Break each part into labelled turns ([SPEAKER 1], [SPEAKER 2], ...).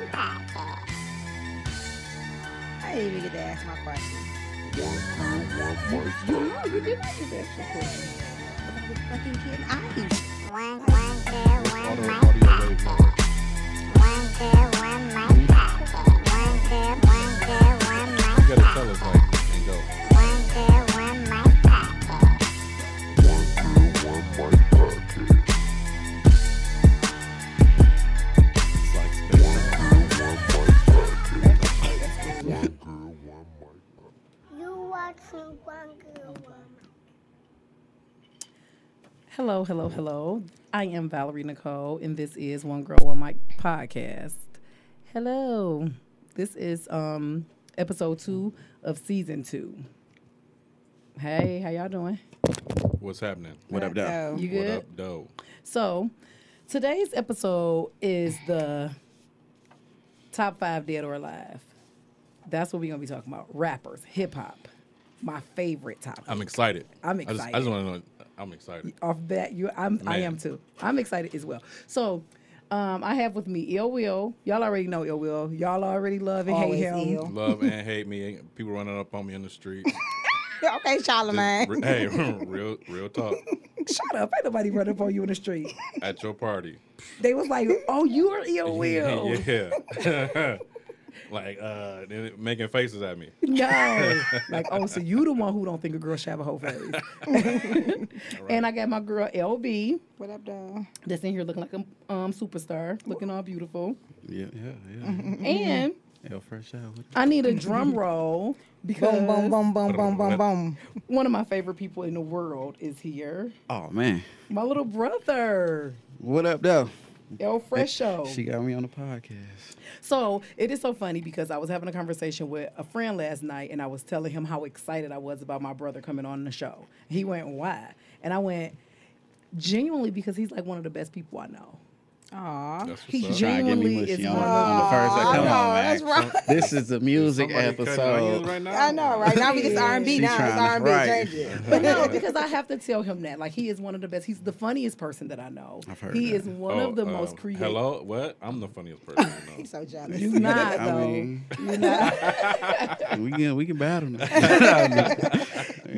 [SPEAKER 1] podcast.
[SPEAKER 2] I didn't even get to ask my question. You did not get to ask your question. I was fucking kidding. I
[SPEAKER 1] One, one girl, one mic podcast. One girl, one mic podcast. One girl, one girl, one mic
[SPEAKER 3] You gotta tell us
[SPEAKER 1] podcast.
[SPEAKER 3] like and go.
[SPEAKER 1] One girl, one mic podcast.
[SPEAKER 3] It's like space.
[SPEAKER 1] You watching one girl, one
[SPEAKER 4] Hello, hello, hello. I am Valerie Nicole, and this is One Girl One Mic podcast. Hello. This is um episode two of season two. Hey, how y'all doing?
[SPEAKER 3] What's happening?
[SPEAKER 5] What up, though?
[SPEAKER 2] know.
[SPEAKER 4] You
[SPEAKER 3] What
[SPEAKER 4] good?
[SPEAKER 3] up, though?
[SPEAKER 4] So, today's episode is the top five dead or alive. That's what we're gonna be talking about. Rappers, hip hop, my favorite topic.
[SPEAKER 3] I'm excited.
[SPEAKER 4] I'm
[SPEAKER 3] I just, I
[SPEAKER 4] excited.
[SPEAKER 3] just want to know. I'm excited.
[SPEAKER 4] off bat. You, I'm, I
[SPEAKER 3] Man.
[SPEAKER 4] am too. I'm excited as well. So, um, I have with me Ill Will. Y'all already know Ill Will. Y'all already love and
[SPEAKER 2] Always
[SPEAKER 4] hate him.
[SPEAKER 2] ill.
[SPEAKER 3] Love and hate me. People running up on me in the street. Just
[SPEAKER 2] okay, Charlemagne.
[SPEAKER 3] re- hey, real, real talk.
[SPEAKER 4] Shut up! Ain't nobody running for you in the street.
[SPEAKER 3] At your party.
[SPEAKER 4] They was like, "Oh, you are Ill Will."
[SPEAKER 3] yeah. like uh, they're making faces at me.
[SPEAKER 4] No, like, oh, so you the one who don't think a girl should have a whole face. And I got my girl LB
[SPEAKER 2] What up, though?
[SPEAKER 4] that's in here looking like a um, superstar, looking all beautiful.
[SPEAKER 5] Yeah, yeah, yeah.
[SPEAKER 2] Mm-hmm.
[SPEAKER 4] And
[SPEAKER 5] El Fresh Out. What
[SPEAKER 4] I need a drum roll because
[SPEAKER 2] Boom, boom, boom, boom, boom, boom, boom.
[SPEAKER 4] one of my favorite people in the world is here.
[SPEAKER 5] oh man,
[SPEAKER 4] My little brother,
[SPEAKER 5] what up, though?
[SPEAKER 4] El Fresho.
[SPEAKER 5] She got me on the podcast.
[SPEAKER 4] so it is so funny because I was having a conversation with a friend last night and I was telling him how excited I was about my brother coming on the show. He went, Why? And I went, Genuinely, because he's like one of the best people I know.
[SPEAKER 2] Aw.
[SPEAKER 3] That's
[SPEAKER 4] He
[SPEAKER 3] what's up.
[SPEAKER 5] Trying to get me
[SPEAKER 4] genuinely
[SPEAKER 5] mushy
[SPEAKER 4] is
[SPEAKER 5] on,
[SPEAKER 4] one
[SPEAKER 5] on the first. Like, come on, man.
[SPEAKER 2] that's right.
[SPEAKER 5] This is the music
[SPEAKER 3] Somebody cutting onions
[SPEAKER 5] episode.
[SPEAKER 3] Right now?
[SPEAKER 2] I know, right? Now we just R&B
[SPEAKER 5] She
[SPEAKER 2] now. It's
[SPEAKER 5] trying
[SPEAKER 2] R&B.
[SPEAKER 5] to- right.
[SPEAKER 2] Change it.
[SPEAKER 4] But no, because I have to tell him that. Like, he is one of the best. He's the funniest person that I know.
[SPEAKER 5] I've heard
[SPEAKER 4] he
[SPEAKER 5] that.
[SPEAKER 4] is one
[SPEAKER 3] Oh,
[SPEAKER 4] of the
[SPEAKER 3] uh,
[SPEAKER 4] most creative.
[SPEAKER 3] Hello, what? I'm the funniest person. You know.
[SPEAKER 2] He's so jealous.
[SPEAKER 4] You not,
[SPEAKER 5] I
[SPEAKER 4] though.
[SPEAKER 5] mean-
[SPEAKER 4] you not.
[SPEAKER 5] we can we can battle now.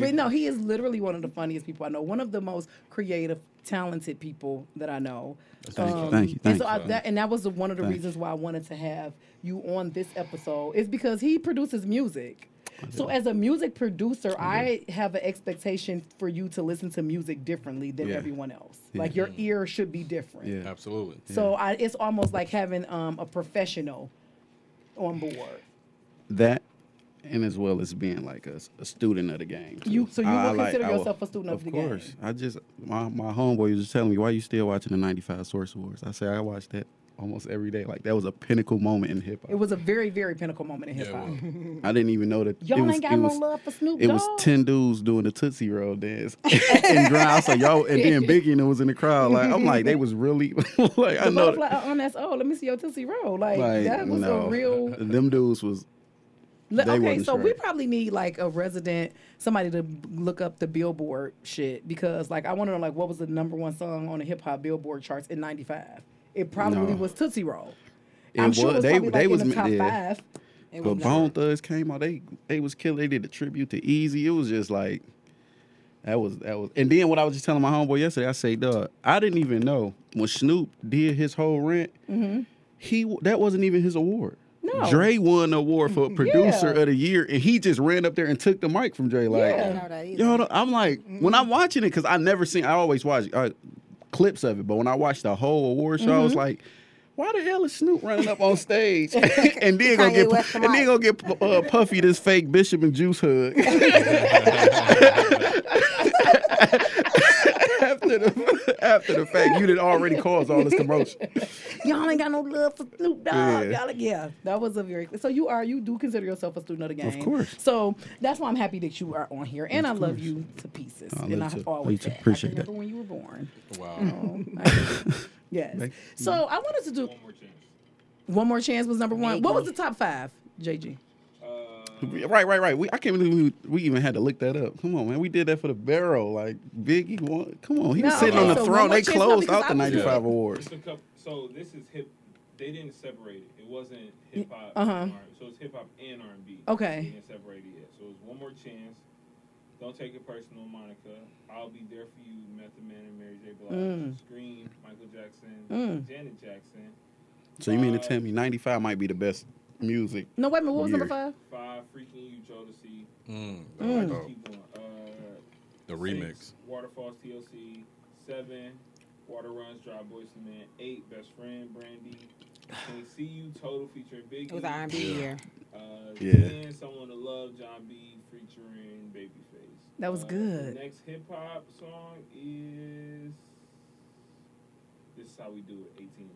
[SPEAKER 4] But no, he is literally one of the funniest people I know. One of the most creative, talented people that I know. Um,
[SPEAKER 5] Thank you, thank you, thank
[SPEAKER 4] and so I,
[SPEAKER 5] you.
[SPEAKER 4] that and that was the, one of the
[SPEAKER 5] Thank
[SPEAKER 4] reasons why I wanted to have you on this episode is because he produces music. So as a music producer, I have an expectation for you to listen to music differently than
[SPEAKER 5] Yeah.
[SPEAKER 4] everyone else. Like your ear should be different.
[SPEAKER 5] yeah.
[SPEAKER 3] Absolutely.
[SPEAKER 4] So I, it's almost like having um, a professional on board.
[SPEAKER 5] that and as well as being like a, a student of the game. too.
[SPEAKER 4] You- so you would consider
[SPEAKER 5] I would-
[SPEAKER 4] yourself a student of the game?
[SPEAKER 5] Of course. I just my my homeboy was just telling me why you still watching the '95 Source Awards. I say I watch that almost every day. Like that was a pinnacle moment in hip
[SPEAKER 4] It
[SPEAKER 5] hop.
[SPEAKER 4] was a very, very pinnacle moment in hip
[SPEAKER 3] Yeah,
[SPEAKER 4] hop.
[SPEAKER 3] it was.
[SPEAKER 5] I didn't even know that
[SPEAKER 4] Y'all
[SPEAKER 5] it was,
[SPEAKER 4] ain't got
[SPEAKER 5] it
[SPEAKER 4] no
[SPEAKER 5] was-
[SPEAKER 4] love for Snoop
[SPEAKER 5] It was
[SPEAKER 4] Dogg?
[SPEAKER 5] ten dudes doing the Tootsie Roll dance and dry. I was like, y'all, and then Biggie and it was in the crowd. Like I'm like, they was really like I
[SPEAKER 4] The
[SPEAKER 5] know.
[SPEAKER 4] butterfly on that's oh, let me see your Tootsie Roll. Like,
[SPEAKER 5] Like,
[SPEAKER 4] that was
[SPEAKER 5] no.
[SPEAKER 4] a real
[SPEAKER 5] Them dudes was
[SPEAKER 4] Le-
[SPEAKER 5] They
[SPEAKER 4] okay,
[SPEAKER 5] wasn't
[SPEAKER 4] so we
[SPEAKER 5] straight.
[SPEAKER 4] probably need like a resident somebody to b- look up the Billboard shit because like I want to know like what was the number one song on the hip hop Billboard charts in '95? It probably
[SPEAKER 5] No.
[SPEAKER 4] was Tootsie Roll.
[SPEAKER 5] It
[SPEAKER 4] I'm sure it
[SPEAKER 5] was-
[SPEAKER 4] was
[SPEAKER 5] they-
[SPEAKER 4] probably
[SPEAKER 5] they
[SPEAKER 4] like
[SPEAKER 5] was
[SPEAKER 4] in the
[SPEAKER 5] ma-
[SPEAKER 4] top
[SPEAKER 5] yeah.
[SPEAKER 4] five.
[SPEAKER 2] It was
[SPEAKER 5] But
[SPEAKER 2] not-
[SPEAKER 5] Bone Thugs came out. They they was killed. They did a tribute to Easy. It was just like that was that was. And then what I was just telling my homeboy yesterday, I say, "Duh, I didn't even know when Snoop did his whole rant. He that wasn't even his award.
[SPEAKER 4] Mm-hmm. No.
[SPEAKER 5] Dre won the award for producer
[SPEAKER 4] Yeah.
[SPEAKER 5] of the year, and he just ran up there and took the mic from Dre. Like,
[SPEAKER 4] Yeah. I didn't
[SPEAKER 2] know that either.
[SPEAKER 5] Yo, no, I'm like when I'm watching it because I never seen. I always watch uh, clips of it, but when I watched the whole award show, I
[SPEAKER 4] Mm-hmm.
[SPEAKER 5] was like. Why the hell is Snoop running up on stage and then gonna
[SPEAKER 2] Kanye
[SPEAKER 5] get
[SPEAKER 2] West
[SPEAKER 5] and then
[SPEAKER 2] Mike.
[SPEAKER 5] gonna get uh, Puffy this fake Bishop and Juice hug after the after the fact you did already caused all this commotion.
[SPEAKER 4] Y'all ain't got no love for Snoop Dogg.
[SPEAKER 5] Yeah.
[SPEAKER 4] Y'all, like, yeah, that was a very so you are you do consider yourself a student of the game,
[SPEAKER 5] Of course.
[SPEAKER 4] So that's why I'm happy that you are on here, and I love you to pieces,
[SPEAKER 5] I
[SPEAKER 4] and I
[SPEAKER 5] love you
[SPEAKER 4] have
[SPEAKER 5] too.
[SPEAKER 4] always
[SPEAKER 5] Love you too.
[SPEAKER 4] have.
[SPEAKER 5] Appreciate
[SPEAKER 4] I can
[SPEAKER 5] that.
[SPEAKER 4] remember when you were born.
[SPEAKER 3] Wow.
[SPEAKER 4] Um, I- yes. So I wanted to do one more chance. was number one. What was the top five, JG?
[SPEAKER 5] Right, right, right. We, I can't believe we, we even had to look that up. Come on, man. We did that for the barrel. Like Biggie, won. come on. He was
[SPEAKER 4] No,
[SPEAKER 5] sitting
[SPEAKER 4] okay,
[SPEAKER 5] on
[SPEAKER 4] so
[SPEAKER 5] the
[SPEAKER 4] one more
[SPEAKER 5] throne. They
[SPEAKER 4] chance, no,
[SPEAKER 5] closed
[SPEAKER 4] because
[SPEAKER 5] out the
[SPEAKER 4] I was-
[SPEAKER 5] '95
[SPEAKER 3] Yeah.
[SPEAKER 5] awards.
[SPEAKER 6] It's a couple, so this is hip they didn't separate it. It wasn't hip hop
[SPEAKER 4] uh-huh.
[SPEAKER 6] and R so it's hip hop and R and B.
[SPEAKER 4] Okay.
[SPEAKER 6] They didn't separate it yet. So it's one more chance. Don't take it personal, Monica. I'll be there for you, Method Man and Mary J. Blige.
[SPEAKER 4] Mm.
[SPEAKER 6] Scream, Michael Jackson,
[SPEAKER 4] Mm.
[SPEAKER 6] Janet Jackson.
[SPEAKER 5] So you mean to
[SPEAKER 6] Uh,
[SPEAKER 5] tell me 95 might be the best music?
[SPEAKER 4] No, wait a minute. What was number five?
[SPEAKER 5] Weird.
[SPEAKER 6] Five freaking you, Jodeci.
[SPEAKER 3] Mm, I
[SPEAKER 4] Mm.
[SPEAKER 3] like
[SPEAKER 6] Just
[SPEAKER 3] the-
[SPEAKER 6] keep going. Uh,
[SPEAKER 3] the
[SPEAKER 6] Six,
[SPEAKER 3] remix.
[SPEAKER 6] Waterfalls TLC. Seven. Water Runs Dry Boy Cement. Eight. Best Friend Brandy. Can't See You Total featuring Biggie.
[SPEAKER 2] It was R&B year.
[SPEAKER 6] Uh,
[SPEAKER 5] Yeah.
[SPEAKER 6] Ten. Someone to Love John B featuring Babyface.
[SPEAKER 4] That was
[SPEAKER 6] Uh,
[SPEAKER 4] good.
[SPEAKER 6] The next hip hop song is. This is how we do it. 18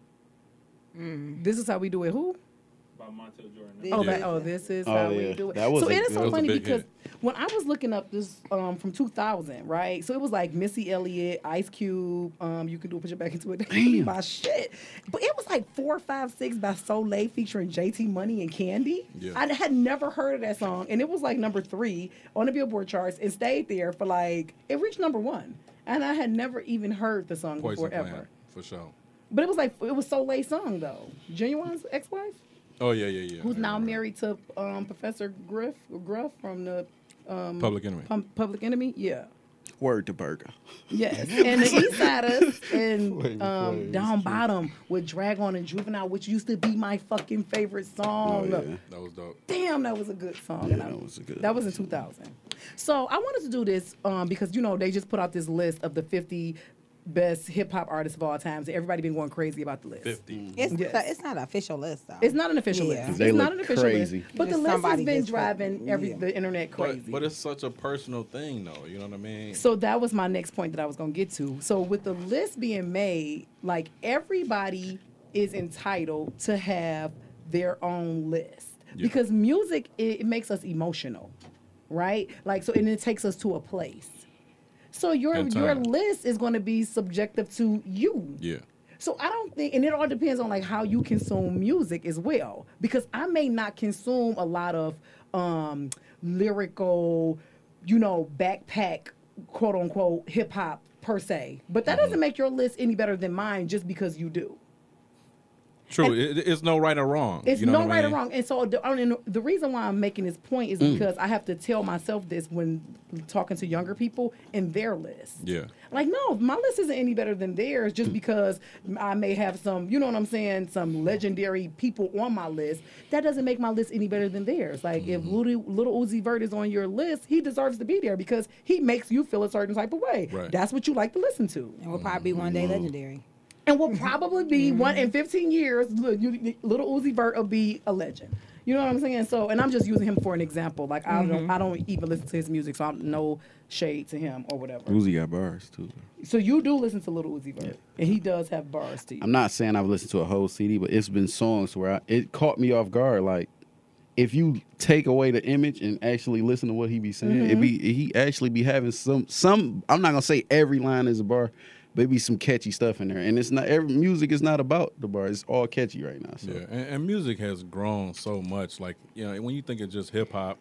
[SPEAKER 2] Mm.
[SPEAKER 4] This is how we do it. Who?
[SPEAKER 6] by Montel Jordan.
[SPEAKER 2] This-
[SPEAKER 4] Oh,
[SPEAKER 3] Yeah.
[SPEAKER 4] that, oh, this is
[SPEAKER 5] Oh,
[SPEAKER 4] how we
[SPEAKER 5] yeah.
[SPEAKER 4] do it.
[SPEAKER 5] That was
[SPEAKER 4] so
[SPEAKER 5] a-
[SPEAKER 4] it is
[SPEAKER 5] that
[SPEAKER 4] so
[SPEAKER 3] was a
[SPEAKER 4] funny
[SPEAKER 3] big
[SPEAKER 4] because
[SPEAKER 3] hit.
[SPEAKER 4] when I was looking up this um, from 2000, right? So it was like Missy Elliott, Ice Cube. Um, you can do it, put your back into it.
[SPEAKER 5] Damn.
[SPEAKER 4] my shit. But it was like four, five, six by Soleil featuring JT Money and Candy.
[SPEAKER 3] Yeah.
[SPEAKER 4] I had never heard of that song, and it was like number three on the Billboard charts. It stayed there for like it reached number one, and I had never even heard the song
[SPEAKER 3] Poison
[SPEAKER 4] before ever.
[SPEAKER 3] Plant, for sure.
[SPEAKER 4] But it was like it was Soleil's song though. Genuine's ex-wife
[SPEAKER 3] Oh yeah, yeah, yeah.
[SPEAKER 4] who's
[SPEAKER 3] I
[SPEAKER 4] now
[SPEAKER 3] remember that.
[SPEAKER 4] married to um, Professor Griff Gruff from the um,
[SPEAKER 3] Public Enemy.
[SPEAKER 4] Pum- Public Enemy. Yeah.
[SPEAKER 5] Word to burger.
[SPEAKER 4] Yes, and the East Siders
[SPEAKER 5] Wait,
[SPEAKER 4] and
[SPEAKER 5] wait,
[SPEAKER 4] um, Down
[SPEAKER 5] it's cute.
[SPEAKER 4] Bottom with Drag On and Juvenile, which used to be my fucking favorite song.
[SPEAKER 5] Oh, yeah.
[SPEAKER 3] That was dope.
[SPEAKER 4] Damn, that was a good song.
[SPEAKER 5] Yeah,
[SPEAKER 4] and I-
[SPEAKER 5] that was a good
[SPEAKER 4] That was in 2000. So I wanted to do this um, because you know they just put out this list of the 50 best hip hop artists of all time. So everybody been going crazy about the list.
[SPEAKER 3] Fifty.
[SPEAKER 2] It's,
[SPEAKER 4] Yes.
[SPEAKER 2] so it's not an official list, though.
[SPEAKER 4] It's not an official
[SPEAKER 2] Yeah.
[SPEAKER 4] list.
[SPEAKER 5] They
[SPEAKER 4] it's not
[SPEAKER 5] look
[SPEAKER 4] an official
[SPEAKER 5] crazy.
[SPEAKER 4] list. But the
[SPEAKER 2] Just
[SPEAKER 4] list has
[SPEAKER 2] somebody
[SPEAKER 4] been
[SPEAKER 2] just-
[SPEAKER 4] driving every
[SPEAKER 2] yeah.
[SPEAKER 4] the internet crazy.
[SPEAKER 3] But, but it's such a personal thing, though. You know what I mean?
[SPEAKER 4] So that was my next point that I was going to get to. So with the list being made, like everybody is entitled to have their own list
[SPEAKER 3] Yeah.
[SPEAKER 4] because music it, it makes us emotional, right? Like so, and it takes us to a place. So your
[SPEAKER 3] And
[SPEAKER 4] your
[SPEAKER 3] time.
[SPEAKER 4] list is going to be subjective to you.
[SPEAKER 3] yeah.
[SPEAKER 4] So I don't think, and it all depends on like how you consume music as well, because I may not consume a lot of um, lyrical, you know, backpack quote unquote hip hop per se. But that
[SPEAKER 3] Mm-hmm.
[SPEAKER 4] doesn't make your list any better than mine just because you do.
[SPEAKER 3] True. It, it's no right or wrong.
[SPEAKER 4] It's
[SPEAKER 3] you know
[SPEAKER 4] no
[SPEAKER 3] what I
[SPEAKER 4] right or
[SPEAKER 3] mean? Mm.
[SPEAKER 4] wrong. And so the, I mean, the reason why I'm making this point is because I have to tell myself this when talking to younger people in their list.
[SPEAKER 3] Yeah.
[SPEAKER 4] Like, no, my list isn't any better than theirs just because I may have some, you know what I'm saying, some legendary people on my list. That doesn't make my list any better than theirs. Like, if little, little Uzi Vert is on your list, he deserves to be there because he makes you feel a certain type of way.
[SPEAKER 3] Right.
[SPEAKER 4] That's what you like to listen to
[SPEAKER 2] And we'll probably be one day legendary.
[SPEAKER 4] and will probably be one in 15 years. li- you- Little Uzi Vert will be a legend. You know what I'm saying? So, and I'm just using him for an example. Like I don't, I don't even listen to his music, so I'm no shade to him or whatever.
[SPEAKER 5] Uzi got bars too.
[SPEAKER 4] So you do listen to Little Uzi Vert, and he does have bars to you.
[SPEAKER 5] I'm not saying I've listened to a whole CD, but it's been songs where I, it caught me off guard. Like if you take away the image and actually listen to what he be saying, it be he actually be having some some. I'm not gonna say every line is a bar, but it be some catchy stuff in there. And it's not every music is not about the bar. It's all catchy right now. So
[SPEAKER 3] Yeah, and, and music has grown so much. Like you know, when you think of just hip hop,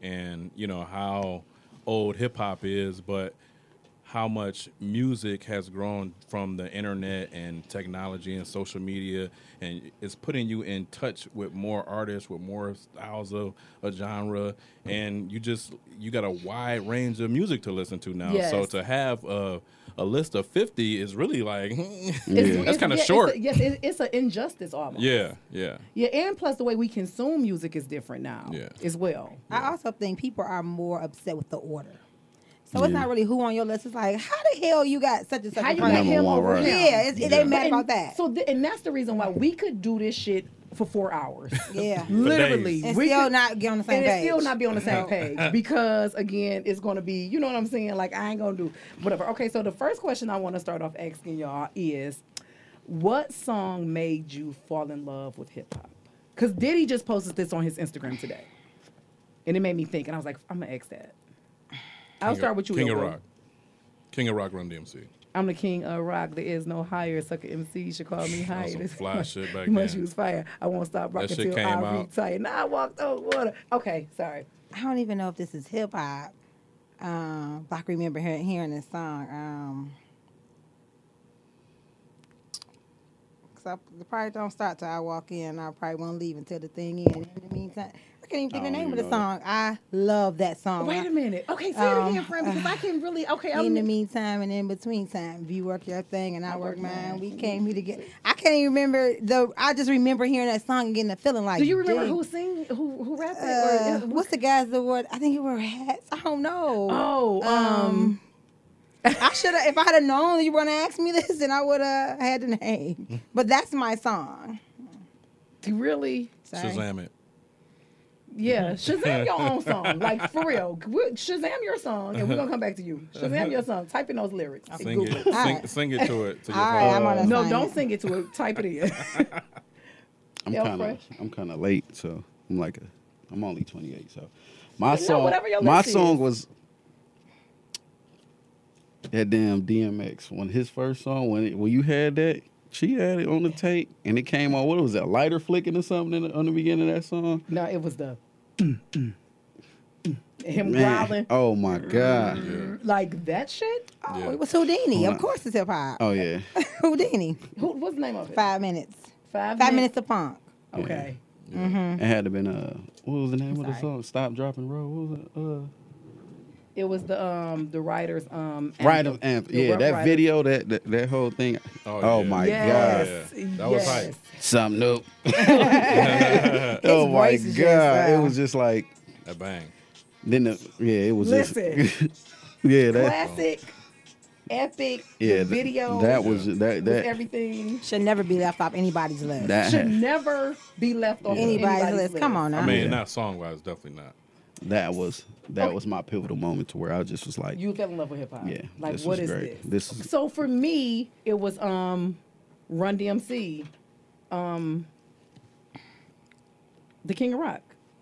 [SPEAKER 3] and you know how old hip hop is, but how much music has grown from the internet and technology and social media, and it's putting you in touch with more artists, with more styles of a genre, and you just you got a wide range of music to listen to now. So
[SPEAKER 4] Yes.
[SPEAKER 3] to have a a list of fifty is really like
[SPEAKER 4] It's-
[SPEAKER 3] that's
[SPEAKER 4] it's-
[SPEAKER 3] kind of
[SPEAKER 4] yeah, it's a-
[SPEAKER 3] short.
[SPEAKER 4] yes, it, it's an injustice almost.
[SPEAKER 3] yeah, yeah.
[SPEAKER 4] yeah, and plus the way we consume music is different now.
[SPEAKER 3] Yeah.
[SPEAKER 4] as well.
[SPEAKER 2] I also think people are more upset with the order. So it's not really who on your list. It's like, how the hell you got such and such?
[SPEAKER 4] How
[SPEAKER 2] a
[SPEAKER 4] you
[SPEAKER 2] person?
[SPEAKER 4] got
[SPEAKER 5] Number
[SPEAKER 4] him
[SPEAKER 5] one,
[SPEAKER 4] over
[SPEAKER 5] right.
[SPEAKER 4] him?
[SPEAKER 2] Yeah, it's, it
[SPEAKER 5] Yeah.
[SPEAKER 2] ain't mad
[SPEAKER 4] And
[SPEAKER 2] about that.
[SPEAKER 4] So, th- and that's the reason why we could do this shit for four hours.
[SPEAKER 2] yeah,
[SPEAKER 4] Literally,
[SPEAKER 2] and
[SPEAKER 4] we
[SPEAKER 2] still
[SPEAKER 4] could-
[SPEAKER 2] not get on the same
[SPEAKER 4] and
[SPEAKER 2] page.
[SPEAKER 4] it still not be on the same page because again, it's gonna be you know what I'm saying. Like I ain't gonna do whatever. Okay, so the first question I want to start off asking y'all is, what song made you fall in love with hip hop? Because Diddy just posted this on his Instagram today, and it made me think. And I was like, I'm gonna ask that.
[SPEAKER 3] King
[SPEAKER 4] I'll
[SPEAKER 3] of-
[SPEAKER 4] start with you.
[SPEAKER 3] King of
[SPEAKER 4] Ilko.
[SPEAKER 3] Rock. King of Rock Run DMC.
[SPEAKER 4] I'm the king of rock. There is no higher. Sucker MC should call me
[SPEAKER 3] That
[SPEAKER 4] higher.
[SPEAKER 3] was some fly shit back
[SPEAKER 4] you must
[SPEAKER 3] then.
[SPEAKER 4] use fire. I won't stop rocking
[SPEAKER 3] shit
[SPEAKER 4] till
[SPEAKER 3] came
[SPEAKER 4] I
[SPEAKER 3] out.
[SPEAKER 4] retire. Now I walked on water. Okay, sorry.
[SPEAKER 2] I don't even know if this is hip hop. Um, but I can remember hearing, hearing this song. Um, 'cause I probably don't start till I walk in. I probably won't leave until the thing in. In the meantime, I can't even think
[SPEAKER 5] I
[SPEAKER 2] of the
[SPEAKER 5] don't
[SPEAKER 2] name of
[SPEAKER 5] even
[SPEAKER 2] the
[SPEAKER 5] know that.
[SPEAKER 2] song. I love that song.
[SPEAKER 4] Wait a minute. Okay, say it again,
[SPEAKER 2] Um,
[SPEAKER 4] friend, because I can really. Okay,
[SPEAKER 2] in the
[SPEAKER 4] I'm.
[SPEAKER 2] meantime and in between time, you work your thing and I, work mine. We came here to get. I can't even remember the. I just remember hearing that song and getting the feeling like.
[SPEAKER 4] Do you remember
[SPEAKER 2] dang.
[SPEAKER 4] who sing who who rapped it? Or,
[SPEAKER 2] Uh,
[SPEAKER 4] uh,
[SPEAKER 2] what's the guy's award? I think it were hats. I don't know.
[SPEAKER 4] oh, um,
[SPEAKER 2] I should have. If I had known you were gonna ask me this, then I would have had the name. But that's my song.
[SPEAKER 4] really?
[SPEAKER 2] Sorry.
[SPEAKER 3] Shazam it.
[SPEAKER 4] Yeah, Shazam your own song, like for real. We'll- Shazam your song, and we're gonna come back to you. Shazam your song. Type in those lyrics.
[SPEAKER 3] Sing it.
[SPEAKER 2] All
[SPEAKER 3] Sing,
[SPEAKER 2] right.
[SPEAKER 3] sing it to it. To your
[SPEAKER 2] All right, I'm
[SPEAKER 3] phone.
[SPEAKER 2] on a
[SPEAKER 4] No,
[SPEAKER 2] sign
[SPEAKER 4] don't
[SPEAKER 2] it.
[SPEAKER 4] sing it to it. Type it in.
[SPEAKER 5] I'm
[SPEAKER 4] Yeah,
[SPEAKER 5] kind of
[SPEAKER 4] fresh.
[SPEAKER 5] I'm kind of late, so I'm like a, I'm only 28, so my song
[SPEAKER 4] whatever your
[SPEAKER 5] my
[SPEAKER 4] list
[SPEAKER 5] song
[SPEAKER 4] is.
[SPEAKER 5] was that damn DMX when his first song when it, when you had that she had it on the tape and it came on what was that lighter flicking or something in the, on the beginning of that song
[SPEAKER 4] no, it was the him growling
[SPEAKER 5] oh my god
[SPEAKER 4] like that shit.
[SPEAKER 2] Oh,
[SPEAKER 3] Yeah.
[SPEAKER 2] it was Houdini.
[SPEAKER 5] Hold
[SPEAKER 2] Of
[SPEAKER 5] on.
[SPEAKER 2] course, it's hip hop.
[SPEAKER 5] oh yeah
[SPEAKER 2] Houdini.
[SPEAKER 4] Who? What's the name of it?
[SPEAKER 2] Five minutes.
[SPEAKER 4] Five,
[SPEAKER 2] Five minutes of punk.
[SPEAKER 4] Okay.
[SPEAKER 5] it had to been uh what was the name of the
[SPEAKER 2] sorry.
[SPEAKER 5] song stop dropping roll what was it uh
[SPEAKER 4] It was the um the writers um
[SPEAKER 5] Right
[SPEAKER 4] anthem.
[SPEAKER 5] of Amp.
[SPEAKER 4] The
[SPEAKER 5] Yeah,
[SPEAKER 4] Rough
[SPEAKER 5] that
[SPEAKER 4] Riders.
[SPEAKER 5] video, that, that that whole thing. Oh,
[SPEAKER 3] yeah.
[SPEAKER 5] my
[SPEAKER 4] Yes,
[SPEAKER 5] god,
[SPEAKER 3] God. That was
[SPEAKER 4] yes.
[SPEAKER 5] something new. oh my
[SPEAKER 2] voice is just,
[SPEAKER 5] god, it
[SPEAKER 2] uh,
[SPEAKER 5] was just like
[SPEAKER 3] A bang.
[SPEAKER 5] then the yeah, it was
[SPEAKER 4] Listen.
[SPEAKER 5] just yeah that
[SPEAKER 4] Classic, epic.
[SPEAKER 5] yeah
[SPEAKER 4] the
[SPEAKER 5] th-
[SPEAKER 4] video.
[SPEAKER 5] that was that
[SPEAKER 4] with
[SPEAKER 5] that
[SPEAKER 4] everything.
[SPEAKER 2] Should never be left off anybody's list.
[SPEAKER 5] that
[SPEAKER 4] should
[SPEAKER 5] had-
[SPEAKER 4] never be left off
[SPEAKER 2] anybody's, list. Come on now.
[SPEAKER 3] I mean,
[SPEAKER 5] Yeah.
[SPEAKER 3] not song wise, definitely not.
[SPEAKER 5] that was that was my pivotal moment to where I just was like
[SPEAKER 4] You fell in love with hip hop.
[SPEAKER 5] Yeah,
[SPEAKER 4] Like
[SPEAKER 5] this
[SPEAKER 4] what
[SPEAKER 5] was
[SPEAKER 4] is
[SPEAKER 5] great.
[SPEAKER 4] this?
[SPEAKER 5] This is-
[SPEAKER 4] so for me, it was um Run DMC. Um The King of Rock.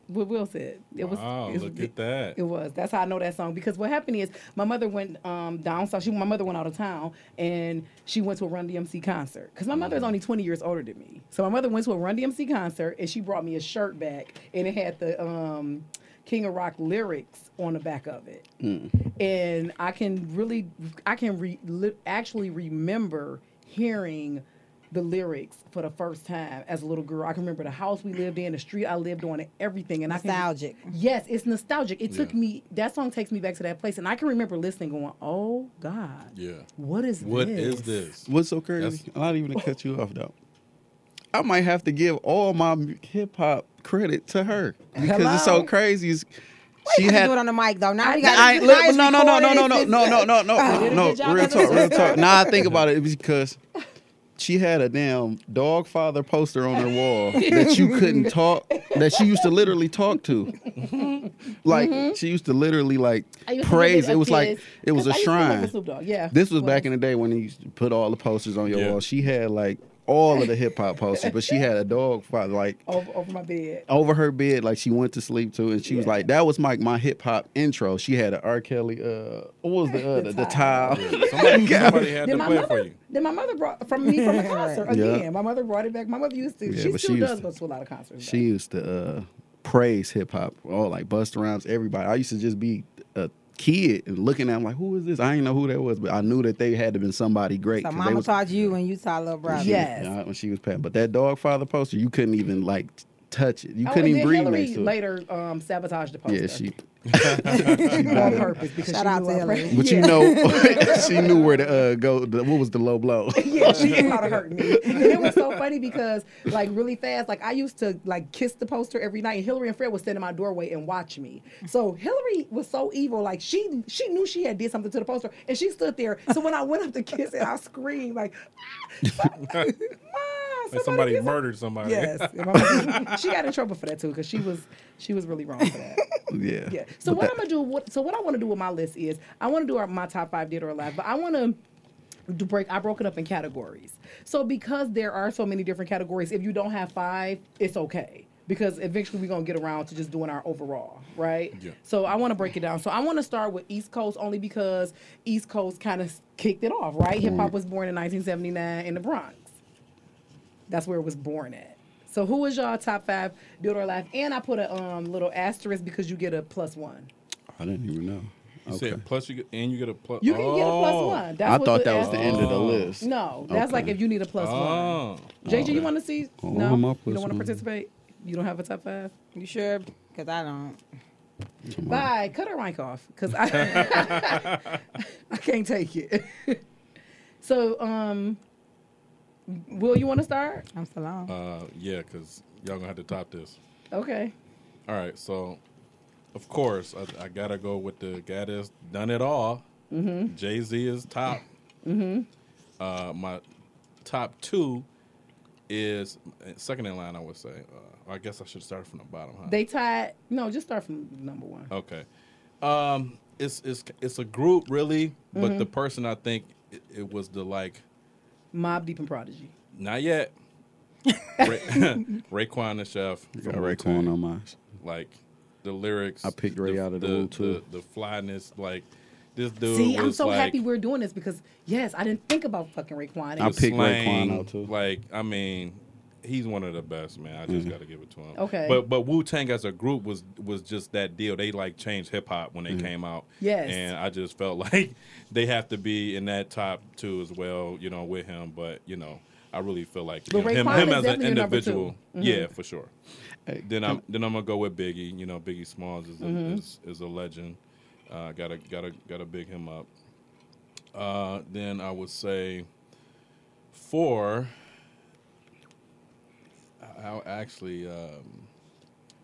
[SPEAKER 4] What Will said. It was
[SPEAKER 3] Wow,
[SPEAKER 4] it,
[SPEAKER 3] look at that.
[SPEAKER 4] It was. That's how I know that song because what happened is my mother went um, down south. She, my mother went out of town and she went to a Run DMC concert because my mother is only 20 years older than me. So my mother went to a Run DMC concert and she brought me a shirt back and it had the um, King of Rock lyrics on the back of it. And I can really, I can re, li, actually remember hearing the lyrics for the first time as a little girl. I can remember the house we lived in, the street I lived on, and everything. And I can,
[SPEAKER 2] Nostalgic.
[SPEAKER 4] Yes, it's nostalgic. It took
[SPEAKER 3] Yeah.
[SPEAKER 4] me that song takes me back to that place, and I can remember listening, going, "Oh God,
[SPEAKER 3] Yeah.
[SPEAKER 4] what is
[SPEAKER 3] What
[SPEAKER 4] this?
[SPEAKER 3] is this?
[SPEAKER 5] What's so crazy?
[SPEAKER 3] That's-
[SPEAKER 5] I'm not even to cut you off though. I might have to give all my hip hop credit to her because it's so
[SPEAKER 4] Hello?
[SPEAKER 5] crazy. It's-
[SPEAKER 2] You have to do it on the mic though. Now we got.
[SPEAKER 5] I, ain't-
[SPEAKER 2] now it's
[SPEAKER 5] no, no, no, no,
[SPEAKER 2] recorded.
[SPEAKER 5] no, no,
[SPEAKER 2] It's-
[SPEAKER 5] no, no, no, no,
[SPEAKER 4] Ah. did a good
[SPEAKER 5] no.
[SPEAKER 4] job.
[SPEAKER 5] Real talk, real talk. Now I think about it it's because she had a damn dog father poster on her wall that you couldn't talk. That she used to literally talk to. Like she used to literally like
[SPEAKER 4] Mm-hmm. I used to give
[SPEAKER 5] praise.
[SPEAKER 4] a
[SPEAKER 5] It was like
[SPEAKER 4] kiss,
[SPEAKER 5] it was a
[SPEAKER 4] 'cause I used to love
[SPEAKER 5] shrine.
[SPEAKER 4] the Snoop Dogg, Yeah,
[SPEAKER 5] This was back in the day when they used to put all the posters on your
[SPEAKER 3] Yeah.
[SPEAKER 5] wall. She had like all of the hip hop posters, but she had a dog father like
[SPEAKER 4] over, over my bed.
[SPEAKER 5] over her bed, like she went to sleep too, and she was
[SPEAKER 4] Yeah.
[SPEAKER 5] like, "That was my my hip hop intro." She had a R. Kelly, uh, what was the uh, the, the
[SPEAKER 4] towel.
[SPEAKER 5] towel?
[SPEAKER 3] Somebody, somebody had to
[SPEAKER 4] Then my
[SPEAKER 3] play it for
[SPEAKER 4] mother,
[SPEAKER 3] you.
[SPEAKER 4] then my mother brought from me from a concert
[SPEAKER 5] Yeah.
[SPEAKER 4] again. My mother brought it back. My mother used to.
[SPEAKER 5] Yeah,
[SPEAKER 4] she
[SPEAKER 5] but
[SPEAKER 4] still
[SPEAKER 5] she used
[SPEAKER 4] does
[SPEAKER 5] to-
[SPEAKER 4] go to a lot of concerts.
[SPEAKER 5] She used to uh, praise hip hop, all like Busta Rhymes, everybody. I used to just be a kid and looking at them like, "Who is this?" I didn't know who that was, but I knew that they had to been somebody great.
[SPEAKER 2] So
[SPEAKER 5] 'cause
[SPEAKER 2] mama
[SPEAKER 5] they was,
[SPEAKER 2] taught you and you taught little brother.
[SPEAKER 5] she was-
[SPEAKER 4] Yes.
[SPEAKER 5] yeah, when she was past. But that dog father poster, you couldn't even like touch it. You
[SPEAKER 4] Oh,
[SPEAKER 5] couldn't
[SPEAKER 4] and
[SPEAKER 5] even
[SPEAKER 4] then
[SPEAKER 5] breathe
[SPEAKER 4] Hillary
[SPEAKER 5] next to it.
[SPEAKER 4] later um, sabotaged the poster.
[SPEAKER 5] yeah, she.
[SPEAKER 4] on purpose because
[SPEAKER 2] Shout
[SPEAKER 4] she
[SPEAKER 2] out
[SPEAKER 4] knew
[SPEAKER 2] to
[SPEAKER 4] I
[SPEAKER 2] Hillary.
[SPEAKER 4] prayed.
[SPEAKER 5] But you
[SPEAKER 4] Yeah.
[SPEAKER 5] know, she knew where to uh, go. The, what was the low blow?
[SPEAKER 4] yeah, she was trying to hurt me. And it was so funny because, like, really fast, like I used to like kiss the poster every night, and Hillary and Fred would stand in my doorway and watch me. So Hillary was so evil, like she she knew she had did something to the poster, and she stood there. So when I went up to kiss it, I screamed like, "Ah, Ma,
[SPEAKER 3] Like
[SPEAKER 4] somebody
[SPEAKER 3] somebody
[SPEAKER 4] did something."
[SPEAKER 3] murdered somebody.
[SPEAKER 4] Yes, And my mom- she got in trouble for that too because she was she was really wrong for that.
[SPEAKER 5] Yeah.
[SPEAKER 4] Yeah. So what I'm gonna do? What, so what I want to do with my list is I want to do our, my top five dead or alive, but I want to do break. I broke it up in categories. So because there are so many different categories, if you don't have five, it's okay because eventually we're gonna get around to just doing our overall, right?
[SPEAKER 3] Yeah.
[SPEAKER 4] So I want to break it down. So I want to start with East Coast only because East Coast kind of kicked it off, right? Hip
[SPEAKER 3] Mm.
[SPEAKER 4] hop was born in 1979 in the Bronx. That's where it was born at. So who is y'all top five dead or alive? And I put a um, little asterisk because you get a plus one.
[SPEAKER 5] I didn't even know.
[SPEAKER 3] You said plus you get, and you get a plus.
[SPEAKER 4] You can get a plus
[SPEAKER 3] Oh.
[SPEAKER 4] one. That's
[SPEAKER 5] I
[SPEAKER 4] what
[SPEAKER 5] thought that was the
[SPEAKER 4] that's-
[SPEAKER 5] end of the
[SPEAKER 3] Oh.
[SPEAKER 5] list.
[SPEAKER 4] No, that's like
[SPEAKER 5] Okay.
[SPEAKER 4] if you need a plus one.
[SPEAKER 3] Oh.
[SPEAKER 4] JJ, you want to see?
[SPEAKER 5] Oh,
[SPEAKER 4] No,
[SPEAKER 5] my
[SPEAKER 4] you
[SPEAKER 5] plus
[SPEAKER 4] don't want to
[SPEAKER 5] one.
[SPEAKER 4] participate. You don't have a top five.
[SPEAKER 2] You sure? Because I don't.
[SPEAKER 4] Bye. Cut her mic off because I I can't take it. so, um, Will, you want to start?
[SPEAKER 2] I'm still on.
[SPEAKER 3] Uh, yeah, because y'all gonna have to top this.
[SPEAKER 4] Okay.
[SPEAKER 3] All right, so of course I, I gotta go with the guy that's done it all. Jay Z is top. Uh, my top two is eh, second in line. I would say. Uh, I guess I should start from the bottom. Huh?
[SPEAKER 4] They tied. No, just start from number one.
[SPEAKER 3] Okay. Um, it's it's it's a group really, but the person I think it, it was the like
[SPEAKER 4] Mob Deep and Prodigy.
[SPEAKER 3] not yet. Ray, Raekwon the chef.
[SPEAKER 5] I
[SPEAKER 3] from
[SPEAKER 5] got Raekwon
[SPEAKER 3] Wu-Tang.
[SPEAKER 5] on mine.
[SPEAKER 3] Like the lyrics.
[SPEAKER 5] I picked Ray out of the Wu, too.
[SPEAKER 3] The, the flyness, like this dude.
[SPEAKER 4] See, I'm
[SPEAKER 3] was,
[SPEAKER 4] so
[SPEAKER 3] like,
[SPEAKER 4] happy we're doing this because yes, I didn't think about fucking Raekwon.
[SPEAKER 5] I
[SPEAKER 3] the
[SPEAKER 5] picked Raekwon
[SPEAKER 3] slang,
[SPEAKER 5] out, too.
[SPEAKER 3] Like I mean, he's one of the best, man. I just got to give it to him.
[SPEAKER 4] Okay.
[SPEAKER 3] But but Wu Tang as a group was was just that deal. They like changed hip hop when they came out.
[SPEAKER 4] Yes.
[SPEAKER 3] And I just felt like they have to be in that top two as well. You know, with him, but you know. I really feel like you
[SPEAKER 4] But
[SPEAKER 3] know, him,
[SPEAKER 4] Raekwon
[SPEAKER 3] him
[SPEAKER 4] is
[SPEAKER 3] as an
[SPEAKER 4] definitely your number two. Mm-hmm.
[SPEAKER 3] individual, yeah, for sure.
[SPEAKER 5] Hey,
[SPEAKER 3] Then I'm then I'm gonna go with Biggie. You know, Biggie Smalls is a,
[SPEAKER 4] Mm-hmm.
[SPEAKER 3] is, is a legend. Uh, gotta gotta gotta big him up. Uh, then I would say four. I- I'll actually um,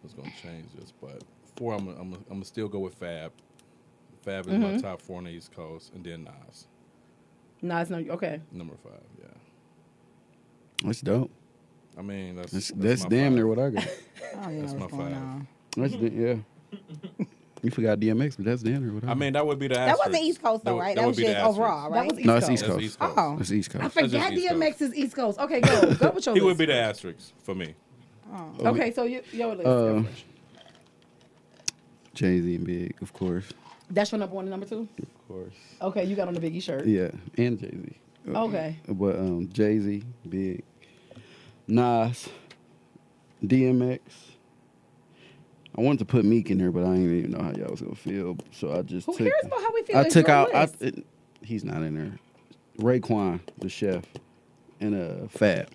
[SPEAKER 3] was gonna change this, but four. I'm gonna- I'm gonna- I'm gonna still go with Fab. Fab is
[SPEAKER 4] Mm-hmm.
[SPEAKER 3] my top four on the East Coast, and then Nas,
[SPEAKER 4] Nas, no, okay.
[SPEAKER 3] number five. Yeah,
[SPEAKER 5] That's dope.
[SPEAKER 3] I mean that's
[SPEAKER 5] That's,
[SPEAKER 3] my
[SPEAKER 5] that's, damn
[SPEAKER 3] five.
[SPEAKER 5] near what I got.
[SPEAKER 2] I don't even
[SPEAKER 3] that's
[SPEAKER 2] know what's
[SPEAKER 3] my
[SPEAKER 2] going
[SPEAKER 3] five.
[SPEAKER 2] on.
[SPEAKER 5] That's da- yeah. You forgot DMX, but that's damn near what I got.
[SPEAKER 3] I mean that would be the
[SPEAKER 2] That wasn't
[SPEAKER 3] asterisk.
[SPEAKER 2] East Coast though,
[SPEAKER 3] would-
[SPEAKER 2] right? That,
[SPEAKER 3] would
[SPEAKER 2] was
[SPEAKER 3] be the
[SPEAKER 2] just overall,
[SPEAKER 3] asterisk.
[SPEAKER 2] right?
[SPEAKER 4] That was
[SPEAKER 5] no, it's
[SPEAKER 4] East
[SPEAKER 5] East
[SPEAKER 3] That's
[SPEAKER 5] Coast.
[SPEAKER 3] East Coast.
[SPEAKER 2] Oh,
[SPEAKER 5] That's East
[SPEAKER 4] I
[SPEAKER 5] Coast.
[SPEAKER 3] just
[SPEAKER 4] forgot
[SPEAKER 3] East
[SPEAKER 4] DMX is East Coast. Okay, go. Go with your
[SPEAKER 3] He
[SPEAKER 4] list.
[SPEAKER 3] would be the asterisk for me.
[SPEAKER 4] Okay, so you, your list.
[SPEAKER 5] Uh, Jay Z and Big, of course.
[SPEAKER 4] That's your number one and number two?
[SPEAKER 5] Of course.
[SPEAKER 4] Okay, you got on the Biggie shirt.
[SPEAKER 5] Yeah, and Jay Z.
[SPEAKER 4] Okay.
[SPEAKER 5] But um, Jay Z, Big, Nas, DMX. I wanted to put Meek in there, but I didn't even know how y'all was gonna feel, so I just
[SPEAKER 4] Who
[SPEAKER 5] took,
[SPEAKER 4] cares about how we feel?
[SPEAKER 5] I
[SPEAKER 4] It's
[SPEAKER 5] took
[SPEAKER 4] your
[SPEAKER 5] out. I,
[SPEAKER 4] list.
[SPEAKER 5] it- he's not in there. Raekwon, the chef, and uh, Fab.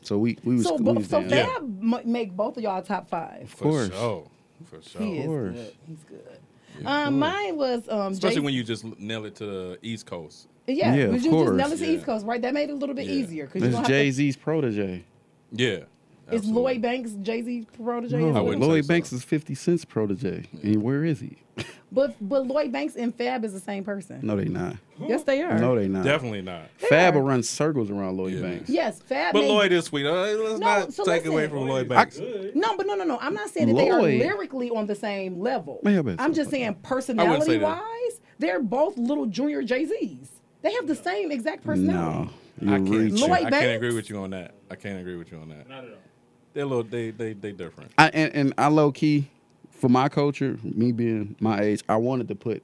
[SPEAKER 5] So we we was
[SPEAKER 4] so
[SPEAKER 5] we
[SPEAKER 4] bo-
[SPEAKER 5] was
[SPEAKER 4] so
[SPEAKER 5] down.
[SPEAKER 3] Yeah.
[SPEAKER 4] Fab mu make both of y'all top five.
[SPEAKER 3] For
[SPEAKER 5] course.
[SPEAKER 3] sure. For sure.
[SPEAKER 4] He is
[SPEAKER 5] course.
[SPEAKER 4] good. He's good. Um, mine was um,
[SPEAKER 3] Especially
[SPEAKER 4] Jay-
[SPEAKER 3] when you just nail it to the East Coast.
[SPEAKER 4] yeah,
[SPEAKER 5] Yeah,
[SPEAKER 4] but
[SPEAKER 5] of
[SPEAKER 4] you just
[SPEAKER 5] course.
[SPEAKER 4] nailed it to
[SPEAKER 3] Yeah.
[SPEAKER 4] East Coast, right? That made it a little bit
[SPEAKER 3] Yeah.
[SPEAKER 4] easier because you don't
[SPEAKER 5] That's
[SPEAKER 4] have
[SPEAKER 5] Jay
[SPEAKER 4] to.
[SPEAKER 5] Z's protege.
[SPEAKER 3] Yeah.
[SPEAKER 4] Is
[SPEAKER 3] absolutely.
[SPEAKER 4] Lloyd Banks Jay Z protege?
[SPEAKER 5] No,
[SPEAKER 4] Is
[SPEAKER 3] I
[SPEAKER 4] it-
[SPEAKER 3] wouldn't
[SPEAKER 5] Lloyd
[SPEAKER 3] say so.
[SPEAKER 5] Banks is Fifty Cent's protege, and where is he?
[SPEAKER 4] But but Lloyd Banks and Fab is the same person.
[SPEAKER 5] no, they not.
[SPEAKER 4] Yes, they are.
[SPEAKER 5] No, they not.
[SPEAKER 3] Definitely not.
[SPEAKER 5] Fab
[SPEAKER 4] are.
[SPEAKER 5] will run circles around Lloyd
[SPEAKER 3] Yeah.
[SPEAKER 5] Banks.
[SPEAKER 4] Yes, Fab.
[SPEAKER 3] But
[SPEAKER 4] made-
[SPEAKER 3] Lloyd is sweet. Uh, Let's
[SPEAKER 4] No,
[SPEAKER 3] not
[SPEAKER 4] so
[SPEAKER 3] take away
[SPEAKER 4] listen.
[SPEAKER 3] from Lloyd
[SPEAKER 6] is
[SPEAKER 3] Banks.
[SPEAKER 6] good.
[SPEAKER 4] No, but no, no, no. I'm not saying that they are
[SPEAKER 5] Lloyd.
[SPEAKER 4] lyrically on the same level.
[SPEAKER 5] Yeah, but
[SPEAKER 4] I'm
[SPEAKER 5] it's
[SPEAKER 4] just
[SPEAKER 5] not
[SPEAKER 4] saying
[SPEAKER 3] wouldn't
[SPEAKER 4] personality
[SPEAKER 3] say that.
[SPEAKER 4] wise, they're both little junior Jay Z's. They have the same exact
[SPEAKER 5] No,
[SPEAKER 4] personality.
[SPEAKER 5] you're
[SPEAKER 3] I can't,
[SPEAKER 5] reaching.
[SPEAKER 4] Lloyd
[SPEAKER 3] I
[SPEAKER 4] Banks?
[SPEAKER 3] can't agree with you on that. I can't agree with you on that.
[SPEAKER 6] Not at all.
[SPEAKER 3] They're a little, they, they, they different.
[SPEAKER 5] I, and, and I low key, for my culture, me being my age, I wanted to put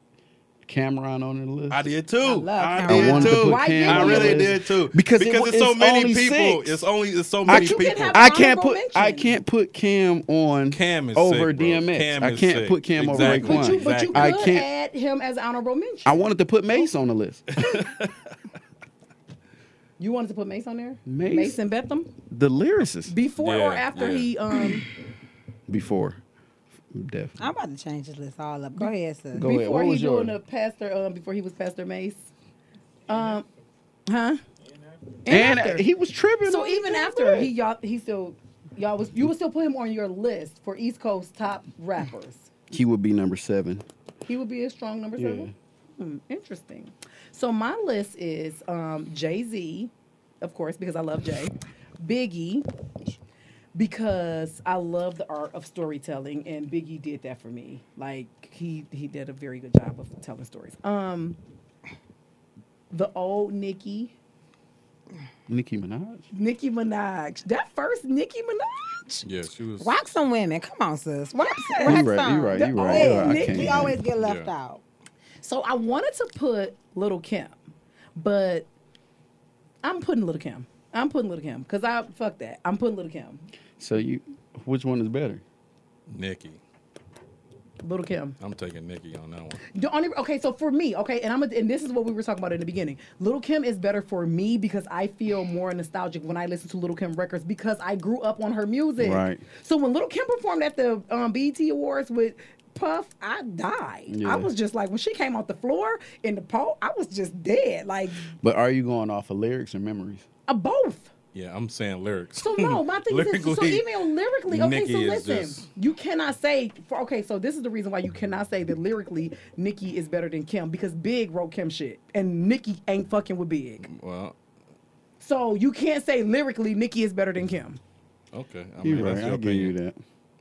[SPEAKER 5] Cameron on the list.
[SPEAKER 3] I did too.
[SPEAKER 4] love
[SPEAKER 3] I,
[SPEAKER 4] Cameron.
[SPEAKER 5] I
[SPEAKER 3] did
[SPEAKER 5] wanted to
[SPEAKER 3] too.
[SPEAKER 5] put
[SPEAKER 4] Why you
[SPEAKER 5] Cam
[SPEAKER 3] I
[SPEAKER 5] on the
[SPEAKER 3] really
[SPEAKER 5] list.
[SPEAKER 3] did too.
[SPEAKER 5] Because, it
[SPEAKER 3] because
[SPEAKER 5] wa-
[SPEAKER 3] it's so many
[SPEAKER 5] only
[SPEAKER 3] people.
[SPEAKER 5] six.
[SPEAKER 3] It's only it's so
[SPEAKER 5] I
[SPEAKER 3] many
[SPEAKER 5] can't,
[SPEAKER 3] people.
[SPEAKER 4] have
[SPEAKER 5] I can't put
[SPEAKER 4] honorable
[SPEAKER 5] I
[SPEAKER 4] mention.
[SPEAKER 5] can't put Cam on
[SPEAKER 3] Cam is
[SPEAKER 5] over
[SPEAKER 3] sick, bro.
[SPEAKER 5] DMX.
[SPEAKER 3] Cam
[SPEAKER 5] I
[SPEAKER 3] is
[SPEAKER 5] can't
[SPEAKER 3] sick.
[SPEAKER 5] put Cam
[SPEAKER 3] Exactly.
[SPEAKER 5] over
[SPEAKER 4] But
[SPEAKER 5] Raekwon.
[SPEAKER 4] you, but
[SPEAKER 3] Exactly.
[SPEAKER 4] you could
[SPEAKER 5] I can't-
[SPEAKER 4] add him as honorable mention.
[SPEAKER 5] I wanted to put Mace on the list.
[SPEAKER 4] you wanted to put Mace on there?
[SPEAKER 5] Mace?
[SPEAKER 4] Mason Betham?
[SPEAKER 5] the lyricist
[SPEAKER 4] Before
[SPEAKER 3] Yeah,
[SPEAKER 4] or after
[SPEAKER 3] yeah.
[SPEAKER 4] he um
[SPEAKER 5] before, definitely.
[SPEAKER 2] I'm about to change this list all up. Go ahead, sis.
[SPEAKER 5] Go ahead.
[SPEAKER 4] before
[SPEAKER 5] What
[SPEAKER 4] he
[SPEAKER 5] was yours?
[SPEAKER 4] doing the pastor um before he was Pastor Mace. Um Huh?
[SPEAKER 5] and
[SPEAKER 4] after.
[SPEAKER 5] he was tripping.
[SPEAKER 4] So
[SPEAKER 5] on
[SPEAKER 4] even
[SPEAKER 5] DMX.
[SPEAKER 4] after he y'all he still y'all was you would still put him on your list for East Coast top rappers.
[SPEAKER 5] he would be number seven.
[SPEAKER 4] He would be a strong number
[SPEAKER 5] Yeah.
[SPEAKER 4] seven. Hmm, interesting. So my list is um, Jay Z, of course, because I love Jay. Biggie, because I love the art of storytelling, and Biggie did that for me. Like he he did a very good job of telling stories. Um, the old Nicki,
[SPEAKER 5] Nicki Minaj.
[SPEAKER 4] Nicki Minaj. That first Nicki Minaj.
[SPEAKER 3] Yeah, she was.
[SPEAKER 2] Rock some women. Come on, sis. Rock, rock
[SPEAKER 5] You right,
[SPEAKER 2] some.
[SPEAKER 5] you right, you right,
[SPEAKER 4] you
[SPEAKER 2] Yeah,
[SPEAKER 4] right. I
[SPEAKER 2] Nick,
[SPEAKER 5] can't
[SPEAKER 2] we
[SPEAKER 5] do
[SPEAKER 2] always
[SPEAKER 5] it.
[SPEAKER 2] get left
[SPEAKER 3] Yeah.
[SPEAKER 2] out.
[SPEAKER 4] So I wanted to put Little Kim, but I'm putting Little Kim. I'm putting Little Kim because I fuck that. I'm putting Little Kim.
[SPEAKER 5] So you, which one is better?
[SPEAKER 3] Nikki.
[SPEAKER 4] Little Kim.
[SPEAKER 3] I'm taking Nikki on that one.
[SPEAKER 4] The only okay, so for me, okay, and I'm a, and this is what we were talking about in the beginning. Little Kim is better for me because I feel more nostalgic when I listen to Little Kim records because I grew up on her music.
[SPEAKER 5] Right.
[SPEAKER 4] So when Little Kim performed at the um, BET Awards with Puff, I died.
[SPEAKER 5] Yeah.
[SPEAKER 4] I was just like when she came off the floor in the pole, I was just dead. Like
[SPEAKER 5] But are you going off of lyrics or memories?
[SPEAKER 4] uh, both.
[SPEAKER 3] Yeah, I'm saying lyrics.
[SPEAKER 4] So no, my thing is this, so
[SPEAKER 3] Lyrically,
[SPEAKER 4] even lyrically, okay,
[SPEAKER 3] Nicki
[SPEAKER 4] so
[SPEAKER 3] is
[SPEAKER 4] listen,
[SPEAKER 3] just-
[SPEAKER 4] you cannot say for okay, so this is the reason why you cannot say that lyrically Nikki is better than Kim because Big wrote Kim shit and Nikki ain't fucking with Big.
[SPEAKER 3] Well,
[SPEAKER 4] So you can't say lyrically Nikki is better than Kim.
[SPEAKER 3] okay. I mean,
[SPEAKER 5] You're
[SPEAKER 3] that's
[SPEAKER 5] right.
[SPEAKER 3] your
[SPEAKER 5] I'll give
[SPEAKER 3] opinion.
[SPEAKER 5] you that.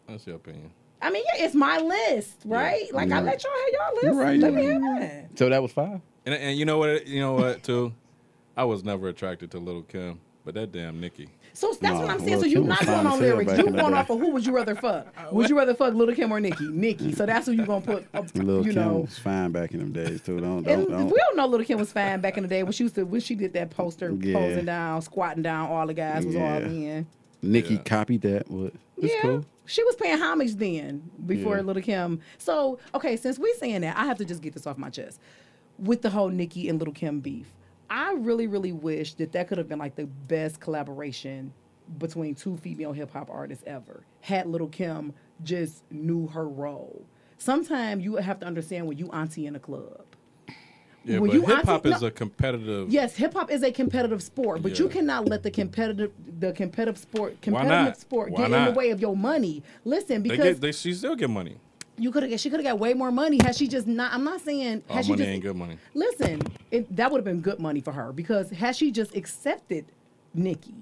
[SPEAKER 3] That's your opinion.
[SPEAKER 4] I mean, yeah, it's my list, right? Like I
[SPEAKER 5] Yeah.
[SPEAKER 4] let y'all have y'all
[SPEAKER 5] You're
[SPEAKER 4] list.
[SPEAKER 5] right,
[SPEAKER 4] Let
[SPEAKER 5] you're
[SPEAKER 4] me have
[SPEAKER 5] right.
[SPEAKER 4] mine.
[SPEAKER 5] So that was five.
[SPEAKER 3] And and you know what? You know what? Too, I was never attracted to Little Kim, but that damn Nikki.
[SPEAKER 4] So that's
[SPEAKER 5] Nah,
[SPEAKER 4] what I'm saying.
[SPEAKER 5] Lil'
[SPEAKER 4] So you're
[SPEAKER 5] Kim
[SPEAKER 4] not
[SPEAKER 5] was
[SPEAKER 4] going
[SPEAKER 5] fine
[SPEAKER 4] on
[SPEAKER 5] as hell
[SPEAKER 4] lyrics.
[SPEAKER 5] back
[SPEAKER 4] You're
[SPEAKER 5] in the
[SPEAKER 4] going
[SPEAKER 5] day.
[SPEAKER 4] off of who would you rather fuck? Would you rather fuck Little Kim or Nikki? Nikki. So that's who you're gonna put. up
[SPEAKER 5] Lil
[SPEAKER 4] you
[SPEAKER 5] Kim
[SPEAKER 4] know.
[SPEAKER 5] was fine back in them days too.
[SPEAKER 4] And
[SPEAKER 5] Don't don't don't.
[SPEAKER 4] we all know Little Kim was fine back in the day when she used to when she did that poster
[SPEAKER 5] Yeah.
[SPEAKER 4] posing down, squatting down. All the guys was all
[SPEAKER 5] Yeah.
[SPEAKER 4] in.
[SPEAKER 5] Nikki
[SPEAKER 3] Yeah.
[SPEAKER 5] copied that. What? It's
[SPEAKER 4] yeah,
[SPEAKER 5] cool.
[SPEAKER 4] she was paying homage then before
[SPEAKER 5] Yeah.
[SPEAKER 4] Little Kim. So okay, since we saying that, I have to just get this off my chest with the whole Nikki and Little Kim beef. I really, really wish that that could have been like the best collaboration between two female hip hop artists ever. Had Little Kim just knew her role. Sometimes you have to understand when you auntie in a club.
[SPEAKER 3] Yeah,
[SPEAKER 4] Well,
[SPEAKER 3] but
[SPEAKER 4] you
[SPEAKER 3] hip hop
[SPEAKER 4] honestly-
[SPEAKER 3] is
[SPEAKER 4] no.
[SPEAKER 3] a competitive.
[SPEAKER 4] Yes, hip hop is a competitive sport, but you
[SPEAKER 3] Yeah.
[SPEAKER 4] cannot let the competitive the competitive sport
[SPEAKER 3] Why
[SPEAKER 4] competitive
[SPEAKER 3] not?
[SPEAKER 4] sport
[SPEAKER 3] Why
[SPEAKER 4] get in
[SPEAKER 3] not?
[SPEAKER 4] the way of your money. Listen,
[SPEAKER 3] they
[SPEAKER 4] because
[SPEAKER 3] get. They she still get money.
[SPEAKER 4] you could have she could have got way more money had she just not. I'm not saying
[SPEAKER 3] All
[SPEAKER 4] had she
[SPEAKER 3] money
[SPEAKER 4] just
[SPEAKER 3] ain't good money.
[SPEAKER 4] listen. It, that would have been good money for her because had she just accepted Nikki.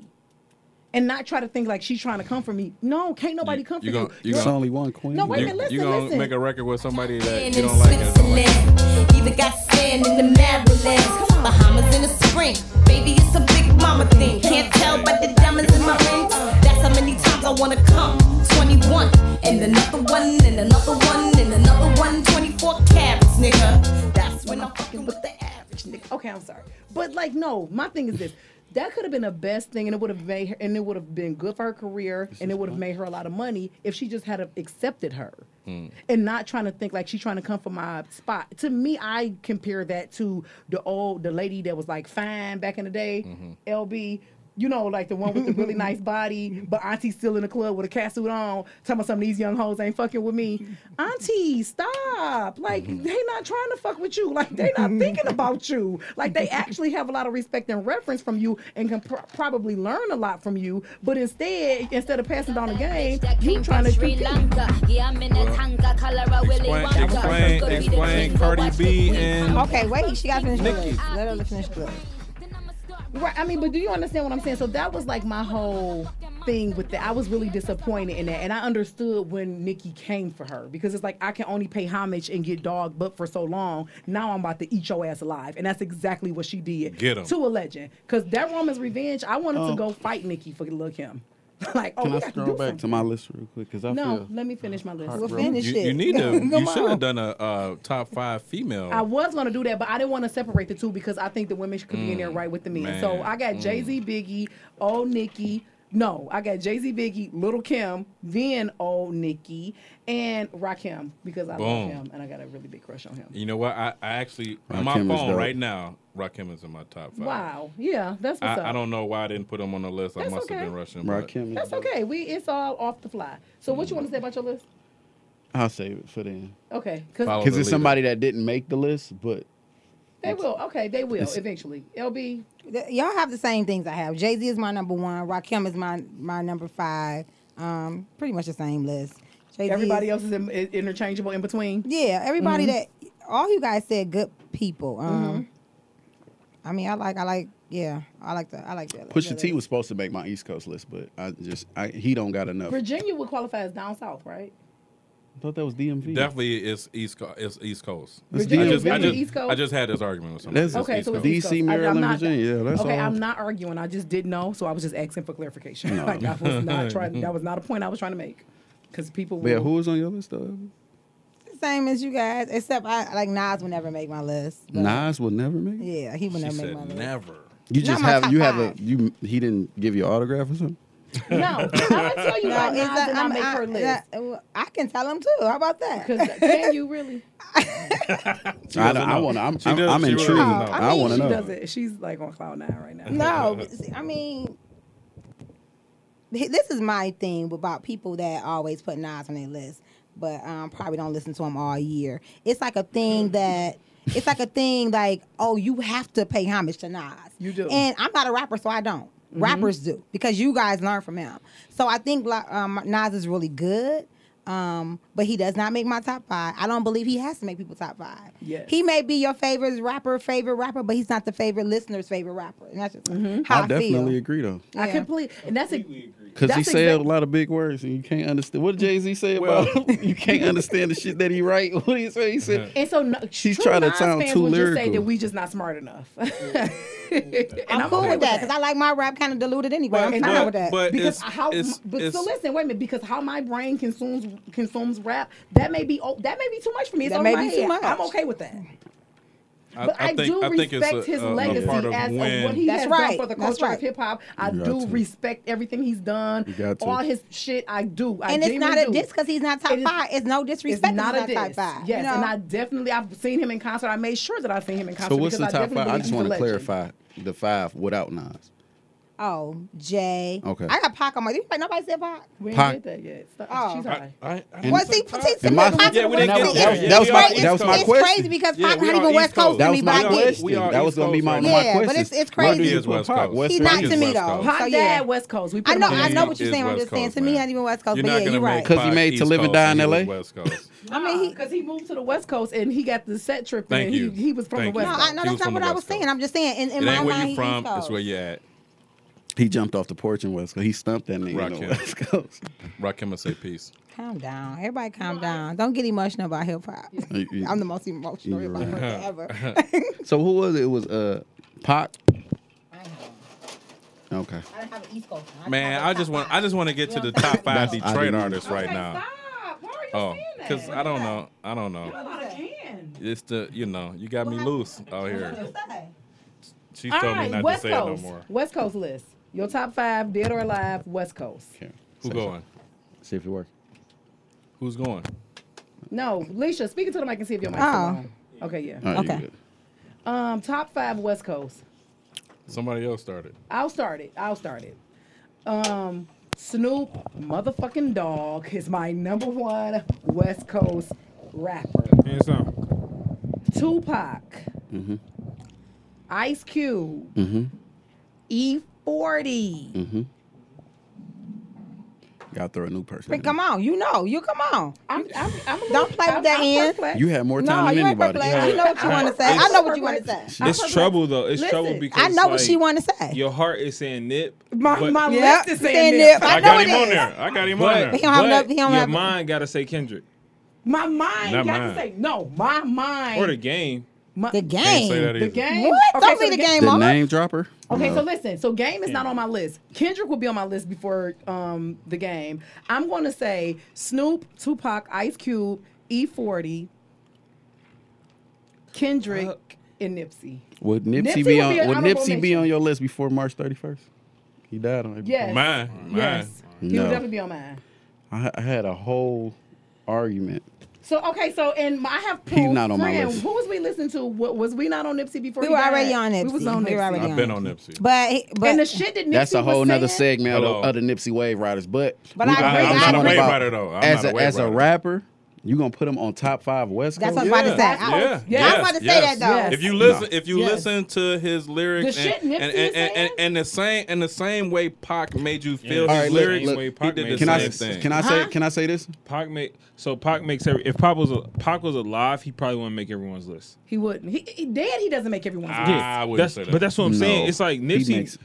[SPEAKER 4] And not try to think like she's trying to come for me. No, can't nobody come for
[SPEAKER 3] you
[SPEAKER 4] you.
[SPEAKER 3] gonna- you
[SPEAKER 4] You're-
[SPEAKER 5] It's
[SPEAKER 3] gonna-
[SPEAKER 5] only one queen.
[SPEAKER 4] No, wait a
[SPEAKER 3] You,
[SPEAKER 4] minute, listen,
[SPEAKER 3] you gonna
[SPEAKER 4] listen.
[SPEAKER 3] make a record with somebody that
[SPEAKER 7] Sand
[SPEAKER 3] you
[SPEAKER 7] in
[SPEAKER 3] don't like? and don't like.
[SPEAKER 7] Switzerland. Even got sand in the Maryland. Bahamas in the spring. Baby, it's a big mama thing. Can't tell by the diamonds in my rings. That's how many times I wanna come. 21 and another one and another one and another one. 24 carats, nigga. That's when I'm fucking with the average, nigga.
[SPEAKER 4] Okay, I'm sorry, but like, no, my thing is this: that could have been the best thing, and it would have made her, and it would have been good for her career, and it would have made her a lot of money if she just had have accepted her, and not trying to think like she's trying to come for my spot. To me, I compare that to the old the lady that was like fine back in the day, LB. You know, like the one with the really nice body, but auntie still in the club with a cat suit on, talking about some of these young hoes ain't fucking with me. Auntie, stop. Like, they not trying to fuck with you. Like, they not thinking about you. Like, they actually have a lot of respect and reference from you and can pro- probably learn a lot from you. But instead, instead of passing down the game, you trying to
[SPEAKER 8] Sri
[SPEAKER 4] compete.
[SPEAKER 8] Lanka. Yeah, I'm in a tanga, color of Willy
[SPEAKER 3] Explain,
[SPEAKER 8] Wonka.
[SPEAKER 3] explain,
[SPEAKER 8] Could be the king,
[SPEAKER 3] explain
[SPEAKER 8] but
[SPEAKER 3] Cardi
[SPEAKER 8] watch the
[SPEAKER 3] B
[SPEAKER 8] queen.
[SPEAKER 3] and
[SPEAKER 2] Okay, wait. She got to finish the list. Let her finish the list.
[SPEAKER 4] Right. I mean, but do you understand what I'm saying? So that was like my whole thing with that. I was really disappointed in that, and I understood when Nikki came for her because it's like I can only pay homage and get dog but for so long. Now I'm about to eat your ass alive, and that's exactly what she did.
[SPEAKER 3] Get 'em.
[SPEAKER 4] to a legend because that Roman's revenge. I wanted to
[SPEAKER 5] Um,
[SPEAKER 4] go fight Nikki for look him. like, oh,
[SPEAKER 5] Can
[SPEAKER 4] we
[SPEAKER 5] I
[SPEAKER 4] got to do
[SPEAKER 5] scroll back
[SPEAKER 4] something.
[SPEAKER 5] to my list real quick? Cause I
[SPEAKER 4] No,
[SPEAKER 5] feel
[SPEAKER 4] let me finish my list.
[SPEAKER 2] We'll
[SPEAKER 5] Bro,
[SPEAKER 2] finish
[SPEAKER 3] you,
[SPEAKER 2] it.
[SPEAKER 3] you need to.
[SPEAKER 2] Come
[SPEAKER 3] you should
[SPEAKER 2] on.
[SPEAKER 3] have done a uh, top five female.
[SPEAKER 4] I was gonna do that, but I didn't want to separate the two because I think the women could be in there right with the men.
[SPEAKER 3] Mm, man. mm.
[SPEAKER 4] So I got Jay Z, Biggie, Old Nicki. No, I got Jay Z, Biggie, Little Kim, then Old Nicki, and Rakim because I love
[SPEAKER 3] Boom.
[SPEAKER 4] him and I got a really big crush on him.
[SPEAKER 3] you know what? I, I actually on my
[SPEAKER 5] Rakim is
[SPEAKER 3] phone
[SPEAKER 5] dope.
[SPEAKER 3] right now. Rakim is in my top five.
[SPEAKER 4] Wow, yeah, that's what's up.
[SPEAKER 3] I, I don't know why I didn't put him on the list. I
[SPEAKER 4] That's
[SPEAKER 3] must
[SPEAKER 4] okay.
[SPEAKER 3] have been rushing. but-
[SPEAKER 5] Rakim. is
[SPEAKER 4] That's
[SPEAKER 5] dope.
[SPEAKER 4] okay. We it's all off the fly. So what
[SPEAKER 3] Mm.
[SPEAKER 4] you want to say about your list?
[SPEAKER 5] I'll save it for then.
[SPEAKER 4] Okay, because
[SPEAKER 3] Follow
[SPEAKER 5] Cause
[SPEAKER 3] the
[SPEAKER 5] it's
[SPEAKER 3] leader.
[SPEAKER 5] somebody that didn't make the list, but
[SPEAKER 4] they will. Okay, they will
[SPEAKER 5] It's-
[SPEAKER 4] eventually. LB,
[SPEAKER 2] Th- Y'all have the same things I have. Jay Z is my number one. Rakim is my my number five. Um, pretty much the same list. Jay-Z
[SPEAKER 4] everybody
[SPEAKER 2] is-
[SPEAKER 4] else is in, is interchangeable in between.
[SPEAKER 2] Yeah, everybody that all you guys said good people.
[SPEAKER 4] Mm-hmm.
[SPEAKER 2] Um, I mean, I like I like yeah, I like the I like that.
[SPEAKER 5] Push the
[SPEAKER 2] that
[SPEAKER 5] T
[SPEAKER 2] list.
[SPEAKER 5] was supposed to make my East Coast list, but I just I, he don't got enough. I
[SPEAKER 4] Virginia would qualify as down south, right?
[SPEAKER 5] thought that was DMV.
[SPEAKER 3] Definitely, it's East. Co- It's East Coast.
[SPEAKER 5] That's
[SPEAKER 4] Virginia,
[SPEAKER 3] I just, I
[SPEAKER 5] Virginia,
[SPEAKER 3] just,
[SPEAKER 4] East Coast.
[SPEAKER 3] I just had this argument with somebody.
[SPEAKER 5] That's
[SPEAKER 3] It's
[SPEAKER 4] Okay,
[SPEAKER 3] East
[SPEAKER 4] so it's
[SPEAKER 3] Coast.
[SPEAKER 4] East
[SPEAKER 5] DC,
[SPEAKER 4] Coast. I- I'm
[SPEAKER 5] Maryland,
[SPEAKER 4] not-
[SPEAKER 5] Virginia. Yeah, that's
[SPEAKER 4] okay,
[SPEAKER 5] all.
[SPEAKER 4] I'm not arguing. I just didn't know, so I was just asking for clarification. like I was not trying. That was not a point I was trying to make, because people.
[SPEAKER 5] But yeah,
[SPEAKER 4] will-
[SPEAKER 5] who was on your list though?
[SPEAKER 2] same as you guys, except I like Nas will never make my list. but-
[SPEAKER 5] Nas will never make. it?
[SPEAKER 2] Yeah, he will
[SPEAKER 3] She
[SPEAKER 2] never make my
[SPEAKER 3] said
[SPEAKER 2] list.
[SPEAKER 3] never.
[SPEAKER 5] You
[SPEAKER 2] Not
[SPEAKER 5] just
[SPEAKER 2] my
[SPEAKER 5] have
[SPEAKER 2] top
[SPEAKER 5] you have a
[SPEAKER 2] five.
[SPEAKER 5] you he didn't give you an autograph or something.
[SPEAKER 9] No, I'm gonna tell you right now. I did not
[SPEAKER 2] I'm-
[SPEAKER 9] make
[SPEAKER 2] I-
[SPEAKER 9] her list.
[SPEAKER 2] that- well, I can tell them too. How about that?
[SPEAKER 9] Because can you really?
[SPEAKER 3] She
[SPEAKER 5] I,
[SPEAKER 3] doesn't
[SPEAKER 5] I
[SPEAKER 3] know.
[SPEAKER 5] want to. I'm,
[SPEAKER 3] She
[SPEAKER 5] I'm,
[SPEAKER 3] does-
[SPEAKER 5] I'm
[SPEAKER 3] she really doesn't
[SPEAKER 5] intrigued. I,
[SPEAKER 3] know.
[SPEAKER 9] I mean,
[SPEAKER 5] want to
[SPEAKER 9] she
[SPEAKER 5] know.
[SPEAKER 4] doesn't. She's like on cloud nine right now.
[SPEAKER 2] No, but see, I mean, th- this is my thing about people that always put knives on their list, but um, probably don't listen to them all year. It's like a thing that. It's like a thing like, oh, you have to pay homage to Nas.
[SPEAKER 4] You do.
[SPEAKER 2] And I'm not a rapper, so I don't.
[SPEAKER 4] Mm-hmm.
[SPEAKER 2] Rappers do because you guys learn from him. So I think like, um, Nas is really good, um, but he does not make my top five. I don't believe he has to make people top five.
[SPEAKER 4] Yes.
[SPEAKER 2] He may be your favorite rapper, favorite rapper, but he's not the favorite listener's favorite rapper. And that's just
[SPEAKER 4] Mm-hmm.
[SPEAKER 2] how I,
[SPEAKER 5] I definitely
[SPEAKER 2] feel.
[SPEAKER 5] agree though,
[SPEAKER 9] I
[SPEAKER 2] Yeah.
[SPEAKER 9] completely. And that's a,
[SPEAKER 6] Completely agree.
[SPEAKER 5] because he
[SPEAKER 9] That's
[SPEAKER 5] said
[SPEAKER 9] exact-
[SPEAKER 5] a lot of big words, and you can't understand. What did Jay Z say
[SPEAKER 3] Well-
[SPEAKER 5] about him? you can't understand the shit that he write? What did he say? He said
[SPEAKER 4] And so no,
[SPEAKER 5] She's
[SPEAKER 4] true
[SPEAKER 5] trying to
[SPEAKER 4] Nas
[SPEAKER 5] sound
[SPEAKER 4] fans
[SPEAKER 5] too
[SPEAKER 4] would just say
[SPEAKER 5] lyrical.
[SPEAKER 4] that we just not smart enough. and
[SPEAKER 2] I'm, cool with that because I like my rap kind of diluted anyway. I'm
[SPEAKER 3] But-
[SPEAKER 2] fine
[SPEAKER 3] but-
[SPEAKER 2] with that.
[SPEAKER 3] but
[SPEAKER 4] because
[SPEAKER 3] it's-
[SPEAKER 4] how
[SPEAKER 3] it's-
[SPEAKER 4] but
[SPEAKER 3] it's-
[SPEAKER 4] so listen wait a minute because how my brain consumes consumes rap that may be oh, that may be too much for me it's
[SPEAKER 2] That
[SPEAKER 4] over
[SPEAKER 2] may
[SPEAKER 4] my
[SPEAKER 2] be too
[SPEAKER 4] head.
[SPEAKER 2] much.
[SPEAKER 4] i'm okay with that
[SPEAKER 3] I,
[SPEAKER 4] but I, do respect his legacy
[SPEAKER 3] part of
[SPEAKER 4] as of
[SPEAKER 3] when-
[SPEAKER 4] what he
[SPEAKER 2] That's
[SPEAKER 4] has
[SPEAKER 2] right.
[SPEAKER 4] done for the
[SPEAKER 2] That's
[SPEAKER 4] culture
[SPEAKER 2] right.
[SPEAKER 4] of hip hop. I
[SPEAKER 5] You got
[SPEAKER 4] do
[SPEAKER 5] to.
[SPEAKER 4] respect everything he's done.
[SPEAKER 5] You got to.
[SPEAKER 4] All his shit, I do. I
[SPEAKER 2] and it's not
[SPEAKER 4] genuinely
[SPEAKER 2] a
[SPEAKER 4] do.
[SPEAKER 2] diss because he's not top
[SPEAKER 4] It is-
[SPEAKER 2] five. It's no
[SPEAKER 4] It's
[SPEAKER 2] disrespect.
[SPEAKER 4] not
[SPEAKER 2] he's
[SPEAKER 4] a diss.
[SPEAKER 2] Top five.
[SPEAKER 4] Yes,
[SPEAKER 2] you know?
[SPEAKER 4] and I definitely I've seen him in concert. I made sure that I've seen him in concert.
[SPEAKER 5] So what's the
[SPEAKER 4] because
[SPEAKER 5] top
[SPEAKER 4] definitely
[SPEAKER 5] five? I
[SPEAKER 4] believe
[SPEAKER 5] just
[SPEAKER 4] he's a
[SPEAKER 5] want to
[SPEAKER 4] legend.
[SPEAKER 5] clarify the five without Nas.
[SPEAKER 2] oh Jay.
[SPEAKER 5] Okay.
[SPEAKER 2] I got Pac on my. You like nobody said Pac.
[SPEAKER 4] We ain't
[SPEAKER 5] Pac-
[SPEAKER 4] did that yet. Stop.
[SPEAKER 2] Oh.
[SPEAKER 4] She's
[SPEAKER 3] I,
[SPEAKER 4] high.
[SPEAKER 3] I, I
[SPEAKER 5] And-
[SPEAKER 2] Was he?
[SPEAKER 3] Pac-
[SPEAKER 2] see, to
[SPEAKER 5] And
[SPEAKER 2] me,
[SPEAKER 5] my-
[SPEAKER 2] Pac
[SPEAKER 3] Yeah, we
[SPEAKER 2] was not
[SPEAKER 3] didn't get there.
[SPEAKER 2] It's-
[SPEAKER 3] Yeah, that was
[SPEAKER 2] it's
[SPEAKER 3] my-
[SPEAKER 2] crazy-
[SPEAKER 3] that was my
[SPEAKER 2] it's
[SPEAKER 5] question.
[SPEAKER 2] crazy because
[SPEAKER 3] Yeah,
[SPEAKER 2] Pac
[SPEAKER 3] we
[SPEAKER 2] not
[SPEAKER 3] are
[SPEAKER 2] even
[SPEAKER 3] East
[SPEAKER 2] West Coast.
[SPEAKER 3] Coast.
[SPEAKER 5] That
[SPEAKER 2] to
[SPEAKER 5] was
[SPEAKER 2] me,
[SPEAKER 5] my
[SPEAKER 2] but I get it.
[SPEAKER 5] question.
[SPEAKER 3] We are
[SPEAKER 5] That was
[SPEAKER 3] East
[SPEAKER 5] gonna be
[SPEAKER 3] Coast
[SPEAKER 5] my,
[SPEAKER 3] right
[SPEAKER 5] my
[SPEAKER 3] now.
[SPEAKER 2] Yeah, but
[SPEAKER 5] question.
[SPEAKER 2] it's- it's
[SPEAKER 5] Where do
[SPEAKER 2] crazy.
[SPEAKER 5] you put
[SPEAKER 3] West
[SPEAKER 5] Pac?
[SPEAKER 3] Coast.
[SPEAKER 5] West
[SPEAKER 2] He's
[SPEAKER 5] Coast?
[SPEAKER 2] not
[SPEAKER 3] Pac
[SPEAKER 2] to
[SPEAKER 3] is
[SPEAKER 2] me
[SPEAKER 3] West
[SPEAKER 2] though.
[SPEAKER 3] Coast.
[SPEAKER 4] Pac
[SPEAKER 2] So yeah,
[SPEAKER 4] dad West Coast. We
[SPEAKER 2] I
[SPEAKER 4] put
[SPEAKER 2] know.
[SPEAKER 4] him
[SPEAKER 2] I know
[SPEAKER 4] on that.
[SPEAKER 2] what
[SPEAKER 3] He
[SPEAKER 2] you're
[SPEAKER 3] is
[SPEAKER 2] saying. I'm
[SPEAKER 3] West
[SPEAKER 2] just saying.
[SPEAKER 3] Coast,
[SPEAKER 2] To me,
[SPEAKER 3] man.
[SPEAKER 2] not even West Coast.
[SPEAKER 3] You're
[SPEAKER 2] But yeah,
[SPEAKER 3] not gonna
[SPEAKER 2] you're
[SPEAKER 3] make
[SPEAKER 2] right.
[SPEAKER 5] Pac- 'Cause he made
[SPEAKER 3] East
[SPEAKER 5] To Live and
[SPEAKER 3] Coast
[SPEAKER 5] Die in
[SPEAKER 3] he was
[SPEAKER 5] LA?
[SPEAKER 3] West Coast.
[SPEAKER 4] I
[SPEAKER 2] mean, he-
[SPEAKER 4] because he moved to the West Coast and he got the set trip.
[SPEAKER 3] Thank
[SPEAKER 4] and
[SPEAKER 3] you.
[SPEAKER 4] He, he was from
[SPEAKER 3] Thank
[SPEAKER 4] the
[SPEAKER 3] you.
[SPEAKER 4] West
[SPEAKER 2] No,
[SPEAKER 4] Coast.
[SPEAKER 2] I, no,
[SPEAKER 3] He
[SPEAKER 2] that's
[SPEAKER 3] was
[SPEAKER 2] not
[SPEAKER 3] from
[SPEAKER 2] what
[SPEAKER 3] the
[SPEAKER 2] I was
[SPEAKER 3] West
[SPEAKER 2] saying.
[SPEAKER 3] Coast.
[SPEAKER 2] I'm just saying. In, in
[SPEAKER 3] It
[SPEAKER 2] my
[SPEAKER 3] ain't where
[SPEAKER 2] mind,
[SPEAKER 3] you
[SPEAKER 2] he's
[SPEAKER 3] from.
[SPEAKER 2] East
[SPEAKER 3] It's
[SPEAKER 2] Coast.
[SPEAKER 3] where you at.
[SPEAKER 5] He jumped off the porch in West Coast. He stumped that nigga
[SPEAKER 3] Rock
[SPEAKER 5] in the
[SPEAKER 3] him.
[SPEAKER 5] West Coast.
[SPEAKER 3] Rakim would say peace.
[SPEAKER 2] Calm down. Everybody calm down. Don't get emotional about hip hop.
[SPEAKER 5] You- you-
[SPEAKER 2] I'm the most emotional
[SPEAKER 5] You're
[SPEAKER 2] hip hop
[SPEAKER 5] right.
[SPEAKER 2] person ever.
[SPEAKER 5] So who was it? It was uh Pac. Okay.
[SPEAKER 2] I don't have an East Coast.
[SPEAKER 3] Man, I just want I just want to get to the top five
[SPEAKER 5] That's- I
[SPEAKER 3] Detroit
[SPEAKER 5] didn't-
[SPEAKER 3] artists right
[SPEAKER 4] Okay,
[SPEAKER 3] now.
[SPEAKER 4] Stop. Why are you
[SPEAKER 3] Oh,
[SPEAKER 4] saying that?
[SPEAKER 3] because I don't know. I don't know.
[SPEAKER 4] I can.
[SPEAKER 3] It's the you know you got me loose out here. She
[SPEAKER 4] All
[SPEAKER 3] told me
[SPEAKER 4] right,
[SPEAKER 3] not to
[SPEAKER 4] West
[SPEAKER 3] say it
[SPEAKER 4] Coast.
[SPEAKER 3] no more.
[SPEAKER 4] West Coast list. Your top five, dead or alive, West Coast.
[SPEAKER 5] Karen,
[SPEAKER 3] Who
[SPEAKER 5] say
[SPEAKER 3] going?
[SPEAKER 5] something. See if it works.
[SPEAKER 3] Who's going?
[SPEAKER 4] No, Leisha, speaking to the mic and see if your mic's
[SPEAKER 2] Oh.
[SPEAKER 4] on. Okay, yeah.
[SPEAKER 5] All right, you
[SPEAKER 2] Okay.
[SPEAKER 5] good.
[SPEAKER 4] Um, top five West Coast.
[SPEAKER 3] Somebody else started.
[SPEAKER 4] I'll start it. I'll start it. Um, Snoop, motherfucking dog, is my number one West Coast rapper.
[SPEAKER 6] Hands on.
[SPEAKER 4] Tupac, Ice Cube, E E40.
[SPEAKER 5] Gotta throw a new person. in
[SPEAKER 2] Come on, you know, you come on.
[SPEAKER 4] I'm, I'm, I'm a little-
[SPEAKER 2] Don't play with
[SPEAKER 4] I'm-
[SPEAKER 2] that
[SPEAKER 4] I'm
[SPEAKER 2] end.
[SPEAKER 4] perplexed.
[SPEAKER 5] there. You had more time
[SPEAKER 2] No,
[SPEAKER 5] than
[SPEAKER 2] you ain't
[SPEAKER 5] anybody.
[SPEAKER 2] perplexed. I know what you want to say. I know what you want to say.
[SPEAKER 4] I'm
[SPEAKER 6] It's
[SPEAKER 4] perplexed.
[SPEAKER 6] trouble though. It's trouble
[SPEAKER 4] Listen,
[SPEAKER 6] because
[SPEAKER 2] I know what
[SPEAKER 6] like,
[SPEAKER 2] she want to say.
[SPEAKER 6] Your heart is saying nip.
[SPEAKER 4] My,
[SPEAKER 6] but-
[SPEAKER 4] my
[SPEAKER 2] Yeah,
[SPEAKER 4] left is saying
[SPEAKER 2] saying
[SPEAKER 4] nip.
[SPEAKER 2] nip. I
[SPEAKER 3] I
[SPEAKER 2] know
[SPEAKER 3] got
[SPEAKER 2] it
[SPEAKER 3] him on
[SPEAKER 2] is.
[SPEAKER 3] there. I got him on
[SPEAKER 6] But,
[SPEAKER 3] there.
[SPEAKER 2] He don't have
[SPEAKER 6] but
[SPEAKER 2] enough- he don't
[SPEAKER 6] your
[SPEAKER 2] have-
[SPEAKER 6] mind gotta say Kendrick
[SPEAKER 4] My mind
[SPEAKER 3] Not
[SPEAKER 4] got
[SPEAKER 3] mine.
[SPEAKER 4] to say no. My mind.
[SPEAKER 6] or the game.
[SPEAKER 4] my-
[SPEAKER 2] The
[SPEAKER 3] Can't say
[SPEAKER 2] game.
[SPEAKER 3] that either.
[SPEAKER 4] The game.
[SPEAKER 2] What? Don't be
[SPEAKER 4] so
[SPEAKER 2] the game
[SPEAKER 5] The
[SPEAKER 2] on.
[SPEAKER 5] name dropper.
[SPEAKER 4] Okay,
[SPEAKER 5] No.
[SPEAKER 4] so listen. So game is not on my list. Kendrick will be on my list before um the game. I'm going to say Snoop, Tupac, Ice Cube, E E40, Kendrick,
[SPEAKER 2] Uh,
[SPEAKER 4] and Nipsey.
[SPEAKER 5] would Nipsey,
[SPEAKER 4] Nipsey
[SPEAKER 5] be
[SPEAKER 4] would
[SPEAKER 5] on?
[SPEAKER 4] be an
[SPEAKER 5] Would
[SPEAKER 4] honorable
[SPEAKER 5] Nipsey be
[SPEAKER 4] mention.
[SPEAKER 5] on your list before March thirty first? He died on April.
[SPEAKER 4] Yes.
[SPEAKER 3] Mine. Mine.
[SPEAKER 4] Yes. He
[SPEAKER 5] No.
[SPEAKER 4] will definitely be on mine.
[SPEAKER 5] 4th. I, I had a whole argument.
[SPEAKER 4] So okay, so and my- I have
[SPEAKER 5] He's
[SPEAKER 4] proof.
[SPEAKER 5] not on my
[SPEAKER 4] friend,
[SPEAKER 5] list.
[SPEAKER 4] Who was we listening to? Wa- Was we not on Nipsey before?
[SPEAKER 2] We
[SPEAKER 4] he
[SPEAKER 2] were
[SPEAKER 4] died?
[SPEAKER 2] already on
[SPEAKER 4] We was
[SPEAKER 2] Nipsey.
[SPEAKER 4] on Nipsey.
[SPEAKER 2] We were already
[SPEAKER 3] I've
[SPEAKER 2] on
[SPEAKER 3] been on Nipsey.
[SPEAKER 2] But he- but
[SPEAKER 4] and the shit that Nipsey
[SPEAKER 5] That's a whole
[SPEAKER 4] was
[SPEAKER 5] nother
[SPEAKER 4] saying,
[SPEAKER 5] segment of
[SPEAKER 3] Hello.
[SPEAKER 5] the, of the Nipsey Wave Riders. But
[SPEAKER 2] But
[SPEAKER 5] we-
[SPEAKER 2] I agree,
[SPEAKER 5] I'm
[SPEAKER 2] I
[SPEAKER 5] talking
[SPEAKER 2] agree.
[SPEAKER 5] about
[SPEAKER 3] Wave Rider, though. I'm
[SPEAKER 5] as
[SPEAKER 3] not a
[SPEAKER 5] a,
[SPEAKER 3] Wave
[SPEAKER 5] as a
[SPEAKER 3] Rider.
[SPEAKER 5] rapper, you gonna put him on top five West
[SPEAKER 2] That's
[SPEAKER 5] Coast.
[SPEAKER 2] what I'm about to say. I-
[SPEAKER 3] Yeah.
[SPEAKER 4] Yeah.
[SPEAKER 2] I
[SPEAKER 3] yeah,
[SPEAKER 2] was about to
[SPEAKER 3] yeah.
[SPEAKER 2] say that though.
[SPEAKER 4] Yes.
[SPEAKER 3] If you listen,
[SPEAKER 5] Nah.
[SPEAKER 3] if you
[SPEAKER 4] Yes.
[SPEAKER 3] listen to his lyrics,
[SPEAKER 4] The
[SPEAKER 3] and,
[SPEAKER 4] shit
[SPEAKER 3] and,
[SPEAKER 4] Nipsey is
[SPEAKER 3] and, and,
[SPEAKER 4] saying?
[SPEAKER 3] and, the same and the same way Pac made you feel
[SPEAKER 6] Yeah.
[SPEAKER 5] All
[SPEAKER 3] his
[SPEAKER 5] right, look,
[SPEAKER 3] lyrics,
[SPEAKER 5] look,
[SPEAKER 3] he
[SPEAKER 6] Pac
[SPEAKER 3] did the
[SPEAKER 6] made
[SPEAKER 5] Can I
[SPEAKER 3] same
[SPEAKER 5] s-
[SPEAKER 3] thing.
[SPEAKER 5] can I say can I say this?
[SPEAKER 6] Pac make so Pac makes every if Pac was Pac was alive, he probably wouldn't make everyone's list.
[SPEAKER 4] He wouldn't. He, he dead. He doesn't make everyone's
[SPEAKER 3] Ah.
[SPEAKER 4] list.
[SPEAKER 3] I wouldn't
[SPEAKER 6] that's,
[SPEAKER 3] say that.
[SPEAKER 6] But that's what I'm
[SPEAKER 5] No.
[SPEAKER 6] saying. It's like
[SPEAKER 5] He
[SPEAKER 6] Nipsey.
[SPEAKER 5] makes-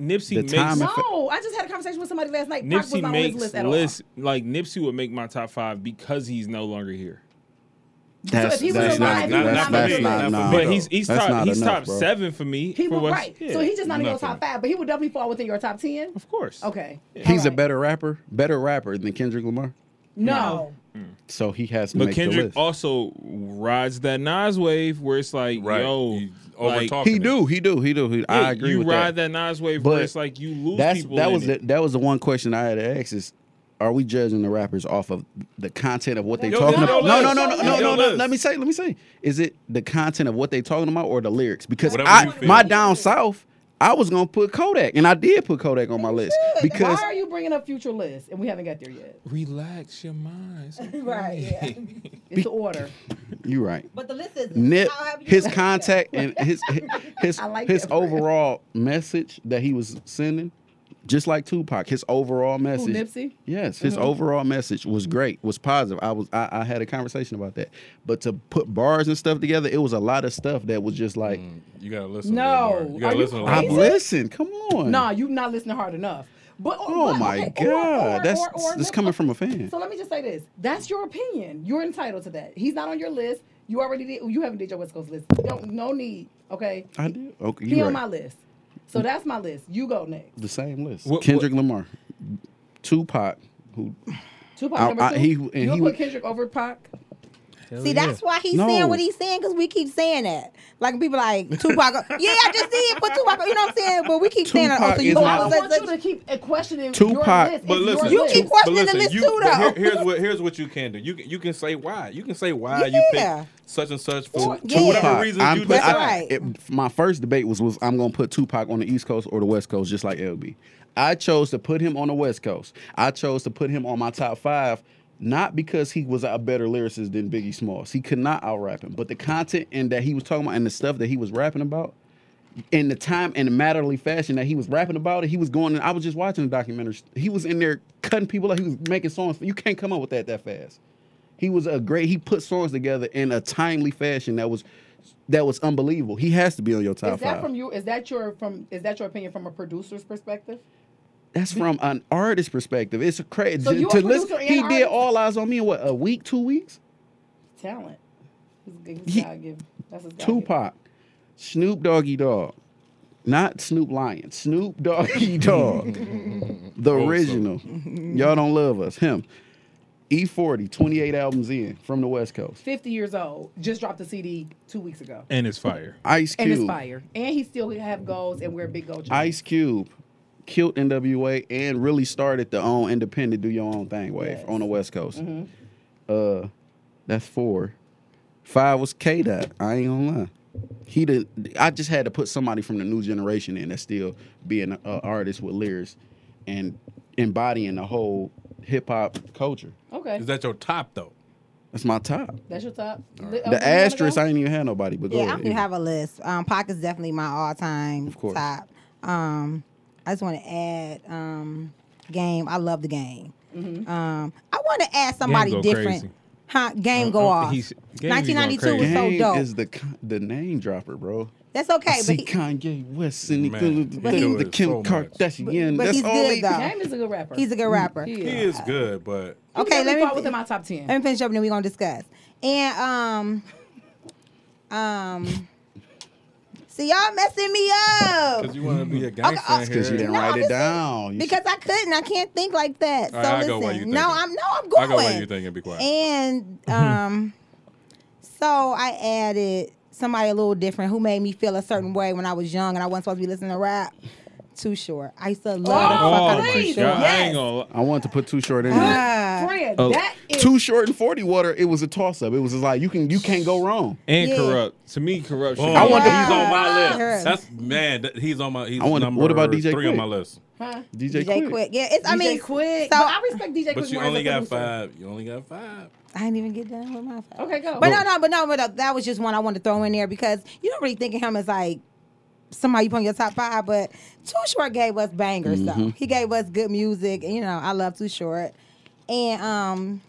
[SPEAKER 6] Nipsey
[SPEAKER 5] the
[SPEAKER 6] makes
[SPEAKER 5] time and
[SPEAKER 4] No, I just had a conversation with somebody last night. Pac was
[SPEAKER 6] Nipsey
[SPEAKER 4] not on his
[SPEAKER 6] makes
[SPEAKER 4] list
[SPEAKER 6] list,
[SPEAKER 4] at all.
[SPEAKER 6] like Nipsey would make my top five because he's no longer here.
[SPEAKER 5] That's,
[SPEAKER 4] if he was
[SPEAKER 5] that's
[SPEAKER 4] alive,
[SPEAKER 5] not,
[SPEAKER 4] he would
[SPEAKER 5] that's,
[SPEAKER 4] not
[SPEAKER 5] that's
[SPEAKER 4] be
[SPEAKER 5] not,
[SPEAKER 4] on
[SPEAKER 5] nah.
[SPEAKER 6] but he's he's
[SPEAKER 5] That's
[SPEAKER 6] top
[SPEAKER 5] not
[SPEAKER 6] he's
[SPEAKER 5] enough,
[SPEAKER 6] top
[SPEAKER 5] bro.
[SPEAKER 6] seven for me.
[SPEAKER 4] He
[SPEAKER 6] for
[SPEAKER 4] would
[SPEAKER 6] West-
[SPEAKER 4] right.
[SPEAKER 6] yeah,
[SPEAKER 4] So he's just not in your
[SPEAKER 3] nothing.
[SPEAKER 4] top five, but he would definitely fall within your top ten.
[SPEAKER 6] of course.
[SPEAKER 4] Okay.
[SPEAKER 5] He's
[SPEAKER 4] All
[SPEAKER 5] a
[SPEAKER 4] right.
[SPEAKER 5] better rapper, better rapper than Kendrick Lamar.
[SPEAKER 4] No.
[SPEAKER 5] So he has to
[SPEAKER 6] But
[SPEAKER 5] make the
[SPEAKER 6] Kendrick
[SPEAKER 5] list.
[SPEAKER 6] also rides that Nas wave where it's like,
[SPEAKER 3] Right.
[SPEAKER 6] yo,
[SPEAKER 3] He
[SPEAKER 6] like,
[SPEAKER 3] overtalking
[SPEAKER 5] he
[SPEAKER 3] it.
[SPEAKER 5] do, he do, he do. He,
[SPEAKER 6] yeah,
[SPEAKER 5] I agree
[SPEAKER 6] You
[SPEAKER 5] with
[SPEAKER 6] ride
[SPEAKER 5] that.
[SPEAKER 6] that, Nas wave
[SPEAKER 5] But
[SPEAKER 6] where it's like you lose
[SPEAKER 5] That's
[SPEAKER 6] people.
[SPEAKER 5] that
[SPEAKER 6] in
[SPEAKER 5] was the,
[SPEAKER 6] it.
[SPEAKER 5] that was the one question I had to ask is, are we judging the rappers off of the content of what they
[SPEAKER 3] Yo,
[SPEAKER 5] talking
[SPEAKER 3] yo,
[SPEAKER 5] about?
[SPEAKER 3] yo,
[SPEAKER 5] No,
[SPEAKER 3] Liz.
[SPEAKER 5] no, no, no,
[SPEAKER 3] Yo,
[SPEAKER 5] no, no,
[SPEAKER 3] yo,
[SPEAKER 5] no.
[SPEAKER 3] Liz.
[SPEAKER 5] Let me say, let me say, is it the content of what they talking about or the lyrics? Because
[SPEAKER 3] Whatever
[SPEAKER 5] I,
[SPEAKER 3] you feel.
[SPEAKER 5] my down south, I was gonna put Kodak, and I did put Kodak on my list because
[SPEAKER 4] Why are you bringing up future lists and we haven't got there yet?
[SPEAKER 6] Relax your minds.
[SPEAKER 2] Right. Yeah.
[SPEAKER 4] It's the order.
[SPEAKER 5] you're right.
[SPEAKER 2] But the list is
[SPEAKER 5] Nip,
[SPEAKER 2] however you
[SPEAKER 5] his
[SPEAKER 2] want it.
[SPEAKER 5] contact and his his
[SPEAKER 4] I like
[SPEAKER 5] his
[SPEAKER 4] that brand.
[SPEAKER 5] overall message that he was sending, just like Tupac, his overall
[SPEAKER 4] Who,
[SPEAKER 5] message.
[SPEAKER 4] Nipsey? Mm-hmm.
[SPEAKER 5] Yes, his overall message was great, was positive. I was I, I had a conversation about that. But to put bars and stuff together, it was a lot of stuff that was just like
[SPEAKER 6] Mm.
[SPEAKER 3] You gotta listen.
[SPEAKER 4] No.
[SPEAKER 3] a little more. you gotta
[SPEAKER 4] Are
[SPEAKER 3] listen.
[SPEAKER 4] you
[SPEAKER 3] a
[SPEAKER 5] I've
[SPEAKER 3] little
[SPEAKER 4] crazy?
[SPEAKER 3] more.
[SPEAKER 5] listened. Come on.
[SPEAKER 4] Nah, you're not listening hard enough. But
[SPEAKER 5] Hmm. Oh
[SPEAKER 4] but-
[SPEAKER 5] my
[SPEAKER 4] okay, or-
[SPEAKER 5] God.
[SPEAKER 4] or-
[SPEAKER 5] that's
[SPEAKER 4] or- or
[SPEAKER 5] that's
[SPEAKER 4] let's-
[SPEAKER 5] coming from a fan.
[SPEAKER 4] So let me just say this: that's your opinion. You're entitled to that. He's not on your list. You already did. You haven't did your West Coast list. Don't, no need. Okay.
[SPEAKER 5] I did. Okay,
[SPEAKER 4] He
[SPEAKER 5] you
[SPEAKER 4] on my
[SPEAKER 5] right.
[SPEAKER 4] list. So that's my list. You go next.
[SPEAKER 5] The same list.
[SPEAKER 6] What-
[SPEAKER 5] Kendrick Lamar, Tupac, who
[SPEAKER 4] Tupac
[SPEAKER 5] I-
[SPEAKER 4] number
[SPEAKER 5] I-
[SPEAKER 4] two.
[SPEAKER 5] he-
[SPEAKER 4] you
[SPEAKER 5] and he
[SPEAKER 4] gonna
[SPEAKER 5] was-
[SPEAKER 4] put Kendrick over Pac?
[SPEAKER 2] See, that's why he's
[SPEAKER 5] No.
[SPEAKER 2] saying what he's saying because we keep saying that. Like people like Tupac. yeah, I just did, but Tupac. You know what I'm saying? But we keep saying that. Oh,
[SPEAKER 5] Tupac
[SPEAKER 2] so you
[SPEAKER 5] is
[SPEAKER 4] But
[SPEAKER 2] gonna
[SPEAKER 5] my-
[SPEAKER 4] I
[SPEAKER 2] have
[SPEAKER 4] don't
[SPEAKER 2] to-
[SPEAKER 4] want you to keep uh, questioning
[SPEAKER 5] Tupac-
[SPEAKER 4] your list.
[SPEAKER 3] But
[SPEAKER 4] It's
[SPEAKER 3] listen,
[SPEAKER 4] your
[SPEAKER 2] You
[SPEAKER 4] list.
[SPEAKER 2] keep
[SPEAKER 3] but
[SPEAKER 2] questioning the
[SPEAKER 3] listen,
[SPEAKER 2] list
[SPEAKER 3] you-
[SPEAKER 2] too,
[SPEAKER 3] but here-
[SPEAKER 2] though.
[SPEAKER 3] here's what here's what you can do. You can you can say why. You can say why you
[SPEAKER 2] Yeah.
[SPEAKER 3] pick such and such for,
[SPEAKER 2] Yeah.
[SPEAKER 3] for whatever
[SPEAKER 5] Tupac,
[SPEAKER 3] reason
[SPEAKER 5] I'm
[SPEAKER 3] you
[SPEAKER 5] put-
[SPEAKER 2] That's
[SPEAKER 5] I-
[SPEAKER 2] right.
[SPEAKER 3] decide.
[SPEAKER 5] it- my first debate was was I'm gonna put Tupac on the East Coast or the West Coast, just like LB. I chose to put him on the West Coast. I chose to put him on my top five, not because he was a better lyricist than Biggie Smalls. He could not out rap him, but the content and that he was talking about and the stuff that he was rapping about. In the time and the matterly fashion that he was rapping about it, he was going. And I was just watching the documentary. He was in there cutting people up. He was making songs. You can't come up with that that fast. He was a great. He put songs together in a timely fashion that was that was unbelievable. He has to be on your top
[SPEAKER 4] Is that
[SPEAKER 5] five.
[SPEAKER 4] from you? Is that your from? Is that your opinion from a producer's perspective?
[SPEAKER 5] That's from an artist perspective. It's a crazy
[SPEAKER 4] So you a
[SPEAKER 5] to
[SPEAKER 4] producer
[SPEAKER 5] listen.
[SPEAKER 4] and
[SPEAKER 5] He did
[SPEAKER 4] artist?
[SPEAKER 5] all eyes on me in what a week, two weeks.
[SPEAKER 4] Talent. He's, he's
[SPEAKER 5] He-
[SPEAKER 4] God-given. That's his God-given.
[SPEAKER 5] Tupac, Snoop Doggy Dog, not Snoop Lion, Snoop Doggy Dog, the original. Y'all don't love us. Him. E40, 28 albums in from the West Coast.
[SPEAKER 4] 50 years old, just dropped a CD two weeks ago.
[SPEAKER 6] And it's fire.
[SPEAKER 5] Ice Cube.
[SPEAKER 4] And it's fire. And he still have goals and wear big gold chains.
[SPEAKER 5] Ice Cube killed NWA and really started the own independent do your own thing wave
[SPEAKER 4] Yes.
[SPEAKER 5] on the West Coast.
[SPEAKER 2] Mm-hmm.
[SPEAKER 5] Uh, that's four. Five was K Dot. I ain't gonna lie. He did. I just had to put somebody from the new generation in that's still being an artist with lyrics and embodying the whole hip hop culture.
[SPEAKER 4] Okay.
[SPEAKER 3] Is that your top though?
[SPEAKER 5] That's my top.
[SPEAKER 4] That's your top? oh,
[SPEAKER 2] Oh,
[SPEAKER 5] the asterisk. I ain't even had nobody. But
[SPEAKER 2] Yeah,
[SPEAKER 5] go
[SPEAKER 2] I
[SPEAKER 5] ahead.
[SPEAKER 2] don't even have a list. Um, Pac is definitely my all-time
[SPEAKER 5] Of course.
[SPEAKER 2] top. Um, I just want to add um, game. I love the game.
[SPEAKER 3] Mm-hmm.
[SPEAKER 2] Um, I want to add somebody
[SPEAKER 6] go
[SPEAKER 2] different.
[SPEAKER 6] crazy.
[SPEAKER 2] Huh? Game go
[SPEAKER 6] uh,
[SPEAKER 2] off.
[SPEAKER 6] he's- Game be going
[SPEAKER 2] 1992 was so
[SPEAKER 5] Game
[SPEAKER 2] dope.
[SPEAKER 5] is the con- the name dropper, bro.
[SPEAKER 2] That's okay,
[SPEAKER 5] I
[SPEAKER 2] but
[SPEAKER 5] see
[SPEAKER 2] he,
[SPEAKER 5] Kanye West and he
[SPEAKER 3] Man,
[SPEAKER 5] good
[SPEAKER 3] he
[SPEAKER 5] with the,
[SPEAKER 3] do
[SPEAKER 5] the
[SPEAKER 3] it
[SPEAKER 5] Kim
[SPEAKER 3] so much.
[SPEAKER 2] But-
[SPEAKER 5] Kardashian.
[SPEAKER 2] but
[SPEAKER 5] That's
[SPEAKER 2] he's
[SPEAKER 5] all
[SPEAKER 2] good,
[SPEAKER 5] he
[SPEAKER 2] though.
[SPEAKER 4] Game is a good rapper.
[SPEAKER 2] he's a good rapper.
[SPEAKER 4] He
[SPEAKER 3] He
[SPEAKER 4] Yeah.
[SPEAKER 3] is good, but
[SPEAKER 2] Okay, let me
[SPEAKER 4] fall within my top 10.
[SPEAKER 2] Let me finish up and then we're gonna discuss. And um um see y'all messing me up.
[SPEAKER 3] because you want to be a gangster
[SPEAKER 2] okay,
[SPEAKER 3] in
[SPEAKER 5] Because you
[SPEAKER 3] here.
[SPEAKER 5] didn't
[SPEAKER 2] No,
[SPEAKER 5] write
[SPEAKER 2] I'm
[SPEAKER 5] it
[SPEAKER 2] just
[SPEAKER 5] down. You
[SPEAKER 2] Because I couldn't, I can't think like that. So
[SPEAKER 3] All right, I go
[SPEAKER 2] listen,
[SPEAKER 3] while you
[SPEAKER 2] no,
[SPEAKER 3] thinking.
[SPEAKER 2] I'm no, I'm
[SPEAKER 3] I
[SPEAKER 2] going.
[SPEAKER 3] got what you think and be quiet.
[SPEAKER 2] And um, so I added somebody a little different who made me feel a certain way when I was young and I wasn't supposed to be listening to rap. Too short. I used to love
[SPEAKER 4] Oh,
[SPEAKER 2] the fuck out
[SPEAKER 6] Oh,
[SPEAKER 2] of
[SPEAKER 6] my
[SPEAKER 2] Too
[SPEAKER 6] God.
[SPEAKER 4] please,
[SPEAKER 2] Short.
[SPEAKER 6] I
[SPEAKER 4] yes.
[SPEAKER 6] ain't gonna lie.
[SPEAKER 5] should- I wanted to put Too Short in there.
[SPEAKER 2] Ah.
[SPEAKER 4] Friend,
[SPEAKER 6] Oh.
[SPEAKER 4] that is.
[SPEAKER 5] Too Short and 40 Water, it was a toss up. It was just like, you, can, you can't go wrong.
[SPEAKER 6] And
[SPEAKER 2] Yeah.
[SPEAKER 6] corrupt. To me, corruption.
[SPEAKER 3] Oh,
[SPEAKER 5] I want
[SPEAKER 3] he's
[SPEAKER 5] to-
[SPEAKER 3] on my list.
[SPEAKER 2] Sure.
[SPEAKER 3] That's man. That, he's on my. He's
[SPEAKER 5] I want to-
[SPEAKER 3] number
[SPEAKER 5] what about DJ
[SPEAKER 3] three on
[SPEAKER 5] Quick?
[SPEAKER 3] my list.
[SPEAKER 4] huh?
[SPEAKER 2] DJ
[SPEAKER 5] DJ, Quick.
[SPEAKER 2] Quick. Yeah, it's, I
[SPEAKER 4] DJ
[SPEAKER 2] mean,
[SPEAKER 4] Quick.
[SPEAKER 2] So
[SPEAKER 4] but I respect DJ Quick.
[SPEAKER 3] But you
[SPEAKER 4] more as
[SPEAKER 3] only
[SPEAKER 4] a
[SPEAKER 3] got
[SPEAKER 4] producer.
[SPEAKER 3] five. You only got five.
[SPEAKER 2] I didn't even get done with my. Five.
[SPEAKER 4] Okay, go.
[SPEAKER 2] But no, no, but no, but no, that was just one I wanted to throw in there because you don't really think of him as like somebody you put on your top five. But Too Short gave us bangers though. He gave us good music, and you know I love Too Short. And um,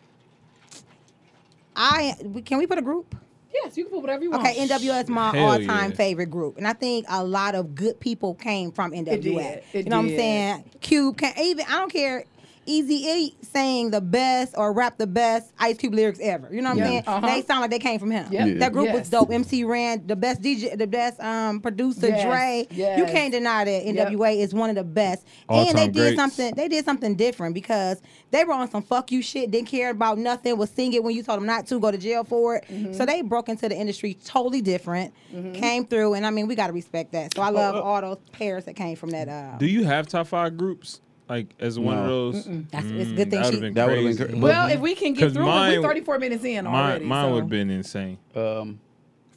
[SPEAKER 2] I we- can we put a group?
[SPEAKER 4] Yes, you can put whatever you want.
[SPEAKER 2] Okay, NWS my
[SPEAKER 6] Hell
[SPEAKER 2] all time
[SPEAKER 6] yeah.
[SPEAKER 2] favorite group, and I think a lot of good people came from NWS.
[SPEAKER 4] It did. It
[SPEAKER 2] you know what I'm
[SPEAKER 4] did.
[SPEAKER 2] saying? Cube, can, even I don't care. Easy E sang the best or rap the best Ice Cube lyrics ever. You know what
[SPEAKER 4] Yeah.
[SPEAKER 2] I'm saying?
[SPEAKER 4] Uh-huh.
[SPEAKER 2] They sound like they came from him.
[SPEAKER 4] Yep.
[SPEAKER 5] Yeah.
[SPEAKER 2] That group was
[SPEAKER 4] Yes.
[SPEAKER 2] dope. MC Ran, the best DJ, the best um, producer
[SPEAKER 4] Yes.
[SPEAKER 2] Dre. You
[SPEAKER 4] Yes.
[SPEAKER 2] can't deny that NWA is one of the best. and they
[SPEAKER 5] All-time
[SPEAKER 2] did
[SPEAKER 5] greats.
[SPEAKER 2] something. They did something different because they were on some fuck you shit. Didn't care about nothing. Was singing when you told them not to. Go to jail for it. So they broke into the industry totally different. Came through, and I mean we gotta respect that. So
[SPEAKER 3] Oh,
[SPEAKER 2] I love all those pairs that came from that. Uh,
[SPEAKER 6] Do you have top five groups? Like as one of
[SPEAKER 5] No.
[SPEAKER 6] those? Mm,
[SPEAKER 2] That's- it's a good thing she-
[SPEAKER 6] that would've been
[SPEAKER 5] That would've been
[SPEAKER 6] crazy.
[SPEAKER 5] cra-
[SPEAKER 4] Well, if we can get
[SPEAKER 6] 'Cause
[SPEAKER 4] through, it,
[SPEAKER 6] mine-
[SPEAKER 4] we're 34 minutes in already.
[SPEAKER 6] Mine, mine
[SPEAKER 4] so.
[SPEAKER 6] would have been insane.
[SPEAKER 5] Um,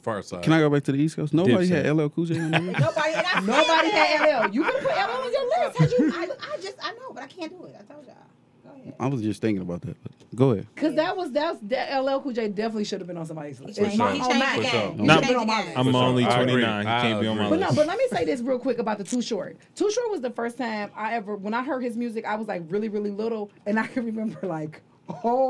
[SPEAKER 3] Far side.
[SPEAKER 5] can I go back to the East Coast? Nobody
[SPEAKER 6] Dipset.
[SPEAKER 5] had LL Cool J on the list.
[SPEAKER 2] nobody, and I
[SPEAKER 4] Nobody had LL. You can put LL on your list.
[SPEAKER 2] I, you, I, I just I know, but I can't do it. I told y'all. Go ahead.
[SPEAKER 5] I was just thinking about that. But go ahead.
[SPEAKER 4] Because that was that's that LL Cool J definitely should have been on somebody's list.
[SPEAKER 2] He
[SPEAKER 4] It's
[SPEAKER 2] changed-
[SPEAKER 4] my-
[SPEAKER 2] he
[SPEAKER 4] on
[SPEAKER 2] changed
[SPEAKER 4] mine.
[SPEAKER 2] the
[SPEAKER 5] What's
[SPEAKER 2] game.
[SPEAKER 5] up?
[SPEAKER 2] He
[SPEAKER 5] Not-
[SPEAKER 2] changed the game.
[SPEAKER 6] I'm only
[SPEAKER 3] I agree.
[SPEAKER 6] 29. He
[SPEAKER 3] I
[SPEAKER 6] can't be on my
[SPEAKER 3] agree.
[SPEAKER 4] But no,
[SPEAKER 6] list.
[SPEAKER 4] but let me say this real quick about the Too Short. Too Short was the first time I ever when I heard his music, I was like really, really little, and I can remember like, oh,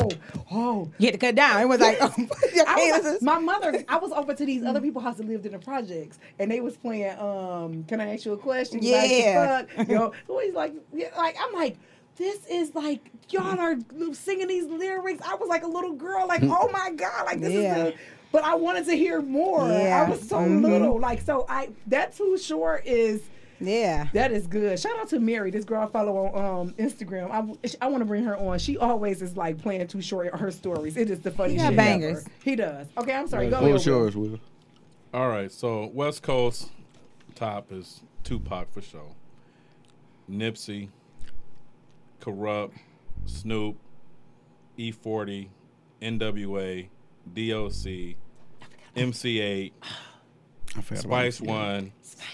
[SPEAKER 4] oh.
[SPEAKER 2] You had to cut down. It was like, oh, your
[SPEAKER 4] I was,
[SPEAKER 2] hands is-
[SPEAKER 4] my mother, I was over to these other people house that lived in the projects, and they was playing. Um, can I ask you a question? You like to
[SPEAKER 2] Yeah.
[SPEAKER 4] fuck? You know, so he's like, yeah, like I'm like, this is like y'all are singing these lyrics. I was like a little girl, like oh my god, like this
[SPEAKER 2] Mm. Yeah.
[SPEAKER 4] is the. But I wanted to hear more.
[SPEAKER 2] Yeah.
[SPEAKER 4] I was so
[SPEAKER 2] Mhm.
[SPEAKER 4] little, like so. I that too short is.
[SPEAKER 2] yeah.
[SPEAKER 4] That is good. Shout out to Mary, this girl I follow on um, Instagram. I, want to bring her on. She always is like playing too short her stories. It is the funniest
[SPEAKER 2] got
[SPEAKER 4] shit
[SPEAKER 2] bangers.
[SPEAKER 4] ever. He does. Okay, I'm sorry. Go
[SPEAKER 5] What
[SPEAKER 4] ahead.
[SPEAKER 5] was
[SPEAKER 4] Will.
[SPEAKER 5] yours, Will?
[SPEAKER 3] All right, so West Coast top is Tupac for sure. Nipsey, Corrupt, Snoop, E E40, NWA, DOC, MC8,
[SPEAKER 5] I forgot about
[SPEAKER 3] Spice
[SPEAKER 5] it.
[SPEAKER 3] One.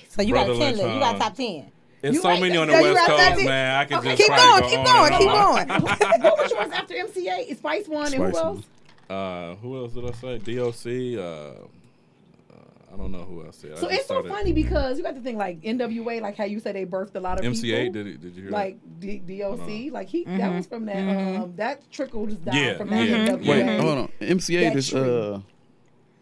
[SPEAKER 2] So you got
[SPEAKER 3] Brother
[SPEAKER 2] a ten list. You got
[SPEAKER 3] Lynch,
[SPEAKER 2] a top ten.
[SPEAKER 3] It's
[SPEAKER 4] You
[SPEAKER 3] so
[SPEAKER 4] right.
[SPEAKER 3] many on the
[SPEAKER 2] Yeah, you
[SPEAKER 3] West
[SPEAKER 2] right, that's
[SPEAKER 3] Coast,
[SPEAKER 2] it.
[SPEAKER 3] man. I could just
[SPEAKER 2] Keep
[SPEAKER 3] probably
[SPEAKER 2] going,
[SPEAKER 3] go
[SPEAKER 2] keep
[SPEAKER 3] on
[SPEAKER 2] going,
[SPEAKER 3] and
[SPEAKER 2] keep going.
[SPEAKER 4] what was yours after MCA? It's Spice One and
[SPEAKER 5] Spice
[SPEAKER 4] who
[SPEAKER 5] One.
[SPEAKER 4] else?
[SPEAKER 3] Uh, who else did I say? DOC. Uh, uh, I don't know who else said. I
[SPEAKER 4] So
[SPEAKER 3] just
[SPEAKER 4] it's so
[SPEAKER 3] started-
[SPEAKER 4] funny because you got to think like NWA, like how you say they birthed a lot of
[SPEAKER 3] MC8.
[SPEAKER 4] people.
[SPEAKER 3] Did, it- did you hear
[SPEAKER 4] Like D- DOC, like he
[SPEAKER 2] Mm-hmm.
[SPEAKER 4] that was from that um that trickled down
[SPEAKER 3] Yeah,
[SPEAKER 4] from that
[SPEAKER 3] yeah.
[SPEAKER 4] NWA.
[SPEAKER 5] Wait,
[SPEAKER 3] Yeah.
[SPEAKER 5] hold on. MCA
[SPEAKER 4] That's
[SPEAKER 5] is uh,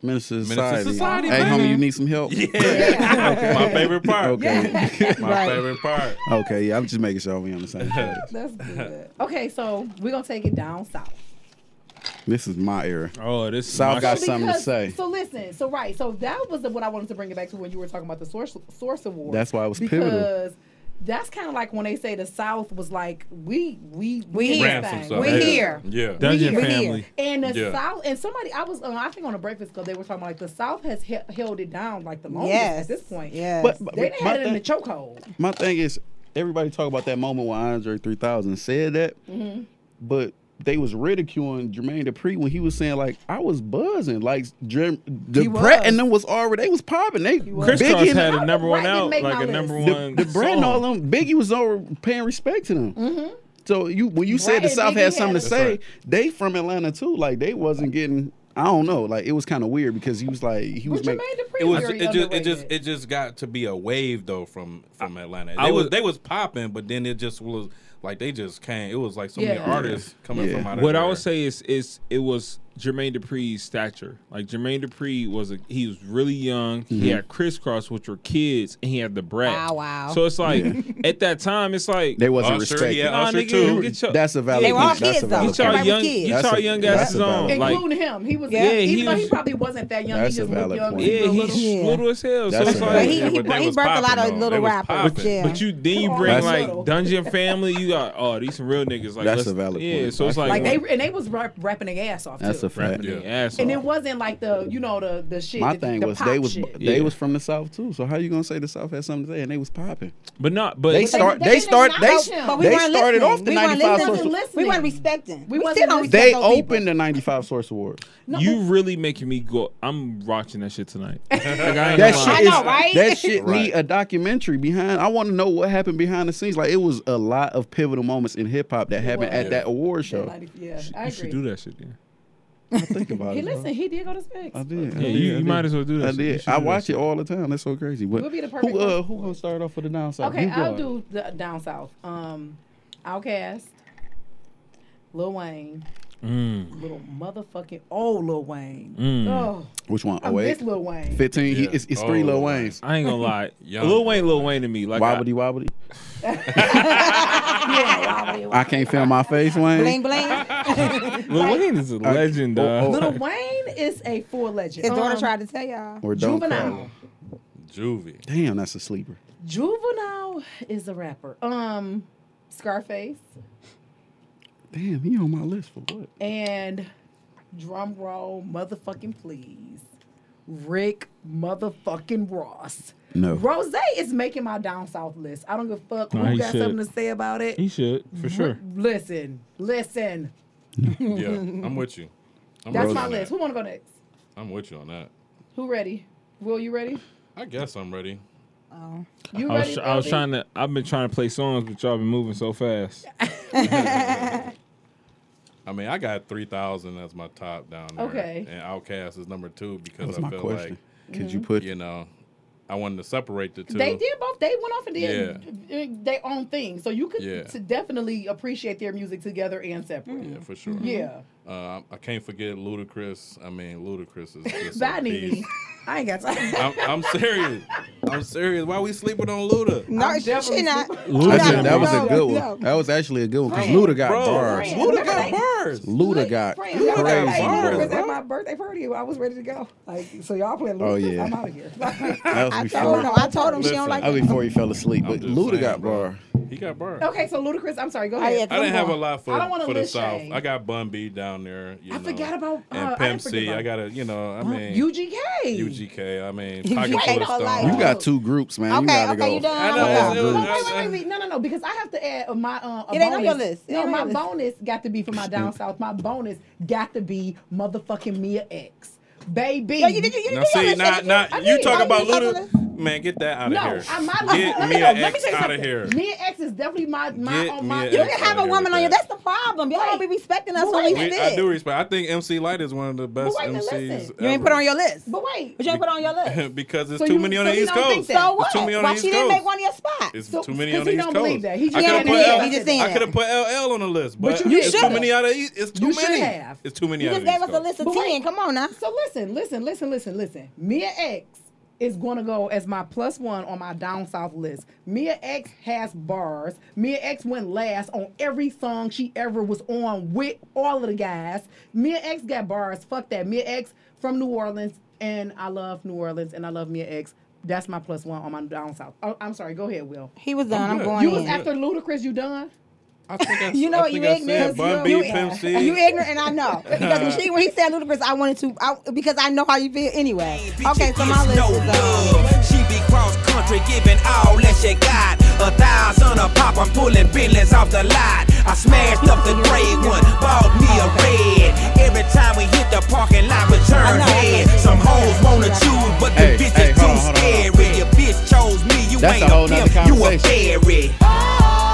[SPEAKER 5] Minister Society.
[SPEAKER 3] Society,
[SPEAKER 5] hey,
[SPEAKER 3] baby.
[SPEAKER 5] homie, you need some help?
[SPEAKER 3] that? Yeah. My favorite part.
[SPEAKER 5] Okay.
[SPEAKER 3] My favorite part.
[SPEAKER 5] Okay, yeah, I'm just making sure we on the same page.
[SPEAKER 4] That's good. Okay, so we're gonna take it down south.
[SPEAKER 5] This is my era.
[SPEAKER 6] Oh, this is
[SPEAKER 5] South
[SPEAKER 6] my
[SPEAKER 5] got
[SPEAKER 6] shit.
[SPEAKER 5] something to say.
[SPEAKER 4] So listen, so right, so that was the what I wanted to bring it back to when you were talking about the source source award.
[SPEAKER 5] That's why it was
[SPEAKER 4] because
[SPEAKER 5] pivotal.
[SPEAKER 4] that's kind of like when they say the South was like we we
[SPEAKER 2] We
[SPEAKER 4] did
[SPEAKER 2] here.
[SPEAKER 4] this
[SPEAKER 3] Ran some
[SPEAKER 4] thing.
[SPEAKER 3] stuff.
[SPEAKER 2] We
[SPEAKER 3] Yeah.
[SPEAKER 2] here.
[SPEAKER 3] Yeah.
[SPEAKER 6] Dungeon
[SPEAKER 2] We here.
[SPEAKER 6] Family.
[SPEAKER 4] And the
[SPEAKER 3] Yeah.
[SPEAKER 4] South and somebody I was uh, I think on a Breakfast Club they were talking like the South has he- held it down like the longest
[SPEAKER 2] Yes.
[SPEAKER 4] at this point.
[SPEAKER 2] Yes.
[SPEAKER 5] But, but
[SPEAKER 4] They done
[SPEAKER 5] my,
[SPEAKER 4] had it in the
[SPEAKER 5] thing,
[SPEAKER 4] chokehold.
[SPEAKER 5] my thing is, everybody talk about that moment when Andre 3000 said that, but they was ridiculing Jermaine Dupri when he was saying like I was buzzing, like Jerm, the Brett and them was already they was popping. They
[SPEAKER 6] Chris Cross
[SPEAKER 5] Biggie
[SPEAKER 6] had
[SPEAKER 5] and
[SPEAKER 6] a number one
[SPEAKER 4] Brett didn't
[SPEAKER 6] out,
[SPEAKER 4] make my
[SPEAKER 6] like a
[SPEAKER 4] list.
[SPEAKER 6] number
[SPEAKER 5] the,
[SPEAKER 6] one.
[SPEAKER 5] the Brett and all
[SPEAKER 6] song.
[SPEAKER 5] them Biggie was over paying respect to them. So you when you said the
[SPEAKER 4] Right,
[SPEAKER 5] South
[SPEAKER 4] Biggie
[SPEAKER 5] had something
[SPEAKER 4] had
[SPEAKER 5] to
[SPEAKER 4] a-
[SPEAKER 5] say,
[SPEAKER 3] right.
[SPEAKER 5] they from Atlanta too. Like they wasn't getting. I don't know. Like it was kind of weird because he was like he was
[SPEAKER 4] But Jermaine
[SPEAKER 5] making.
[SPEAKER 4] Dupri
[SPEAKER 3] It was.
[SPEAKER 4] very
[SPEAKER 3] It just. It just.
[SPEAKER 4] underrated.
[SPEAKER 3] It just got to be a wave though from from Atlanta. They
[SPEAKER 6] I
[SPEAKER 3] was.
[SPEAKER 6] would-
[SPEAKER 3] They was popping, but then it just was like they just came. It was like so many
[SPEAKER 4] Yeah.
[SPEAKER 3] artists coming
[SPEAKER 5] Yeah.
[SPEAKER 3] from out of
[SPEAKER 6] What I
[SPEAKER 3] nowhere.
[SPEAKER 6] would say is, is it was Jermaine Dupri's stature. Like Jermaine Dupri was, a, he was really young. He
[SPEAKER 5] Mm-hmm.
[SPEAKER 6] had crisscross, which were kids, and he had the brat.
[SPEAKER 2] Wow, wow.
[SPEAKER 6] So it's like at that time, it's like
[SPEAKER 5] They wasn't
[SPEAKER 3] Usher,
[SPEAKER 5] respected.
[SPEAKER 3] yeah,
[SPEAKER 6] Nah,
[SPEAKER 3] Usher
[SPEAKER 6] nigga,
[SPEAKER 3] too.
[SPEAKER 6] you get your-
[SPEAKER 5] That's a valid.
[SPEAKER 2] They were all
[SPEAKER 5] point. That's
[SPEAKER 2] kids,
[SPEAKER 5] a
[SPEAKER 2] though.
[SPEAKER 5] valid
[SPEAKER 6] Get y'all
[SPEAKER 5] point.
[SPEAKER 2] Everybody was
[SPEAKER 6] young,
[SPEAKER 2] kids.
[SPEAKER 6] get
[SPEAKER 5] That's
[SPEAKER 6] y'all
[SPEAKER 5] a-
[SPEAKER 6] young
[SPEAKER 5] that's
[SPEAKER 6] asses
[SPEAKER 5] a
[SPEAKER 6] on.
[SPEAKER 5] valid
[SPEAKER 6] Like,
[SPEAKER 4] Including him, he was
[SPEAKER 2] Yeah.
[SPEAKER 4] yeah,
[SPEAKER 2] Yeah,
[SPEAKER 4] even
[SPEAKER 6] he
[SPEAKER 4] though
[SPEAKER 6] was-
[SPEAKER 4] he probably wasn't that young, he
[SPEAKER 5] That's a
[SPEAKER 4] just looked
[SPEAKER 5] valid
[SPEAKER 4] young.
[SPEAKER 5] point.
[SPEAKER 4] he
[SPEAKER 6] yeah,
[SPEAKER 4] was
[SPEAKER 6] he's
[SPEAKER 4] little.
[SPEAKER 2] Yeah.
[SPEAKER 6] little as hell.
[SPEAKER 5] That's
[SPEAKER 6] so it's
[SPEAKER 5] a
[SPEAKER 6] like,
[SPEAKER 2] But he,
[SPEAKER 3] Yeah,
[SPEAKER 2] he,
[SPEAKER 3] but they
[SPEAKER 2] he
[SPEAKER 3] was
[SPEAKER 2] birthed a lot
[SPEAKER 3] popping,
[SPEAKER 2] of
[SPEAKER 3] though. They
[SPEAKER 2] little
[SPEAKER 3] was
[SPEAKER 2] rappers.
[SPEAKER 3] popping.
[SPEAKER 2] Yeah.
[SPEAKER 6] But you then you bring
[SPEAKER 5] That's-
[SPEAKER 6] like Dungeon Family, you got oh these some real niggas like
[SPEAKER 5] That's
[SPEAKER 6] let's-
[SPEAKER 5] a valid
[SPEAKER 6] yeah.
[SPEAKER 5] point.
[SPEAKER 6] So it's
[SPEAKER 5] Like,
[SPEAKER 6] like,
[SPEAKER 4] Like they and they was rap, rapping their ass off.
[SPEAKER 5] That's
[SPEAKER 4] too.
[SPEAKER 5] a fact.
[SPEAKER 6] rapping their
[SPEAKER 3] Yeah.
[SPEAKER 6] ass
[SPEAKER 4] And it
[SPEAKER 6] off.
[SPEAKER 4] wasn't like the you know the the shit.
[SPEAKER 5] My
[SPEAKER 4] the,
[SPEAKER 5] thing
[SPEAKER 4] the
[SPEAKER 5] was
[SPEAKER 4] pop
[SPEAKER 5] they was
[SPEAKER 4] shit.
[SPEAKER 5] they
[SPEAKER 6] Yeah.
[SPEAKER 5] was from the south too. So how you gonna say the south had something to say and they was popping?
[SPEAKER 6] but not but
[SPEAKER 5] They start
[SPEAKER 4] they
[SPEAKER 5] they,
[SPEAKER 4] didn't
[SPEAKER 5] start they
[SPEAKER 4] acknowledge him. But
[SPEAKER 2] we
[SPEAKER 5] they
[SPEAKER 2] weren't
[SPEAKER 5] started
[SPEAKER 2] listening.
[SPEAKER 5] off the
[SPEAKER 2] We weren't
[SPEAKER 5] ninety five
[SPEAKER 2] listening.
[SPEAKER 5] source.
[SPEAKER 4] Social-
[SPEAKER 2] We weren't respecting. We,
[SPEAKER 4] We
[SPEAKER 2] still
[SPEAKER 4] wasn't
[SPEAKER 2] don't respect
[SPEAKER 5] They
[SPEAKER 2] those
[SPEAKER 5] opened
[SPEAKER 2] people.
[SPEAKER 5] the ninety five source awards.
[SPEAKER 6] you really making me go. I'm watching that shit tonight. Like, I ain't
[SPEAKER 5] That
[SPEAKER 6] gonna
[SPEAKER 5] shit
[SPEAKER 6] lie.
[SPEAKER 2] I know,
[SPEAKER 5] is
[SPEAKER 2] right?
[SPEAKER 5] that shit
[SPEAKER 3] Right.
[SPEAKER 5] need a documentary behind. I want to know what happened behind the scenes. Like it was a lot of pivotal moments in hip hop that happened at
[SPEAKER 4] was.
[SPEAKER 5] that award show.
[SPEAKER 4] Like, yeah, I
[SPEAKER 6] You
[SPEAKER 4] agree.
[SPEAKER 6] should do that shit. Then.
[SPEAKER 5] Think about
[SPEAKER 4] He
[SPEAKER 5] it. bro.
[SPEAKER 4] listen, he did go to space.
[SPEAKER 5] I did. I
[SPEAKER 6] Yeah,
[SPEAKER 5] did,
[SPEAKER 6] you,
[SPEAKER 5] I
[SPEAKER 6] you
[SPEAKER 5] did.
[SPEAKER 6] might as well do that.
[SPEAKER 5] I
[SPEAKER 6] shit. You
[SPEAKER 5] did.
[SPEAKER 6] should
[SPEAKER 5] I
[SPEAKER 6] do
[SPEAKER 5] watch
[SPEAKER 6] that
[SPEAKER 5] it all the time. That's so crazy. But
[SPEAKER 4] We'll be the perfect
[SPEAKER 5] who uh,
[SPEAKER 4] person
[SPEAKER 5] who
[SPEAKER 4] for
[SPEAKER 5] gonna
[SPEAKER 4] it.
[SPEAKER 5] start off with the down south?
[SPEAKER 4] Okay,
[SPEAKER 5] You
[SPEAKER 4] I'll
[SPEAKER 5] go.
[SPEAKER 4] do the down south. Um, Outcast, Lil Wayne, little motherfucking old Lil Wayne. Oh,
[SPEAKER 5] Which one?
[SPEAKER 4] I
[SPEAKER 5] Oh wait,
[SPEAKER 4] miss Lil Wayne.
[SPEAKER 5] fifteen. He,
[SPEAKER 3] Yeah.
[SPEAKER 5] it's, it's
[SPEAKER 3] Oh,
[SPEAKER 5] three Lil
[SPEAKER 3] Lil Wayne.
[SPEAKER 5] Wayne's.
[SPEAKER 6] shit. I ain't gonna lie.
[SPEAKER 3] Young.
[SPEAKER 6] Lil Wayne, Lil Wayne to me. Like I,
[SPEAKER 5] Wobbly wobbly. I can't feel my face, Wayne.
[SPEAKER 2] Bling bling.
[SPEAKER 6] Lil Wayne is a legend,
[SPEAKER 5] oh,
[SPEAKER 6] dog.
[SPEAKER 5] oh.
[SPEAKER 4] Little Wayne is a four legend.
[SPEAKER 2] His daughter
[SPEAKER 4] Um,
[SPEAKER 2] tried to tell y'all.
[SPEAKER 5] Or don't
[SPEAKER 4] Juvenile.
[SPEAKER 5] call.
[SPEAKER 3] Juvie.
[SPEAKER 5] Damn, that's a sleeper.
[SPEAKER 4] Juvenile is a rapper. Um, Scarface
[SPEAKER 5] Damn, he on my list for what?
[SPEAKER 4] and drum roll, motherfucking please. Rick motherfucking Ross.
[SPEAKER 5] No.
[SPEAKER 4] Rose is making my down south list. I don't give a fuck
[SPEAKER 6] Nah,
[SPEAKER 4] who
[SPEAKER 6] he
[SPEAKER 4] got
[SPEAKER 6] should.
[SPEAKER 4] something to say about it.
[SPEAKER 6] He should for sure.
[SPEAKER 4] Listen, listen.
[SPEAKER 3] Yeah, I'm with you. I'm
[SPEAKER 4] That's
[SPEAKER 3] with you
[SPEAKER 4] my
[SPEAKER 3] on
[SPEAKER 4] list.
[SPEAKER 3] that.
[SPEAKER 4] Who wanna go next?
[SPEAKER 3] I'm with you on that.
[SPEAKER 4] Who ready? Will you ready?
[SPEAKER 3] I guess I'm ready.
[SPEAKER 2] Oh.
[SPEAKER 4] You
[SPEAKER 6] I was,
[SPEAKER 4] ready?
[SPEAKER 6] I was
[SPEAKER 4] Bobby?
[SPEAKER 6] trying to. I've been trying to play songs, but y'all been moving so fast.
[SPEAKER 3] I mean, I got three thousand as my top down there.
[SPEAKER 4] Okay.
[SPEAKER 3] And Outcast is number two because
[SPEAKER 5] That was
[SPEAKER 3] I
[SPEAKER 5] my
[SPEAKER 3] feel
[SPEAKER 5] question. Could you put
[SPEAKER 3] like you know, I wanted to separate the two.
[SPEAKER 4] They did both. They went off and did uh, their own thing. So you could
[SPEAKER 3] Yeah. Mm.
[SPEAKER 4] to definitely appreciate their music together and separate.
[SPEAKER 3] Yeah, for sure.
[SPEAKER 4] Yeah.
[SPEAKER 3] Uh, I can't forget Ludacris. I mean, Ludacris is just a
[SPEAKER 4] Bye, Nene.
[SPEAKER 3] beast.
[SPEAKER 2] I ain't got time.
[SPEAKER 3] I'm, I'm serious. I'm serious. Why we sleeping on Luda?
[SPEAKER 2] No,
[SPEAKER 4] I'm
[SPEAKER 2] she, she
[SPEAKER 4] definitely
[SPEAKER 2] not.
[SPEAKER 5] That's
[SPEAKER 2] No,
[SPEAKER 5] a, that was
[SPEAKER 2] no,
[SPEAKER 5] a good one.
[SPEAKER 2] no.
[SPEAKER 5] That was actually a good one because Luda got
[SPEAKER 3] Bro,
[SPEAKER 5] bars.
[SPEAKER 3] Luda got bars.
[SPEAKER 5] Luda got
[SPEAKER 4] Friends,
[SPEAKER 5] crazy
[SPEAKER 4] y'all
[SPEAKER 3] got
[SPEAKER 4] played
[SPEAKER 3] bars,
[SPEAKER 4] Ludacris
[SPEAKER 5] bars.
[SPEAKER 4] at my birthday party. I was ready to go. Like, so y'all playing Ludacris?
[SPEAKER 5] Oh, yeah.
[SPEAKER 4] I'm out of here.
[SPEAKER 5] That
[SPEAKER 2] I
[SPEAKER 5] was
[SPEAKER 2] told him.
[SPEAKER 5] before.
[SPEAKER 2] I told him she don't
[SPEAKER 3] Listen,
[SPEAKER 2] like.
[SPEAKER 5] That was before he fell asleep.
[SPEAKER 3] I'm
[SPEAKER 5] But
[SPEAKER 3] just
[SPEAKER 5] Luda
[SPEAKER 3] saying,
[SPEAKER 5] got
[SPEAKER 3] bro.
[SPEAKER 5] bar.
[SPEAKER 3] He got bars.
[SPEAKER 4] okay, so Ludacris. I'm sorry. Go
[SPEAKER 2] Oh, yeah,
[SPEAKER 4] ahead.
[SPEAKER 3] I didn't have a
[SPEAKER 2] Come on.
[SPEAKER 3] lot for,
[SPEAKER 4] I don't wanna
[SPEAKER 3] for the
[SPEAKER 4] list
[SPEAKER 3] South.
[SPEAKER 4] Shay.
[SPEAKER 3] I got Bun B down there. You
[SPEAKER 4] I
[SPEAKER 3] know,
[SPEAKER 4] forgot about, uh, I
[SPEAKER 3] and
[SPEAKER 4] didn't
[SPEAKER 3] Pimp
[SPEAKER 4] forget
[SPEAKER 3] C. I
[SPEAKER 4] about-
[SPEAKER 3] gotta you know
[SPEAKER 4] Uh,
[SPEAKER 3] I mean
[SPEAKER 4] UGK.
[SPEAKER 3] UGK. I mean
[SPEAKER 2] UGK
[SPEAKER 3] Pocket Full of
[SPEAKER 2] for life.
[SPEAKER 3] Stone.
[SPEAKER 5] You got two groups, man. you
[SPEAKER 2] Okay,
[SPEAKER 5] gotta
[SPEAKER 2] okay,
[SPEAKER 5] go.
[SPEAKER 2] you done.
[SPEAKER 3] I know,
[SPEAKER 2] I'm
[SPEAKER 3] it's-
[SPEAKER 2] done.
[SPEAKER 3] it was-
[SPEAKER 4] No, Oh, wait, wait, wait, wait. No, no, no. Because I have to add uh, my uh, a
[SPEAKER 2] It
[SPEAKER 4] bonus.
[SPEAKER 2] ain't on your list. It
[SPEAKER 4] No,
[SPEAKER 2] ain't on
[SPEAKER 4] my
[SPEAKER 2] your list.
[SPEAKER 4] bonus got to be for my down south. My bonus got to be motherfucking Mia X, baby.
[SPEAKER 2] Yo, you did you, you
[SPEAKER 3] Now
[SPEAKER 2] did
[SPEAKER 3] see,
[SPEAKER 2] your
[SPEAKER 3] not
[SPEAKER 2] shit.
[SPEAKER 3] not
[SPEAKER 2] I
[SPEAKER 3] you
[SPEAKER 2] did.
[SPEAKER 3] talk
[SPEAKER 2] I
[SPEAKER 3] about
[SPEAKER 2] did. I did.
[SPEAKER 3] Luda. Man, get that out of
[SPEAKER 4] No,
[SPEAKER 3] here.
[SPEAKER 4] I, my,
[SPEAKER 3] get
[SPEAKER 4] let me,
[SPEAKER 3] Mia
[SPEAKER 4] know, let me
[SPEAKER 3] X
[SPEAKER 4] tell
[SPEAKER 3] out
[SPEAKER 4] you
[SPEAKER 3] of
[SPEAKER 4] something.
[SPEAKER 3] here.
[SPEAKER 4] Mia X is definitely my my
[SPEAKER 3] Get
[SPEAKER 4] on my.
[SPEAKER 3] Mia
[SPEAKER 2] You
[SPEAKER 3] X
[SPEAKER 2] can have a
[SPEAKER 3] out here
[SPEAKER 2] woman
[SPEAKER 3] with
[SPEAKER 2] on your.
[SPEAKER 3] that.
[SPEAKER 2] That's the problem. Y'all don't be respecting us
[SPEAKER 4] But
[SPEAKER 2] when we
[SPEAKER 4] wait.
[SPEAKER 3] We- I do
[SPEAKER 2] fit.
[SPEAKER 3] respect. I think MC Light is one of the best
[SPEAKER 4] wait a minute,
[SPEAKER 3] MCs.
[SPEAKER 4] listen.
[SPEAKER 2] You ain't put on your list.
[SPEAKER 4] But wait,
[SPEAKER 2] But you ain't put on your list.
[SPEAKER 3] because it's
[SPEAKER 4] So
[SPEAKER 3] too
[SPEAKER 4] you-
[SPEAKER 3] many on
[SPEAKER 4] so
[SPEAKER 3] the
[SPEAKER 4] you
[SPEAKER 3] East
[SPEAKER 4] don't think
[SPEAKER 3] Coast.
[SPEAKER 4] that-
[SPEAKER 2] So
[SPEAKER 4] So
[SPEAKER 3] It's
[SPEAKER 2] what?
[SPEAKER 3] too many on
[SPEAKER 2] Why she
[SPEAKER 3] the East
[SPEAKER 2] didn't
[SPEAKER 3] Coast.
[SPEAKER 2] make one of your spots?
[SPEAKER 3] It's
[SPEAKER 4] So-
[SPEAKER 3] too many
[SPEAKER 4] 'cause
[SPEAKER 3] on the
[SPEAKER 4] he
[SPEAKER 3] East
[SPEAKER 4] don't
[SPEAKER 3] Coast.
[SPEAKER 4] believe that. He
[SPEAKER 3] I
[SPEAKER 4] just
[SPEAKER 3] could have
[SPEAKER 4] didn't
[SPEAKER 3] put
[SPEAKER 4] have
[SPEAKER 3] LL.
[SPEAKER 4] it.
[SPEAKER 2] He just saying.
[SPEAKER 3] I could have put LL on the list, but,
[SPEAKER 4] you
[SPEAKER 3] it's too
[SPEAKER 4] should've.
[SPEAKER 3] many out of the East. It's too
[SPEAKER 4] You
[SPEAKER 3] many.
[SPEAKER 4] should have.
[SPEAKER 3] It's too many
[SPEAKER 2] You
[SPEAKER 3] out
[SPEAKER 2] just
[SPEAKER 3] of the
[SPEAKER 2] gave
[SPEAKER 3] East
[SPEAKER 2] us a
[SPEAKER 3] Coast.
[SPEAKER 2] list of
[SPEAKER 4] But wait.
[SPEAKER 2] ten. Come on now.
[SPEAKER 4] So listen, listen, listen, listen, listen. Mia X is going to go as my plus one on my down south list. Mia X has bars. Mia X went last on every song she ever was on with all of the guys. Mia X got bars. Fuck that. Mia X from New Orleans, and I love New Orleans, and I love Mia X. That's my plus one on my down south. Oh, I'm sorry. Go ahead, Will.
[SPEAKER 2] He was done. I'm
[SPEAKER 3] good.
[SPEAKER 2] going
[SPEAKER 4] You was
[SPEAKER 2] in.
[SPEAKER 4] after Ludacris. You done?
[SPEAKER 3] I think I,
[SPEAKER 2] You know
[SPEAKER 3] I
[SPEAKER 2] what? You
[SPEAKER 3] think I
[SPEAKER 2] ignorant.
[SPEAKER 3] said Bun
[SPEAKER 2] you,
[SPEAKER 3] B, Pimp C.
[SPEAKER 2] you ignorant, and I know because when, she, when he said Ludacris, I wanted to I, because I know how you feel anyway. Okay, so my list
[SPEAKER 10] no
[SPEAKER 2] is uh,
[SPEAKER 10] love. She be cross country giving all that she got. A thousand a pop, I'm pulling billions off the lot. I smashed up the gray one, bought me a red. Every time we hit the parking lot, we
[SPEAKER 2] I
[SPEAKER 10] turn
[SPEAKER 2] know.
[SPEAKER 10] head. Some hoes wanna choose, but the
[SPEAKER 5] Hey,
[SPEAKER 10] bitch
[SPEAKER 5] hey,
[SPEAKER 10] is too
[SPEAKER 5] hold on, hold on, hold on.
[SPEAKER 10] scary. Your bitch chose me, you
[SPEAKER 5] That's
[SPEAKER 10] ain't
[SPEAKER 5] a whole nother
[SPEAKER 10] pimp, you a
[SPEAKER 5] conversation.
[SPEAKER 10] fairy.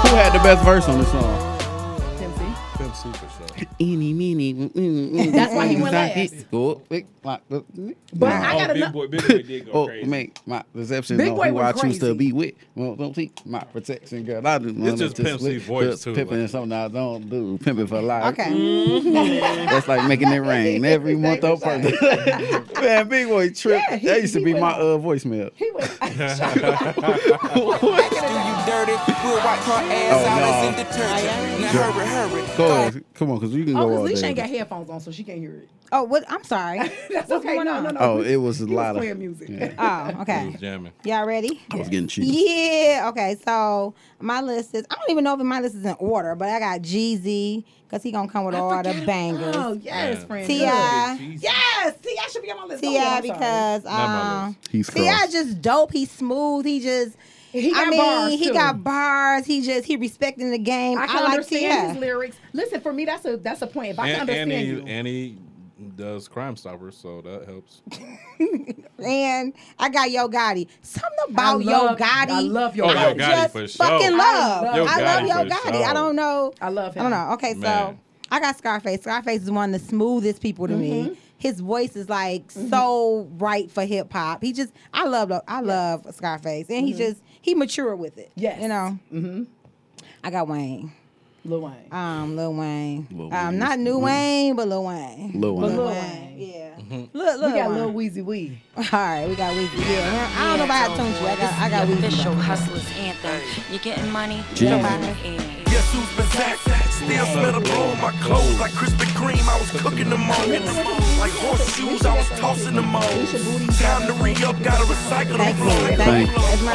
[SPEAKER 5] Who had the best verse on this song?
[SPEAKER 4] Timothy.
[SPEAKER 3] Pimp C for sure.
[SPEAKER 5] Eeny, meeny, mm, mm, mm.
[SPEAKER 4] That's why he went
[SPEAKER 5] Like
[SPEAKER 4] last.
[SPEAKER 5] this. Oh, wait, my- uh,
[SPEAKER 4] But
[SPEAKER 5] nah.
[SPEAKER 4] I got
[SPEAKER 6] Oh,
[SPEAKER 4] another.
[SPEAKER 6] big boy, big boy did go
[SPEAKER 5] Oh,
[SPEAKER 6] crazy.
[SPEAKER 5] make my perception
[SPEAKER 4] Big
[SPEAKER 5] on
[SPEAKER 4] Boy
[SPEAKER 5] who
[SPEAKER 4] was
[SPEAKER 5] I choose to
[SPEAKER 4] crazy.
[SPEAKER 5] be with. Well, don't see my protection, girl. I just wanna
[SPEAKER 3] just Pimp C's
[SPEAKER 5] with-
[SPEAKER 3] voice,
[SPEAKER 5] just
[SPEAKER 3] too,
[SPEAKER 5] Pimping
[SPEAKER 3] like-
[SPEAKER 5] is something I don't do. Pimping for life.
[SPEAKER 2] okay.
[SPEAKER 3] Mm-hmm.
[SPEAKER 5] That's like making it rain every month on purpose. Man, Big Boy trip.
[SPEAKER 4] Yeah, he-
[SPEAKER 5] that used to
[SPEAKER 4] he
[SPEAKER 5] be
[SPEAKER 4] went
[SPEAKER 5] my
[SPEAKER 4] off.
[SPEAKER 5] uh, voicemail.
[SPEAKER 4] He was.
[SPEAKER 10] Do you dirty? We'll wipe her ass
[SPEAKER 5] Oh,
[SPEAKER 10] out as
[SPEAKER 5] no.
[SPEAKER 10] in detergent. Now hurry, hurry.
[SPEAKER 5] Go on, come on, cause you can
[SPEAKER 4] Oh,
[SPEAKER 5] go
[SPEAKER 4] because
[SPEAKER 5] all
[SPEAKER 4] Leisha ain't got
[SPEAKER 5] day.
[SPEAKER 4] headphones on, so she can't hear it.
[SPEAKER 2] Oh, what? I'm sorry.
[SPEAKER 4] That's
[SPEAKER 2] What's
[SPEAKER 4] okay.
[SPEAKER 2] going
[SPEAKER 4] no,
[SPEAKER 2] on?
[SPEAKER 4] no, no.
[SPEAKER 5] Oh, it was a
[SPEAKER 4] he
[SPEAKER 5] lot
[SPEAKER 4] was
[SPEAKER 5] of.
[SPEAKER 4] playing music.
[SPEAKER 5] Yeah,
[SPEAKER 2] Oh,
[SPEAKER 3] He
[SPEAKER 2] okay.
[SPEAKER 3] was jamming.
[SPEAKER 2] Y'all ready?
[SPEAKER 5] I was getting cheated.
[SPEAKER 2] Yeah. Okay. So my list is I don't even know if my list is in order, but I got Jeezy because he gonna come with all the bangers.
[SPEAKER 4] Oh yes,
[SPEAKER 3] Yeah.
[SPEAKER 4] friend.
[SPEAKER 2] Ti,
[SPEAKER 4] good.
[SPEAKER 3] Jesus.
[SPEAKER 4] Yes, Ti should be on my list. Go ahead,
[SPEAKER 2] Ti,
[SPEAKER 4] Oh, I'm sorry.
[SPEAKER 2] because
[SPEAKER 3] Not my
[SPEAKER 2] um,
[SPEAKER 3] list.
[SPEAKER 5] He's
[SPEAKER 2] Ti
[SPEAKER 5] crossed.
[SPEAKER 2] just dope. He's smooth. He just.
[SPEAKER 4] he got
[SPEAKER 2] I mean,
[SPEAKER 4] bars
[SPEAKER 2] he
[SPEAKER 4] too.
[SPEAKER 2] got bars. He just he respecting the game.
[SPEAKER 4] I
[SPEAKER 2] I,
[SPEAKER 4] can
[SPEAKER 2] like
[SPEAKER 4] understand
[SPEAKER 2] Ti.
[SPEAKER 4] his lyrics. Listen, for me, that's a that's a point. If I can
[SPEAKER 3] And,
[SPEAKER 4] understand
[SPEAKER 3] and he
[SPEAKER 4] you,
[SPEAKER 3] and he does Crime Stoppers, so that helps.
[SPEAKER 2] And I got Yo Gotti. Something about
[SPEAKER 4] I love,
[SPEAKER 2] Yo Gotti.
[SPEAKER 4] I love Yo
[SPEAKER 3] Oh, Yo
[SPEAKER 2] I
[SPEAKER 3] Gotti.
[SPEAKER 4] Gotti.
[SPEAKER 2] just
[SPEAKER 3] for sure.
[SPEAKER 2] fucking love.
[SPEAKER 4] I
[SPEAKER 2] I
[SPEAKER 4] love Yo
[SPEAKER 2] love,
[SPEAKER 3] Gotti
[SPEAKER 2] Yo
[SPEAKER 3] for
[SPEAKER 2] Gotti.
[SPEAKER 3] sure.
[SPEAKER 2] I don't know.
[SPEAKER 4] I love him.
[SPEAKER 2] I don't know. Okay,
[SPEAKER 3] Man.
[SPEAKER 2] so I got Scarface. Scarface is one of the smoothest people to
[SPEAKER 4] Mm-hmm.
[SPEAKER 2] me. His voice is like so right for hip hop. He just I love I love Scarface, and he just he mature with it.
[SPEAKER 4] Mm-hmm. Yes.
[SPEAKER 2] you know. Mm-hmm. I got Wayne.
[SPEAKER 4] Lil Wayne.
[SPEAKER 2] Um, Lil Wayne.
[SPEAKER 5] Lil
[SPEAKER 2] Um,
[SPEAKER 5] Wayne
[SPEAKER 2] not
[SPEAKER 5] is-
[SPEAKER 2] New Wayne, but Lil Wayne.
[SPEAKER 5] Lil Mm-hmm.
[SPEAKER 4] But
[SPEAKER 5] Wayne.
[SPEAKER 4] Lil
[SPEAKER 2] Wayne.
[SPEAKER 4] Wayne.
[SPEAKER 2] Yeah. Look, look.
[SPEAKER 4] We got Lil Weezy Wee.
[SPEAKER 2] All right, we got Weezy. Yeah, I don't know if I have Tunchi. I got, I got Weezy.
[SPEAKER 11] Official hustlers anthem. You getting money?
[SPEAKER 5] Jeezy.
[SPEAKER 11] Nobody is.
[SPEAKER 10] Yes,
[SPEAKER 12] who's possessed. Still smell the blow on my clothes like Krispy Kreme. I was cooking them on. Like horseshoes, I was tossing them on. Time to re up, gotta recycle them flow.
[SPEAKER 5] Thank,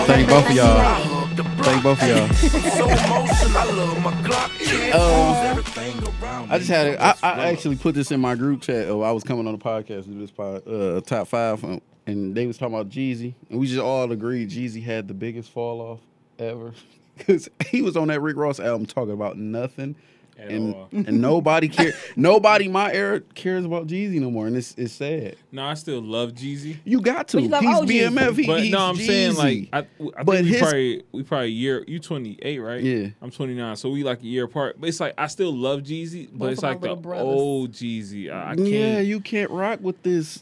[SPEAKER 5] thank both of y'all. Thank both of y'all.
[SPEAKER 12] So emotional, I love my Glock. Yeah,
[SPEAKER 5] Uh,
[SPEAKER 12] everything around
[SPEAKER 5] I just had
[SPEAKER 12] it.
[SPEAKER 5] a, I, I actually put this in my group chat. Oh, I was coming on the podcast to do this pod, uh, top five, um, and they was talking about Jeezy, and we just all agreed Jeezy had the biggest fall off ever because he was on that Rick Ross album talking about nothing.
[SPEAKER 3] At
[SPEAKER 5] and,
[SPEAKER 3] all.
[SPEAKER 5] and nobody care. nobody my era cares about Jeezy no more, and it's it's sad.
[SPEAKER 6] No, I still love Jeezy.
[SPEAKER 5] You got to.
[SPEAKER 6] But you love
[SPEAKER 5] he's
[SPEAKER 6] old Jeezy.
[SPEAKER 5] BMF. He,
[SPEAKER 6] but
[SPEAKER 5] he's
[SPEAKER 6] no, I'm saying like
[SPEAKER 5] Jeezy.
[SPEAKER 6] I, I
[SPEAKER 5] But
[SPEAKER 6] think we
[SPEAKER 5] his-
[SPEAKER 6] probably we probably a year. You 28, right?
[SPEAKER 5] Yeah.
[SPEAKER 6] I'm 29, so we like a year apart. But it's like I still love Jeezy, but
[SPEAKER 5] Both
[SPEAKER 6] it's
[SPEAKER 5] of our
[SPEAKER 6] like the
[SPEAKER 5] little brothers.
[SPEAKER 6] old Jeezy. I, I can't.
[SPEAKER 5] yeah, you can't rock with this.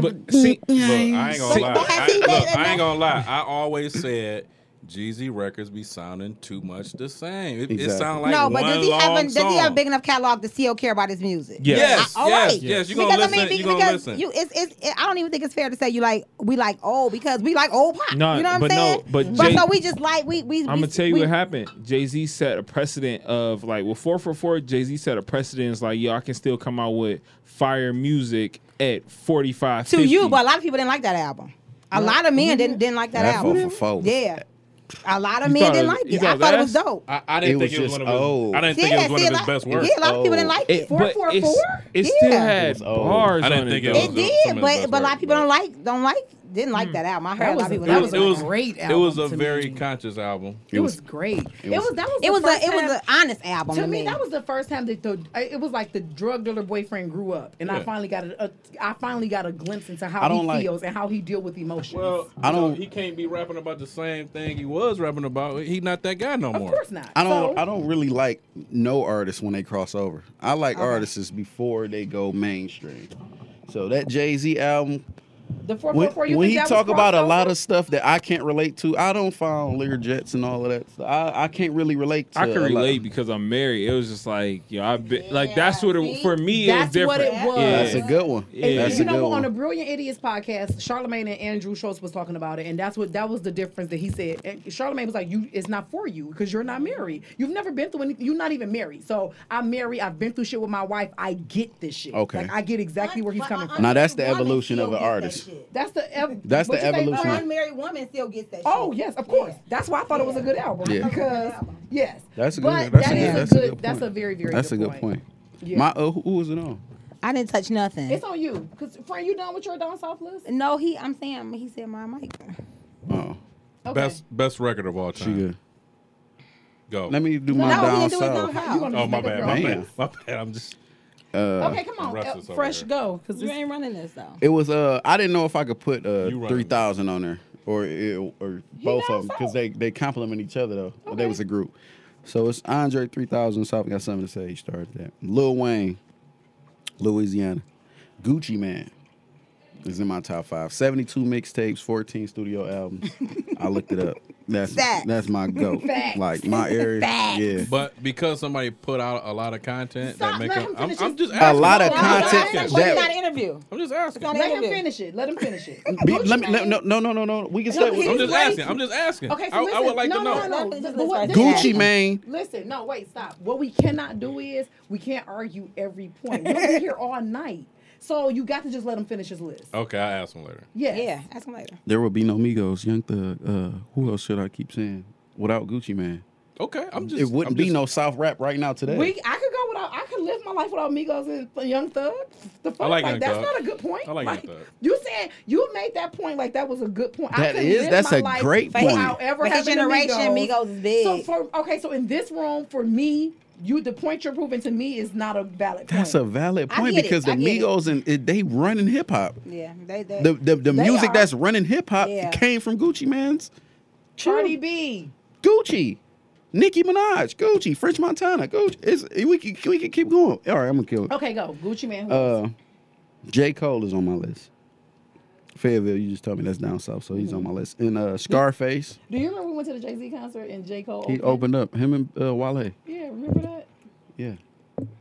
[SPEAKER 6] But see,
[SPEAKER 3] Look, I ain't gonna lie. I,
[SPEAKER 5] See,
[SPEAKER 3] look, I ain't gonna lie. I always said Jeezy records be sounding too much the same. It, it sound like
[SPEAKER 2] no, but
[SPEAKER 3] one
[SPEAKER 2] does he
[SPEAKER 3] long
[SPEAKER 2] have a, does
[SPEAKER 3] song.
[SPEAKER 2] he have a big enough catalog to still care about his music?
[SPEAKER 3] Yes. Yes,
[SPEAKER 2] I- all
[SPEAKER 3] yes,
[SPEAKER 2] right.
[SPEAKER 3] yes, you gonna
[SPEAKER 2] because, I
[SPEAKER 3] listen,
[SPEAKER 2] mean,
[SPEAKER 3] you
[SPEAKER 2] be-
[SPEAKER 3] gonna
[SPEAKER 2] because
[SPEAKER 3] listen.
[SPEAKER 2] you it's, it's it, I don't even think it's fair to say you like we like old because we like old pop.
[SPEAKER 6] No,
[SPEAKER 2] you know what
[SPEAKER 6] but
[SPEAKER 2] I'm saying?
[SPEAKER 6] no, but Jay-
[SPEAKER 2] so we just like we we.
[SPEAKER 6] I'm
[SPEAKER 2] we-
[SPEAKER 6] gonna tell you
[SPEAKER 2] we-
[SPEAKER 6] what happened. Jay Z set a precedent of like, well, four for four. Jay Z set a precedent. It's like, yo, I can still come out with fire music at 45.
[SPEAKER 2] to you, but a lot of people didn't like that album. A lot of men didn't didn't like that,
[SPEAKER 6] That
[SPEAKER 2] album.
[SPEAKER 6] four for four was-
[SPEAKER 2] Yeah, a lot of
[SPEAKER 6] You
[SPEAKER 2] men
[SPEAKER 6] thought
[SPEAKER 2] didn't
[SPEAKER 6] it-
[SPEAKER 2] like
[SPEAKER 6] you
[SPEAKER 2] it. I
[SPEAKER 6] thought
[SPEAKER 2] thought it
[SPEAKER 6] it
[SPEAKER 2] was
[SPEAKER 6] was-
[SPEAKER 2] dope.
[SPEAKER 3] I, I didn't think
[SPEAKER 5] It was
[SPEAKER 3] it was one of his.
[SPEAKER 5] just old.
[SPEAKER 3] I didn't think it
[SPEAKER 2] Yeah,
[SPEAKER 3] was one
[SPEAKER 2] see,
[SPEAKER 3] of
[SPEAKER 2] a lot-
[SPEAKER 3] his best works.
[SPEAKER 2] yeah, a lot of people didn't like it. Four,
[SPEAKER 6] Oh. but
[SPEAKER 2] four,
[SPEAKER 6] it's-
[SPEAKER 2] four?
[SPEAKER 6] It
[SPEAKER 2] Yeah.
[SPEAKER 6] still had
[SPEAKER 5] old.
[SPEAKER 6] bars
[SPEAKER 3] I didn't
[SPEAKER 6] on
[SPEAKER 3] think
[SPEAKER 6] it.
[SPEAKER 3] it
[SPEAKER 6] though.
[SPEAKER 3] was-
[SPEAKER 2] did,
[SPEAKER 3] some of the
[SPEAKER 2] but
[SPEAKER 3] best
[SPEAKER 2] but a lot
[SPEAKER 3] work,
[SPEAKER 2] of people don't like don't like didn't like that album. I heard a lot of people.
[SPEAKER 3] It was,
[SPEAKER 2] didn't
[SPEAKER 3] it was
[SPEAKER 2] like
[SPEAKER 4] great
[SPEAKER 3] It was
[SPEAKER 4] album
[SPEAKER 3] a
[SPEAKER 4] to
[SPEAKER 3] very conscious album.
[SPEAKER 4] It was great. It was that was
[SPEAKER 2] It
[SPEAKER 4] the
[SPEAKER 2] was
[SPEAKER 4] first
[SPEAKER 2] a it was
[SPEAKER 4] time-
[SPEAKER 2] an honest album to,
[SPEAKER 4] To me, that was the first time that the I- it was like the drug dealer boyfriend grew up, and I
[SPEAKER 5] Yeah.
[SPEAKER 4] finally got a, a I finally got a glimpse into how
[SPEAKER 5] I don't
[SPEAKER 4] he
[SPEAKER 5] like-
[SPEAKER 4] feels and how he deal with emotions.
[SPEAKER 3] Well,
[SPEAKER 5] I
[SPEAKER 3] I
[SPEAKER 5] don't-
[SPEAKER 3] don't. He can't be rapping about the same thing he was rapping about. He not that guy no more. Of course
[SPEAKER 4] not.
[SPEAKER 5] I don't. I don't really like no artists when they cross over. I like
[SPEAKER 4] Okay.
[SPEAKER 5] artists before they go mainstream. So that Jay Z album,
[SPEAKER 4] the four
[SPEAKER 5] when,
[SPEAKER 4] four four. You
[SPEAKER 5] when
[SPEAKER 4] think
[SPEAKER 5] he
[SPEAKER 4] that
[SPEAKER 5] talk
[SPEAKER 4] was
[SPEAKER 5] about a
[SPEAKER 4] crossover?
[SPEAKER 5] lot of stuff that I can't relate to, I don't find Lear Jets and all of that. stuff. I I can't really relate. to
[SPEAKER 6] I can
[SPEAKER 5] a lot.
[SPEAKER 6] relate because I'm married. It was just like, yo, I've been like that's what it for me.
[SPEAKER 4] That's
[SPEAKER 6] it was
[SPEAKER 4] what
[SPEAKER 6] different.
[SPEAKER 4] it was.
[SPEAKER 6] Yeah.
[SPEAKER 5] That's a good one.
[SPEAKER 6] Yeah.
[SPEAKER 5] That's
[SPEAKER 4] you
[SPEAKER 5] a good
[SPEAKER 4] know what?
[SPEAKER 5] one.
[SPEAKER 4] On the Brilliant Idiots podcast, Charlemagne and Andrew Schultz was talking about it, and that's what that was the difference that he said. And Charlemagne was like, "You, it's not for you because you're not married. You've never been through anything. You're not even married. So I'm married. I've been through shit with my wife. I get this shit.
[SPEAKER 5] Okay.
[SPEAKER 4] like, I get exactly where he's
[SPEAKER 2] uh,
[SPEAKER 4] coming from.
[SPEAKER 5] now that's the evolution of an artist.
[SPEAKER 4] That's the ev-
[SPEAKER 5] That's
[SPEAKER 4] what
[SPEAKER 5] the
[SPEAKER 4] you say,
[SPEAKER 5] evolution.
[SPEAKER 4] Brian?
[SPEAKER 2] unmarried woman still gets that.
[SPEAKER 4] Oh yes, of course. That's why I thought it was a good album
[SPEAKER 5] Yeah.
[SPEAKER 4] because yes,
[SPEAKER 5] That's a good.
[SPEAKER 4] But
[SPEAKER 5] that's
[SPEAKER 4] that
[SPEAKER 5] a
[SPEAKER 4] is
[SPEAKER 5] good.
[SPEAKER 4] a
[SPEAKER 5] That's a
[SPEAKER 4] good-
[SPEAKER 5] good.
[SPEAKER 4] that's
[SPEAKER 5] point.
[SPEAKER 4] a very, very
[SPEAKER 5] That's
[SPEAKER 4] good
[SPEAKER 5] a good point.
[SPEAKER 4] Yeah.
[SPEAKER 5] My uh, who, who was it on?
[SPEAKER 2] I didn't touch nothing.
[SPEAKER 4] it's on you. Cause friend, you done with your down south list?
[SPEAKER 2] No, he. I'm saying he said my mic.
[SPEAKER 5] Oh,
[SPEAKER 4] Okay.
[SPEAKER 3] Best best record of all time. Go.
[SPEAKER 5] Let me do
[SPEAKER 2] No,
[SPEAKER 5] my
[SPEAKER 2] he didn't
[SPEAKER 5] down
[SPEAKER 2] do his
[SPEAKER 5] south.
[SPEAKER 2] down south. You gonna
[SPEAKER 3] Oh
[SPEAKER 2] just make
[SPEAKER 3] my
[SPEAKER 2] up
[SPEAKER 3] bad.
[SPEAKER 2] your
[SPEAKER 3] My
[SPEAKER 2] own
[SPEAKER 3] bad.
[SPEAKER 5] list.
[SPEAKER 3] My bad. I'm just.
[SPEAKER 5] Uh,
[SPEAKER 4] okay, come on,
[SPEAKER 3] Russ
[SPEAKER 4] uh,
[SPEAKER 3] is over
[SPEAKER 4] fresh
[SPEAKER 3] there.
[SPEAKER 4] go because
[SPEAKER 2] you ain't running this though.
[SPEAKER 5] It was uh I didn't know if I could put uh
[SPEAKER 3] running
[SPEAKER 5] three thousand on there or or both of them because they they complement each other though. They was a group, so it's Andre three thousand. South got something to say. He started that. Lil Wayne, Louisiana, Gucci Man is in my top five. Seventy two mixtapes, fourteen studio albums. I looked it up. That's
[SPEAKER 3] Facts.
[SPEAKER 5] that's my goat.
[SPEAKER 3] Facts.
[SPEAKER 5] Like my area. Yeah.
[SPEAKER 3] But because somebody put out a lot of content that make
[SPEAKER 4] let
[SPEAKER 3] him,
[SPEAKER 4] him
[SPEAKER 3] I'm,
[SPEAKER 4] finish
[SPEAKER 3] I'm
[SPEAKER 4] his-
[SPEAKER 3] just
[SPEAKER 5] A
[SPEAKER 3] asking.
[SPEAKER 5] lot of
[SPEAKER 3] I'm
[SPEAKER 5] content
[SPEAKER 3] just asking.
[SPEAKER 5] that-
[SPEAKER 2] Well, you got an interview.
[SPEAKER 3] I'm just asking.
[SPEAKER 2] It's on
[SPEAKER 4] Let him
[SPEAKER 2] interview.
[SPEAKER 4] finish it. Let him finish it.
[SPEAKER 5] Be- let me let, no no no no no. We can
[SPEAKER 4] No,
[SPEAKER 5] stay with
[SPEAKER 4] he's
[SPEAKER 3] I'm just
[SPEAKER 4] waiting.
[SPEAKER 3] asking. I'm just asking.
[SPEAKER 4] Okay, so
[SPEAKER 3] I,
[SPEAKER 4] listen,
[SPEAKER 3] I would like
[SPEAKER 4] no,
[SPEAKER 3] to know.
[SPEAKER 4] No, no,
[SPEAKER 2] Nothing
[SPEAKER 4] no.
[SPEAKER 2] just
[SPEAKER 4] But what-
[SPEAKER 2] lets
[SPEAKER 4] this
[SPEAKER 5] Gucci
[SPEAKER 4] happened.
[SPEAKER 5] Mane.
[SPEAKER 4] Listen, no, wait, stop. What we cannot do is we can't argue every point. We'll be here all night. So you got to just let him finish his list.
[SPEAKER 3] Okay, I'll ask him later.
[SPEAKER 4] Yeah.
[SPEAKER 2] Yeah. Ask him later.
[SPEAKER 5] There will be no Migos, Young Thug. Uh, who else should I keep saying without Gucci Man?
[SPEAKER 3] Okay, I'm just.
[SPEAKER 5] it wouldn't
[SPEAKER 3] I'm
[SPEAKER 5] be
[SPEAKER 3] just-
[SPEAKER 5] no South rap right now today.
[SPEAKER 4] We, I could go without. I could live my life without Migos and Young Thug. The fuck?
[SPEAKER 5] I like Young
[SPEAKER 4] that's
[SPEAKER 5] Thug.
[SPEAKER 4] not a good point.
[SPEAKER 5] I like Young Thug.
[SPEAKER 4] You said you made that point like that was a good point. I
[SPEAKER 5] That
[SPEAKER 4] could
[SPEAKER 5] is-
[SPEAKER 4] live
[SPEAKER 5] that's
[SPEAKER 4] my
[SPEAKER 5] a
[SPEAKER 4] life
[SPEAKER 5] great point.
[SPEAKER 4] Without
[SPEAKER 2] For
[SPEAKER 4] ever
[SPEAKER 2] his
[SPEAKER 4] having
[SPEAKER 2] generation,
[SPEAKER 4] Migos.
[SPEAKER 2] Migos is big.
[SPEAKER 4] So for okay, so in this room, for me, you the point you're proving to me is not a valid point.
[SPEAKER 5] That's a valid
[SPEAKER 4] I
[SPEAKER 5] point
[SPEAKER 4] get it,
[SPEAKER 5] because
[SPEAKER 4] I
[SPEAKER 5] the
[SPEAKER 4] get it.
[SPEAKER 5] Migos and it, they running hip hop.
[SPEAKER 2] Yeah, they, they
[SPEAKER 5] The the, the
[SPEAKER 2] They
[SPEAKER 5] music
[SPEAKER 2] are.
[SPEAKER 5] that's running hip hop
[SPEAKER 2] Yeah.
[SPEAKER 5] came from Gucci Man's
[SPEAKER 4] Cardi B,
[SPEAKER 5] Gucci, Nicki Minaj, Gucci, French Montana, Gucci. It's, we can we can keep going. All right, I'm gonna kill it.
[SPEAKER 4] Okay, go Gucci man. Who
[SPEAKER 5] Uh, J Cole is on my list. Fayetteville, you just told me that's down south, so he's
[SPEAKER 4] Mm-hmm.
[SPEAKER 5] on my list. And uh, Scarface,
[SPEAKER 4] Do you remember we went to the Jay Z concert and J Cole?
[SPEAKER 5] he
[SPEAKER 4] opened?
[SPEAKER 5] opened up. Him and uh, Wale.
[SPEAKER 4] Yeah, remember that?
[SPEAKER 5] Yeah.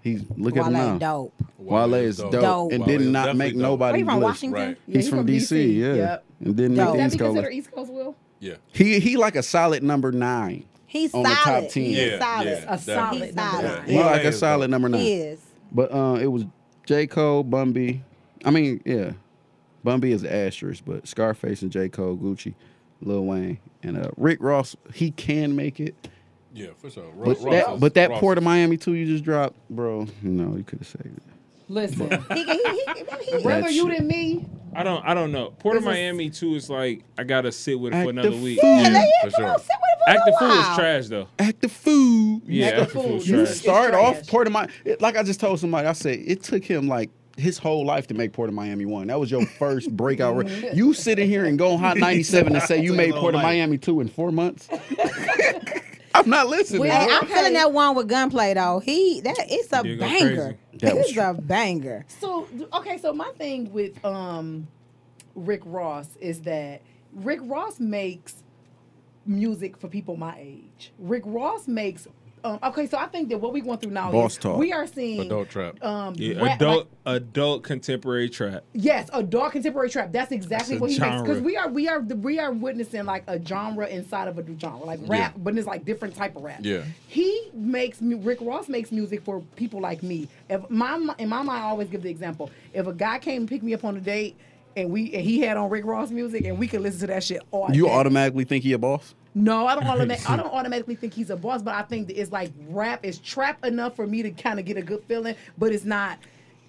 [SPEAKER 5] He's look at him
[SPEAKER 4] Wale
[SPEAKER 5] now.
[SPEAKER 2] dope.
[SPEAKER 5] Wale, is dope, and
[SPEAKER 3] Wale
[SPEAKER 5] did
[SPEAKER 3] is
[SPEAKER 5] not
[SPEAKER 3] definitely
[SPEAKER 5] make
[SPEAKER 3] dope.
[SPEAKER 5] nobody.
[SPEAKER 3] Where he from,
[SPEAKER 5] list.
[SPEAKER 3] Washington? Right.
[SPEAKER 5] He's, from, DC, yeah,
[SPEAKER 4] Yep.
[SPEAKER 5] and didn't
[SPEAKER 4] Does
[SPEAKER 5] make the
[SPEAKER 4] that
[SPEAKER 5] East
[SPEAKER 4] be
[SPEAKER 5] Coast.
[SPEAKER 4] considered
[SPEAKER 5] list.
[SPEAKER 4] East Coast Will?
[SPEAKER 3] Yeah,
[SPEAKER 5] He he like a solid number nine.
[SPEAKER 2] He's
[SPEAKER 5] on the
[SPEAKER 2] solid.
[SPEAKER 5] top ten.
[SPEAKER 2] He is solid.
[SPEAKER 5] yeah,
[SPEAKER 2] a solid. He's solid.
[SPEAKER 5] He like a solid number nine.
[SPEAKER 2] He is.
[SPEAKER 5] But uh, it was J. Cole, Bun B. I mean, yeah. Bun B is the asterisk, but Scarface and J. Cole, Gucci, Lil Wayne, and uh, Rick Ross, he can make it.
[SPEAKER 3] Yeah, for sure. Ro-
[SPEAKER 5] But
[SPEAKER 3] Ross
[SPEAKER 5] that,
[SPEAKER 3] is-
[SPEAKER 5] but that
[SPEAKER 3] Ross
[SPEAKER 5] Port of
[SPEAKER 3] is-
[SPEAKER 5] Miami 2 you just dropped, bro, no, you could have saved it.
[SPEAKER 4] Listen,
[SPEAKER 2] he, he,
[SPEAKER 5] he-
[SPEAKER 4] rather
[SPEAKER 5] That
[SPEAKER 4] you
[SPEAKER 5] shit.
[SPEAKER 4] than me.
[SPEAKER 6] I don't. I don't know. Port of Miami too is like I gotta sit with it
[SPEAKER 5] Act
[SPEAKER 6] for another
[SPEAKER 5] the
[SPEAKER 6] week.
[SPEAKER 5] fool. Yeah, they-
[SPEAKER 6] for sure. Act the fool is trash though.
[SPEAKER 5] Act the fool.
[SPEAKER 6] Yeah,
[SPEAKER 5] Act the
[SPEAKER 6] Act the Fool.
[SPEAKER 5] You
[SPEAKER 6] Trash.
[SPEAKER 5] start off Port of Miami. it- Like I just told somebody, I said it took him like his whole life to make Port of Miami one. That was your first breakout. re- You sitting here and go on Hot 97 and say you
[SPEAKER 2] Took
[SPEAKER 5] made
[SPEAKER 2] his whole
[SPEAKER 5] Port of
[SPEAKER 2] life.
[SPEAKER 5] Miami two in four months. I'm not listening.
[SPEAKER 2] Hey,
[SPEAKER 5] bro.
[SPEAKER 2] I'm feeling that one with gunplay though. He that it's a
[SPEAKER 5] Did go
[SPEAKER 2] banger.
[SPEAKER 5] crazy. That was
[SPEAKER 2] It's a banger.
[SPEAKER 4] So th- okay, so my thing with um Rick Ross is that Rick Ross makes music for people my age. Rick Ross makes um, okay, so I think that what we're going through now
[SPEAKER 6] Boss
[SPEAKER 4] is
[SPEAKER 6] talk.
[SPEAKER 4] we are seeing
[SPEAKER 6] Adult trap.
[SPEAKER 4] Um,
[SPEAKER 6] Yeah,
[SPEAKER 4] rap-
[SPEAKER 6] adult adult contemporary trap.
[SPEAKER 4] Yes, adult contemporary trap. That's exactly
[SPEAKER 6] That's a
[SPEAKER 4] what he makes.
[SPEAKER 6] genre.
[SPEAKER 4] Because we are we are we are witnessing like a genre inside of a genre, like rap, but it's like different type of rap.
[SPEAKER 6] Yeah.
[SPEAKER 4] He makes mu- Rick Ross makes music for people like me. If my mi- in my mind, I always give the example. If a guy came and picked me up on a date. And we and he had on Rick Ross music, and we could listen to that shit all
[SPEAKER 5] You
[SPEAKER 4] day.
[SPEAKER 5] automatically think he a boss?
[SPEAKER 4] No, I don't automatic, I don't automatically think he's a boss, but I think that it's like rap is trap enough for me to kind of get a good feeling, but it's not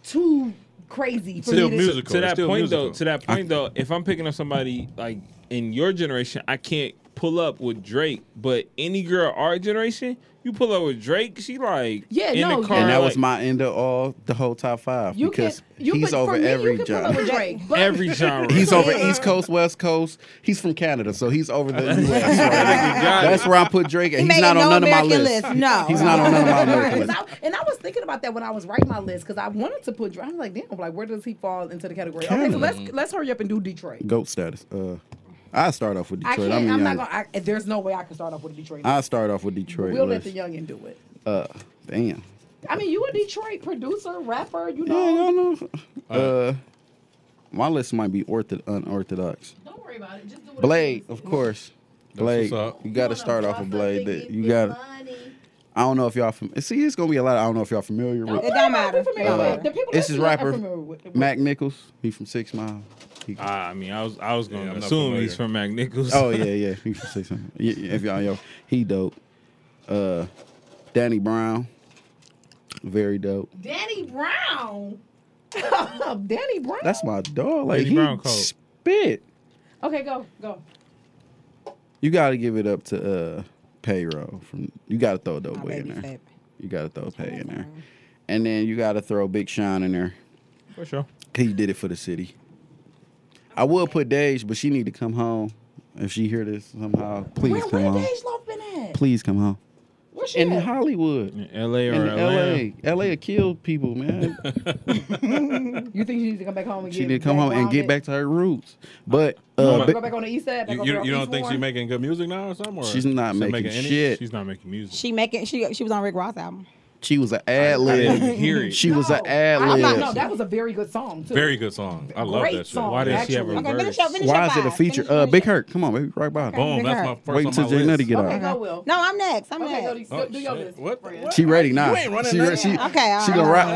[SPEAKER 4] too crazy for me to,
[SPEAKER 6] To that point though, to that point though, if I'm picking up somebody like in your generation, I can't pull up with Drake. But any girl our generation, you pull up with Drake, she like
[SPEAKER 4] Yeah,
[SPEAKER 6] in
[SPEAKER 4] no,
[SPEAKER 6] the car.
[SPEAKER 5] and that
[SPEAKER 6] like,
[SPEAKER 5] was my end of all the whole top five
[SPEAKER 4] You
[SPEAKER 5] because
[SPEAKER 4] can- you
[SPEAKER 5] he's
[SPEAKER 4] can-
[SPEAKER 5] over
[SPEAKER 4] for me, you
[SPEAKER 5] every
[SPEAKER 4] can pull up
[SPEAKER 5] genre.
[SPEAKER 4] with Drake, but-
[SPEAKER 6] Every genre.
[SPEAKER 5] He's over
[SPEAKER 4] Yeah.
[SPEAKER 5] East Coast, West Coast. He's from Canada, so he's over the U.S. right? That's where I put Drake.
[SPEAKER 2] He
[SPEAKER 5] And he's
[SPEAKER 2] made
[SPEAKER 5] not
[SPEAKER 2] no
[SPEAKER 5] on none of my
[SPEAKER 2] American
[SPEAKER 5] list.
[SPEAKER 2] list, no.
[SPEAKER 5] he's not on none of my American
[SPEAKER 4] Because
[SPEAKER 5] list.
[SPEAKER 4] I- and I was thinking about that when I was writing my list because I wanted to put. I was like, damn, like where does he fall into the category? Okay, so
[SPEAKER 5] Canada.
[SPEAKER 4] let's let's hurry up and do Detroit.
[SPEAKER 5] Goat status. Uh, I start off with
[SPEAKER 4] I
[SPEAKER 5] Detroit.
[SPEAKER 4] can't.
[SPEAKER 5] I,
[SPEAKER 4] I
[SPEAKER 5] mean,
[SPEAKER 4] am
[SPEAKER 5] I-
[SPEAKER 4] not gonna. I, there's no way I can start off with Detroit.
[SPEAKER 5] I start off with Detroit.
[SPEAKER 4] we'll
[SPEAKER 5] list.
[SPEAKER 4] let the youngin do it.
[SPEAKER 5] uh, damn.
[SPEAKER 4] I mean, you a Detroit producer, rapper, you
[SPEAKER 5] Yeah,
[SPEAKER 4] know.
[SPEAKER 5] y'all know. Uh, my list might be ortho- unorthodox.
[SPEAKER 4] Don't worry about it. Just do
[SPEAKER 5] Blade, of course. Blade, you got to start off with Blade. That you got. I don't know if y'all. Fam- See, it's gonna be a lot. I don't know if y'all familiar with.
[SPEAKER 2] It don't matter.
[SPEAKER 5] Uh,
[SPEAKER 2] It don't matter.
[SPEAKER 5] it's his rapper, Mac Nichols. He from Six Mile. He-
[SPEAKER 6] Ah, I mean, I was I was gonna
[SPEAKER 3] I'm not
[SPEAKER 6] assume he's
[SPEAKER 3] familiar.
[SPEAKER 6] from Mac Nichols.
[SPEAKER 5] Oh yeah, yeah. He from Six Mile. Yeah, yeah, if y'all, yo, he dope. Uh, Danny Brown, very dope.
[SPEAKER 4] Danny Brown. Danny Brown.
[SPEAKER 5] That's my dog. Like
[SPEAKER 6] Danny
[SPEAKER 5] he
[SPEAKER 6] Brown cold.
[SPEAKER 5] spit.
[SPEAKER 4] Okay, go go.
[SPEAKER 5] You got to give it up to uh payroll from. You got to throw Dope Boy in there. You got to throw Pay in there, and then you got to throw Big Sean in there.
[SPEAKER 6] For sure.
[SPEAKER 5] He did it for the city. I would put Dage, but she need to come home. If she hear this somehow, please
[SPEAKER 4] Where-
[SPEAKER 5] come
[SPEAKER 4] where
[SPEAKER 5] home.
[SPEAKER 4] Dej Loaf been at?
[SPEAKER 5] Please come home.
[SPEAKER 4] Where's she
[SPEAKER 5] In
[SPEAKER 4] at?
[SPEAKER 5] Hollywood,
[SPEAKER 6] in L.A.
[SPEAKER 5] or
[SPEAKER 6] Atlanta.
[SPEAKER 5] LA, LA killed people, man.
[SPEAKER 4] you think she needs to come back home and
[SPEAKER 5] she
[SPEAKER 4] get
[SPEAKER 5] need to come home and get
[SPEAKER 4] grounded?
[SPEAKER 5] back to her roots. But
[SPEAKER 4] You
[SPEAKER 5] uh,
[SPEAKER 4] wanna
[SPEAKER 5] Big-
[SPEAKER 4] go back on the east side. Back
[SPEAKER 3] You,
[SPEAKER 4] over
[SPEAKER 3] you,
[SPEAKER 4] on
[SPEAKER 3] you
[SPEAKER 4] East
[SPEAKER 3] don't think she's
[SPEAKER 4] Warren?
[SPEAKER 3] making good music now or something? Or
[SPEAKER 5] She's not making
[SPEAKER 3] any-
[SPEAKER 5] shit.
[SPEAKER 3] She's not making music.
[SPEAKER 2] She making she she was on Rick Ross album.
[SPEAKER 5] she was an ad
[SPEAKER 3] I didn't even
[SPEAKER 5] lib.
[SPEAKER 3] hear it.
[SPEAKER 5] She was an ad
[SPEAKER 4] I'm not,
[SPEAKER 5] lib.
[SPEAKER 4] no, that was a very good song too.
[SPEAKER 3] Very good song. I love
[SPEAKER 4] Great
[SPEAKER 3] that shit.
[SPEAKER 4] song, Why didn't she have a actually. Okay, finish verse? up, finish
[SPEAKER 5] Why
[SPEAKER 4] up
[SPEAKER 5] is it a
[SPEAKER 4] five.
[SPEAKER 5] feature?
[SPEAKER 4] Finish-
[SPEAKER 5] Uh, Big Hurt. Come on, baby. Right by.
[SPEAKER 3] Okay, Boom, Big that's Hurt. my first
[SPEAKER 5] Wait
[SPEAKER 3] on
[SPEAKER 5] until
[SPEAKER 3] my
[SPEAKER 5] Jay
[SPEAKER 3] list.
[SPEAKER 5] Nutty get
[SPEAKER 4] Okay,
[SPEAKER 5] out.
[SPEAKER 4] go Will.
[SPEAKER 2] No, I'm next. I'm
[SPEAKER 4] Okay, go
[SPEAKER 2] next.
[SPEAKER 4] do, do, do
[SPEAKER 3] Oh,
[SPEAKER 4] your list. What?
[SPEAKER 5] She ready now.
[SPEAKER 3] You ain't running
[SPEAKER 5] she,
[SPEAKER 3] nothing.
[SPEAKER 5] she,
[SPEAKER 2] Okay, all
[SPEAKER 5] she
[SPEAKER 2] right.
[SPEAKER 5] gonna
[SPEAKER 4] Oh,
[SPEAKER 5] ride.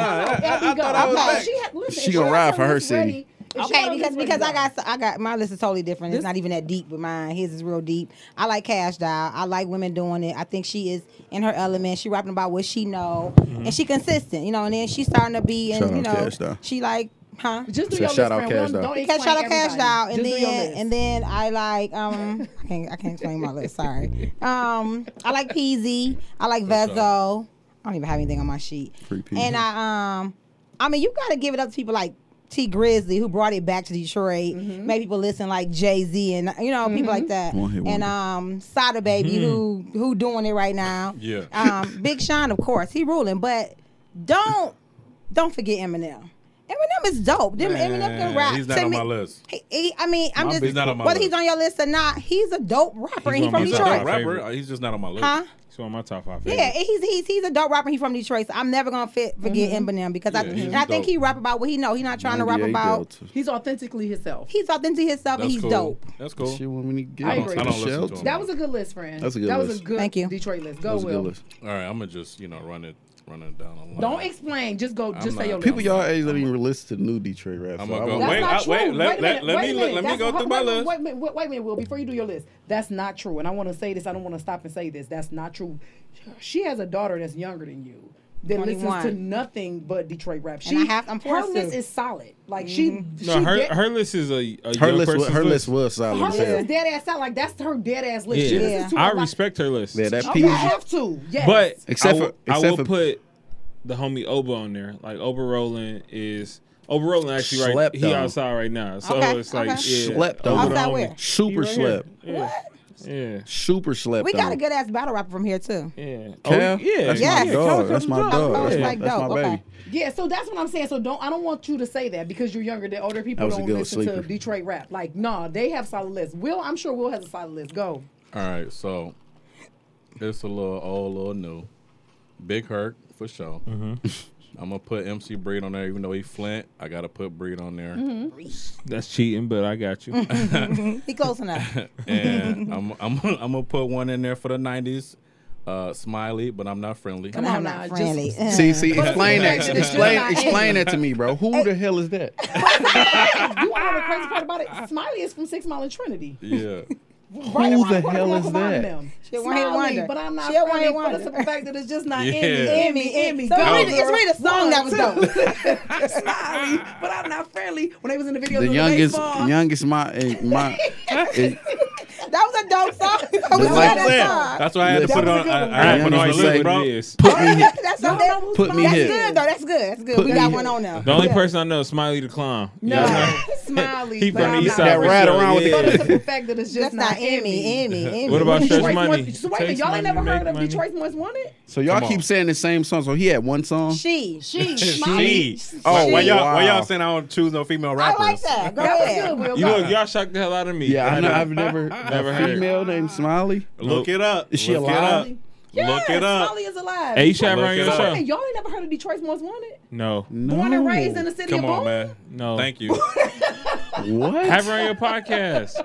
[SPEAKER 4] Abby, go. Okay, she had- listen,
[SPEAKER 5] She
[SPEAKER 4] if she
[SPEAKER 5] gonna
[SPEAKER 4] had
[SPEAKER 5] ride for her
[SPEAKER 4] list
[SPEAKER 5] city.
[SPEAKER 4] ready- if she had
[SPEAKER 2] Okay,
[SPEAKER 4] her
[SPEAKER 2] because
[SPEAKER 4] list
[SPEAKER 2] because I
[SPEAKER 4] ready,
[SPEAKER 2] got I got my list is totally different. It's not even that deep with mine. His is real deep. I like Cash Doll. I like women doing it. I think she is in her element. She rapping about what she know, and she consistent. You know, and then she's starting to be and
[SPEAKER 5] Shout out
[SPEAKER 2] you know
[SPEAKER 5] Cash Doll.
[SPEAKER 2] she like huh?
[SPEAKER 4] Just do
[SPEAKER 5] Said
[SPEAKER 4] your
[SPEAKER 5] shout
[SPEAKER 4] list,
[SPEAKER 5] out
[SPEAKER 4] friend.
[SPEAKER 5] Cash
[SPEAKER 4] Don't-
[SPEAKER 5] Doll.
[SPEAKER 4] don't
[SPEAKER 2] Cash
[SPEAKER 4] explain
[SPEAKER 2] out, cash
[SPEAKER 4] everybody.
[SPEAKER 2] out, and
[SPEAKER 4] Just do your
[SPEAKER 2] then
[SPEAKER 4] list.
[SPEAKER 2] and then I like um I can't I can't explain my list. Sorry. Um, I like Peasy. I like
[SPEAKER 5] That's
[SPEAKER 2] Vezo. I don't even have anything on my sheet.
[SPEAKER 5] Free Peasy.
[SPEAKER 2] And I um, I mean you got to give it up to people like T Grizzly who brought it back to Detroit.
[SPEAKER 4] Mm-hmm.
[SPEAKER 2] Made people listen like Jay Z and you know people like that.
[SPEAKER 5] One hit
[SPEAKER 2] And
[SPEAKER 5] wonder. Mm-hmm.
[SPEAKER 2] um, Sada Baby who who doing it right now.
[SPEAKER 3] Yeah.
[SPEAKER 2] Um, Big Sean of course he ruling, but don't don't forget Eminem. Eminem is dope. Them Eminem can
[SPEAKER 3] Man,
[SPEAKER 2] rap.
[SPEAKER 3] he's not
[SPEAKER 2] To
[SPEAKER 3] on
[SPEAKER 2] me-
[SPEAKER 3] my list.
[SPEAKER 2] He, he- I mean, I'm
[SPEAKER 3] My
[SPEAKER 2] just
[SPEAKER 3] bitch not on my
[SPEAKER 2] whether
[SPEAKER 3] list.
[SPEAKER 2] he's on your list or not, he's a dope rapper. and He's
[SPEAKER 3] on
[SPEAKER 2] from
[SPEAKER 3] my top
[SPEAKER 2] Detroit.
[SPEAKER 3] five Rapper, he's just not on my list.
[SPEAKER 2] Huh?
[SPEAKER 6] He's one of my top five
[SPEAKER 2] Yeah,
[SPEAKER 6] favorites.
[SPEAKER 2] he's he's he's a dope rapper. He's from Detroit, so I'm never gonna fit, forget Eminem because I
[SPEAKER 6] Yeah,
[SPEAKER 2] and
[SPEAKER 6] he's
[SPEAKER 2] I think
[SPEAKER 6] dope.
[SPEAKER 2] he rap about what he know. He's not trying to rap
[SPEAKER 5] 98
[SPEAKER 2] about.
[SPEAKER 5] Delta.
[SPEAKER 2] He's authentically himself. He's authentic himself, and he's dope.
[SPEAKER 3] That's cool.
[SPEAKER 5] Shit, when we get
[SPEAKER 3] I agree. I don't listen to
[SPEAKER 5] shelter.
[SPEAKER 3] him.
[SPEAKER 4] That was a good list, friend.
[SPEAKER 5] That's a good
[SPEAKER 4] that was
[SPEAKER 5] list.
[SPEAKER 4] a good
[SPEAKER 2] Thank you.
[SPEAKER 4] Detroit list.
[SPEAKER 5] That
[SPEAKER 4] Go
[SPEAKER 5] was a good
[SPEAKER 4] Will.
[SPEAKER 5] list.
[SPEAKER 3] All right, I'm gonna just you know run it run it down a line.
[SPEAKER 4] Don't
[SPEAKER 2] e-
[SPEAKER 4] explain. Just go. Just
[SPEAKER 3] I'm
[SPEAKER 4] say
[SPEAKER 3] not-
[SPEAKER 4] your
[SPEAKER 5] People
[SPEAKER 4] list.
[SPEAKER 5] y'all age don't even listen to new Detroit rap.
[SPEAKER 3] I'm gonna
[SPEAKER 5] so I
[SPEAKER 3] go-
[SPEAKER 5] won't-
[SPEAKER 4] That's
[SPEAKER 3] Wait,
[SPEAKER 4] not
[SPEAKER 3] I-
[SPEAKER 4] true.
[SPEAKER 3] wait, let-
[SPEAKER 4] a
[SPEAKER 3] let-
[SPEAKER 4] minute,
[SPEAKER 3] let
[SPEAKER 4] wait
[SPEAKER 3] me
[SPEAKER 4] a
[SPEAKER 3] look-
[SPEAKER 4] minute.
[SPEAKER 3] let me
[SPEAKER 4] That's-
[SPEAKER 3] go
[SPEAKER 4] hold-
[SPEAKER 3] through my
[SPEAKER 4] wait,
[SPEAKER 3] list.
[SPEAKER 4] Wait, a minute, wait, wait a minute, Will. Before you do your list, that's not true. And I want to say this. I don't want to stop and say this. That's not true. She has a daughter that's younger than you that listens to
[SPEAKER 2] 21.
[SPEAKER 4] nothing but Detroit rap. She,
[SPEAKER 2] And I have- I'm
[SPEAKER 4] her
[SPEAKER 2] forced
[SPEAKER 4] list
[SPEAKER 2] to. Mm-hmm.
[SPEAKER 4] is solid. Like she,
[SPEAKER 6] No,
[SPEAKER 4] she
[SPEAKER 6] her
[SPEAKER 4] dead-
[SPEAKER 6] her list is a, a
[SPEAKER 5] Her list,
[SPEAKER 6] young
[SPEAKER 5] was,
[SPEAKER 6] person's
[SPEAKER 5] her list was solid.
[SPEAKER 4] her
[SPEAKER 5] as
[SPEAKER 4] list
[SPEAKER 5] hell.
[SPEAKER 4] is dead ass out. Like that's her dead ass list. She
[SPEAKER 6] Yeah,
[SPEAKER 4] listens to
[SPEAKER 6] I
[SPEAKER 4] a lot.
[SPEAKER 6] respect her list.
[SPEAKER 5] Yeah, that
[SPEAKER 4] Okay,
[SPEAKER 5] PG.
[SPEAKER 4] I have to. Yes.
[SPEAKER 6] But
[SPEAKER 5] Except
[SPEAKER 6] I will,
[SPEAKER 5] for- except
[SPEAKER 6] I will
[SPEAKER 5] for-
[SPEAKER 6] put the homie Oba on there. Like Oba Roland is Oba Roland actually right.
[SPEAKER 5] Slept
[SPEAKER 6] he
[SPEAKER 5] on.
[SPEAKER 6] outside right now, so
[SPEAKER 2] Okay,
[SPEAKER 6] it's like
[SPEAKER 2] okay.
[SPEAKER 6] yeah,
[SPEAKER 5] Slept
[SPEAKER 6] Oba
[SPEAKER 5] on.
[SPEAKER 6] the
[SPEAKER 2] Outside
[SPEAKER 6] homie.
[SPEAKER 2] where?
[SPEAKER 5] Super
[SPEAKER 6] He right here.
[SPEAKER 5] slept.
[SPEAKER 6] Yeah. Yeah.
[SPEAKER 5] Super slept.
[SPEAKER 2] We got
[SPEAKER 5] on.
[SPEAKER 2] a good ass battle rapper from here too.
[SPEAKER 6] Yeah.
[SPEAKER 5] Cal?
[SPEAKER 6] Oh, yeah.
[SPEAKER 2] Yes.
[SPEAKER 5] That's
[SPEAKER 2] Yeah,
[SPEAKER 5] my
[SPEAKER 6] Cal
[SPEAKER 5] dog.
[SPEAKER 6] Jones
[SPEAKER 5] That's my
[SPEAKER 6] is
[SPEAKER 5] dog.
[SPEAKER 6] dope.
[SPEAKER 2] That's
[SPEAKER 5] That's
[SPEAKER 6] Yeah.
[SPEAKER 5] my,
[SPEAKER 2] like
[SPEAKER 5] that's my
[SPEAKER 2] dope. Okay.
[SPEAKER 5] baby.
[SPEAKER 4] Yeah, so that's what I'm saying. So don't I don't want you to say that because you're younger than older
[SPEAKER 5] That
[SPEAKER 4] people
[SPEAKER 5] was a
[SPEAKER 4] don't
[SPEAKER 5] good
[SPEAKER 4] listen
[SPEAKER 5] sleeper.
[SPEAKER 4] to Detroit rap. Like, nah, they have solid lists. Will, I'm sure Will has a solid list. Go.
[SPEAKER 3] All right, so it's a little old, little new. Big Hurt for sure.
[SPEAKER 5] Mm-hmm.
[SPEAKER 3] I'm gonna put MC Breed on there, even though he Flint. I gotta put Breed on there,
[SPEAKER 2] Mm-hmm.
[SPEAKER 6] That's cheating, but I got you.
[SPEAKER 2] He close enough.
[SPEAKER 3] and I'm I'm I'm gonna put one in there for the '90s. Uh, Smiley, but I'm not friendly.
[SPEAKER 4] Come on
[SPEAKER 2] I'm
[SPEAKER 4] now,
[SPEAKER 2] not
[SPEAKER 4] just-
[SPEAKER 2] friendly.
[SPEAKER 5] See, see, explain
[SPEAKER 4] But-
[SPEAKER 5] that.
[SPEAKER 4] but-
[SPEAKER 5] Explain,
[SPEAKER 4] but-
[SPEAKER 5] explain that to me, bro. Who the hell is that?
[SPEAKER 4] you want to know the crazy part about it? Smiley is from Six Mile and Trinity.
[SPEAKER 3] Yeah,
[SPEAKER 4] Right
[SPEAKER 5] Who
[SPEAKER 4] around
[SPEAKER 5] the
[SPEAKER 4] corner
[SPEAKER 5] hell
[SPEAKER 4] block
[SPEAKER 5] is
[SPEAKER 4] from mine
[SPEAKER 5] that?
[SPEAKER 4] Them.
[SPEAKER 2] She a one-hit
[SPEAKER 4] Smiley,
[SPEAKER 2] wonder.
[SPEAKER 4] but I'm not
[SPEAKER 2] She a
[SPEAKER 4] friendly
[SPEAKER 2] one-hit
[SPEAKER 4] for
[SPEAKER 2] wonder.
[SPEAKER 4] the simple fact that it's just not
[SPEAKER 3] Yeah.
[SPEAKER 4] Emmy, Emmy, Emmy.
[SPEAKER 2] So
[SPEAKER 4] go,
[SPEAKER 2] read- it's
[SPEAKER 4] girl.
[SPEAKER 2] read a song that was
[SPEAKER 4] One,
[SPEAKER 2] dope.
[SPEAKER 4] two. Smiley, but I'm not friendly. When they was in the video,
[SPEAKER 5] The
[SPEAKER 4] doing
[SPEAKER 5] youngest,
[SPEAKER 4] baseball,
[SPEAKER 5] youngest my eh, my. eh,
[SPEAKER 2] That was a dope song. We got
[SPEAKER 5] That's what I
[SPEAKER 2] that
[SPEAKER 5] said.
[SPEAKER 2] song.
[SPEAKER 3] that's why I had to
[SPEAKER 5] That
[SPEAKER 3] put it
[SPEAKER 5] was a
[SPEAKER 3] on.
[SPEAKER 4] good
[SPEAKER 3] I,
[SPEAKER 4] one.
[SPEAKER 3] I had to put it
[SPEAKER 5] Yeah,
[SPEAKER 3] on
[SPEAKER 5] I'm
[SPEAKER 3] the
[SPEAKER 5] gonna say-
[SPEAKER 3] list, bro.
[SPEAKER 5] put me,
[SPEAKER 2] That's so dope.
[SPEAKER 5] put me
[SPEAKER 2] That's
[SPEAKER 5] here.
[SPEAKER 2] good though. That's good. That's good.
[SPEAKER 5] Put
[SPEAKER 2] We
[SPEAKER 5] me
[SPEAKER 2] got
[SPEAKER 5] here.
[SPEAKER 2] one on now.
[SPEAKER 6] The only person I know is Smiley the Clown.
[SPEAKER 4] No,
[SPEAKER 6] Yeah.
[SPEAKER 4] Smiley.
[SPEAKER 6] He
[SPEAKER 4] but
[SPEAKER 6] from the
[SPEAKER 4] I'm
[SPEAKER 6] east
[SPEAKER 4] not
[SPEAKER 6] side.
[SPEAKER 5] That
[SPEAKER 6] for
[SPEAKER 4] friendly.
[SPEAKER 5] ride
[SPEAKER 6] sure,
[SPEAKER 5] around with
[SPEAKER 6] yeah.
[SPEAKER 5] the-
[SPEAKER 4] But the simple fact that it's just
[SPEAKER 2] That's
[SPEAKER 4] not
[SPEAKER 2] not Emmy. Emmy. Emmy.
[SPEAKER 6] What about Stretch
[SPEAKER 4] Detroit's
[SPEAKER 6] Money?
[SPEAKER 4] Most, so wait a minute,
[SPEAKER 6] Takes
[SPEAKER 4] y'all ain't never
[SPEAKER 6] money,
[SPEAKER 4] heard
[SPEAKER 6] make
[SPEAKER 4] of
[SPEAKER 6] money.
[SPEAKER 4] Detroit's Most Wanted?
[SPEAKER 5] So y'all
[SPEAKER 3] Come on.
[SPEAKER 5] keep saying the same song. So he had one song.
[SPEAKER 2] She. She.
[SPEAKER 6] She.
[SPEAKER 5] Oh,
[SPEAKER 3] Why y'all? Why
[SPEAKER 5] wow.
[SPEAKER 3] y'all saying I don't choose no female
[SPEAKER 2] I
[SPEAKER 3] rappers?
[SPEAKER 2] like that. Go
[SPEAKER 4] That was
[SPEAKER 2] ahead.
[SPEAKER 4] good, Will.
[SPEAKER 6] You
[SPEAKER 4] Go.
[SPEAKER 6] look, y'all shocked the hell out of me.
[SPEAKER 5] Yeah, I know.
[SPEAKER 6] know.
[SPEAKER 5] I've never
[SPEAKER 6] Never
[SPEAKER 5] a
[SPEAKER 6] heard.
[SPEAKER 5] female named Smiley.
[SPEAKER 3] Look it up.
[SPEAKER 5] Is she
[SPEAKER 3] Look
[SPEAKER 5] alive?
[SPEAKER 3] It up.
[SPEAKER 4] Yes,
[SPEAKER 3] Look it up.
[SPEAKER 4] Smiley is alive.
[SPEAKER 6] Hey, you should have her on
[SPEAKER 3] Look it
[SPEAKER 6] your
[SPEAKER 3] up.
[SPEAKER 4] Y'all
[SPEAKER 6] show.
[SPEAKER 4] ain't y'all ain't never heard of Detroit's Most Wanted?
[SPEAKER 6] No.
[SPEAKER 4] Born and raised in the city
[SPEAKER 3] Come
[SPEAKER 4] of
[SPEAKER 3] on,
[SPEAKER 4] Boone?
[SPEAKER 3] man.
[SPEAKER 6] No.
[SPEAKER 3] Thank you.
[SPEAKER 5] What?
[SPEAKER 6] Have her on your podcast.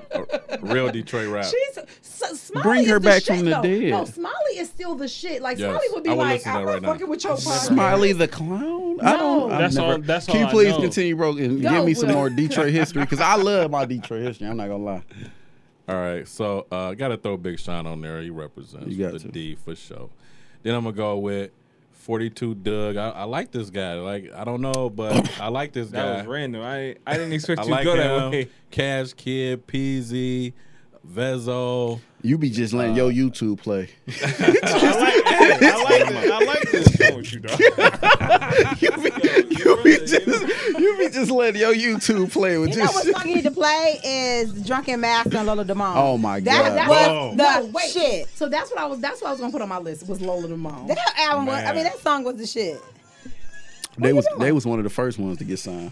[SPEAKER 3] Real Detroit rap.
[SPEAKER 4] She's so, Smiley
[SPEAKER 5] Bring
[SPEAKER 4] is
[SPEAKER 5] her
[SPEAKER 4] the
[SPEAKER 5] back
[SPEAKER 4] shit,
[SPEAKER 5] from the
[SPEAKER 4] though.
[SPEAKER 5] dead.
[SPEAKER 4] No, Smiley is still the shit. Like
[SPEAKER 3] Yes,
[SPEAKER 4] Smiley would be
[SPEAKER 3] I will
[SPEAKER 4] like,
[SPEAKER 3] listen to that
[SPEAKER 4] I'm not
[SPEAKER 3] right now.
[SPEAKER 4] fucking with your podcast.
[SPEAKER 5] Smiley the clown? I don't.
[SPEAKER 4] No.
[SPEAKER 5] I've
[SPEAKER 6] That's
[SPEAKER 5] never,
[SPEAKER 6] all- that's
[SPEAKER 5] Can
[SPEAKER 6] all
[SPEAKER 5] you
[SPEAKER 6] I
[SPEAKER 5] please
[SPEAKER 6] know.
[SPEAKER 5] continue, bro, and
[SPEAKER 4] Go,
[SPEAKER 5] give me some
[SPEAKER 4] Will.
[SPEAKER 5] more Detroit history because I love my Detroit history. I'm not gonna lie.
[SPEAKER 3] All right, so I uh, got to throw Big Sean on there. He represents
[SPEAKER 5] You got
[SPEAKER 3] the
[SPEAKER 5] to.
[SPEAKER 3] D for sure. Then I'm gonna go with 42 Doug. I, I like this guy. Like I don't know, but I like this
[SPEAKER 6] That was
[SPEAKER 3] guy.
[SPEAKER 6] random. I I didn't expect
[SPEAKER 3] I
[SPEAKER 6] you
[SPEAKER 3] like
[SPEAKER 6] to go
[SPEAKER 3] him.
[SPEAKER 6] that way.
[SPEAKER 3] Cash Kid, PZ, Vezo.
[SPEAKER 5] You be just letting
[SPEAKER 6] Uh,
[SPEAKER 5] your YouTube play.
[SPEAKER 6] I like, I like, I like this show with you, dog.
[SPEAKER 5] you, be, you be just you be just letting your YouTube play with
[SPEAKER 2] You know
[SPEAKER 5] just.
[SPEAKER 2] what song you need to play is Drunken Master and Lola Demone.
[SPEAKER 5] Oh, my God.
[SPEAKER 2] That
[SPEAKER 3] Whoa.
[SPEAKER 2] was the
[SPEAKER 4] No, wait.
[SPEAKER 2] shit.
[SPEAKER 4] So that's what I was. That's what I was gonna put on my list was Lola Demone.
[SPEAKER 2] That album was, I
[SPEAKER 3] Man.
[SPEAKER 2] mean, that song was the shit.
[SPEAKER 5] They was they was one of the first ones to get signed.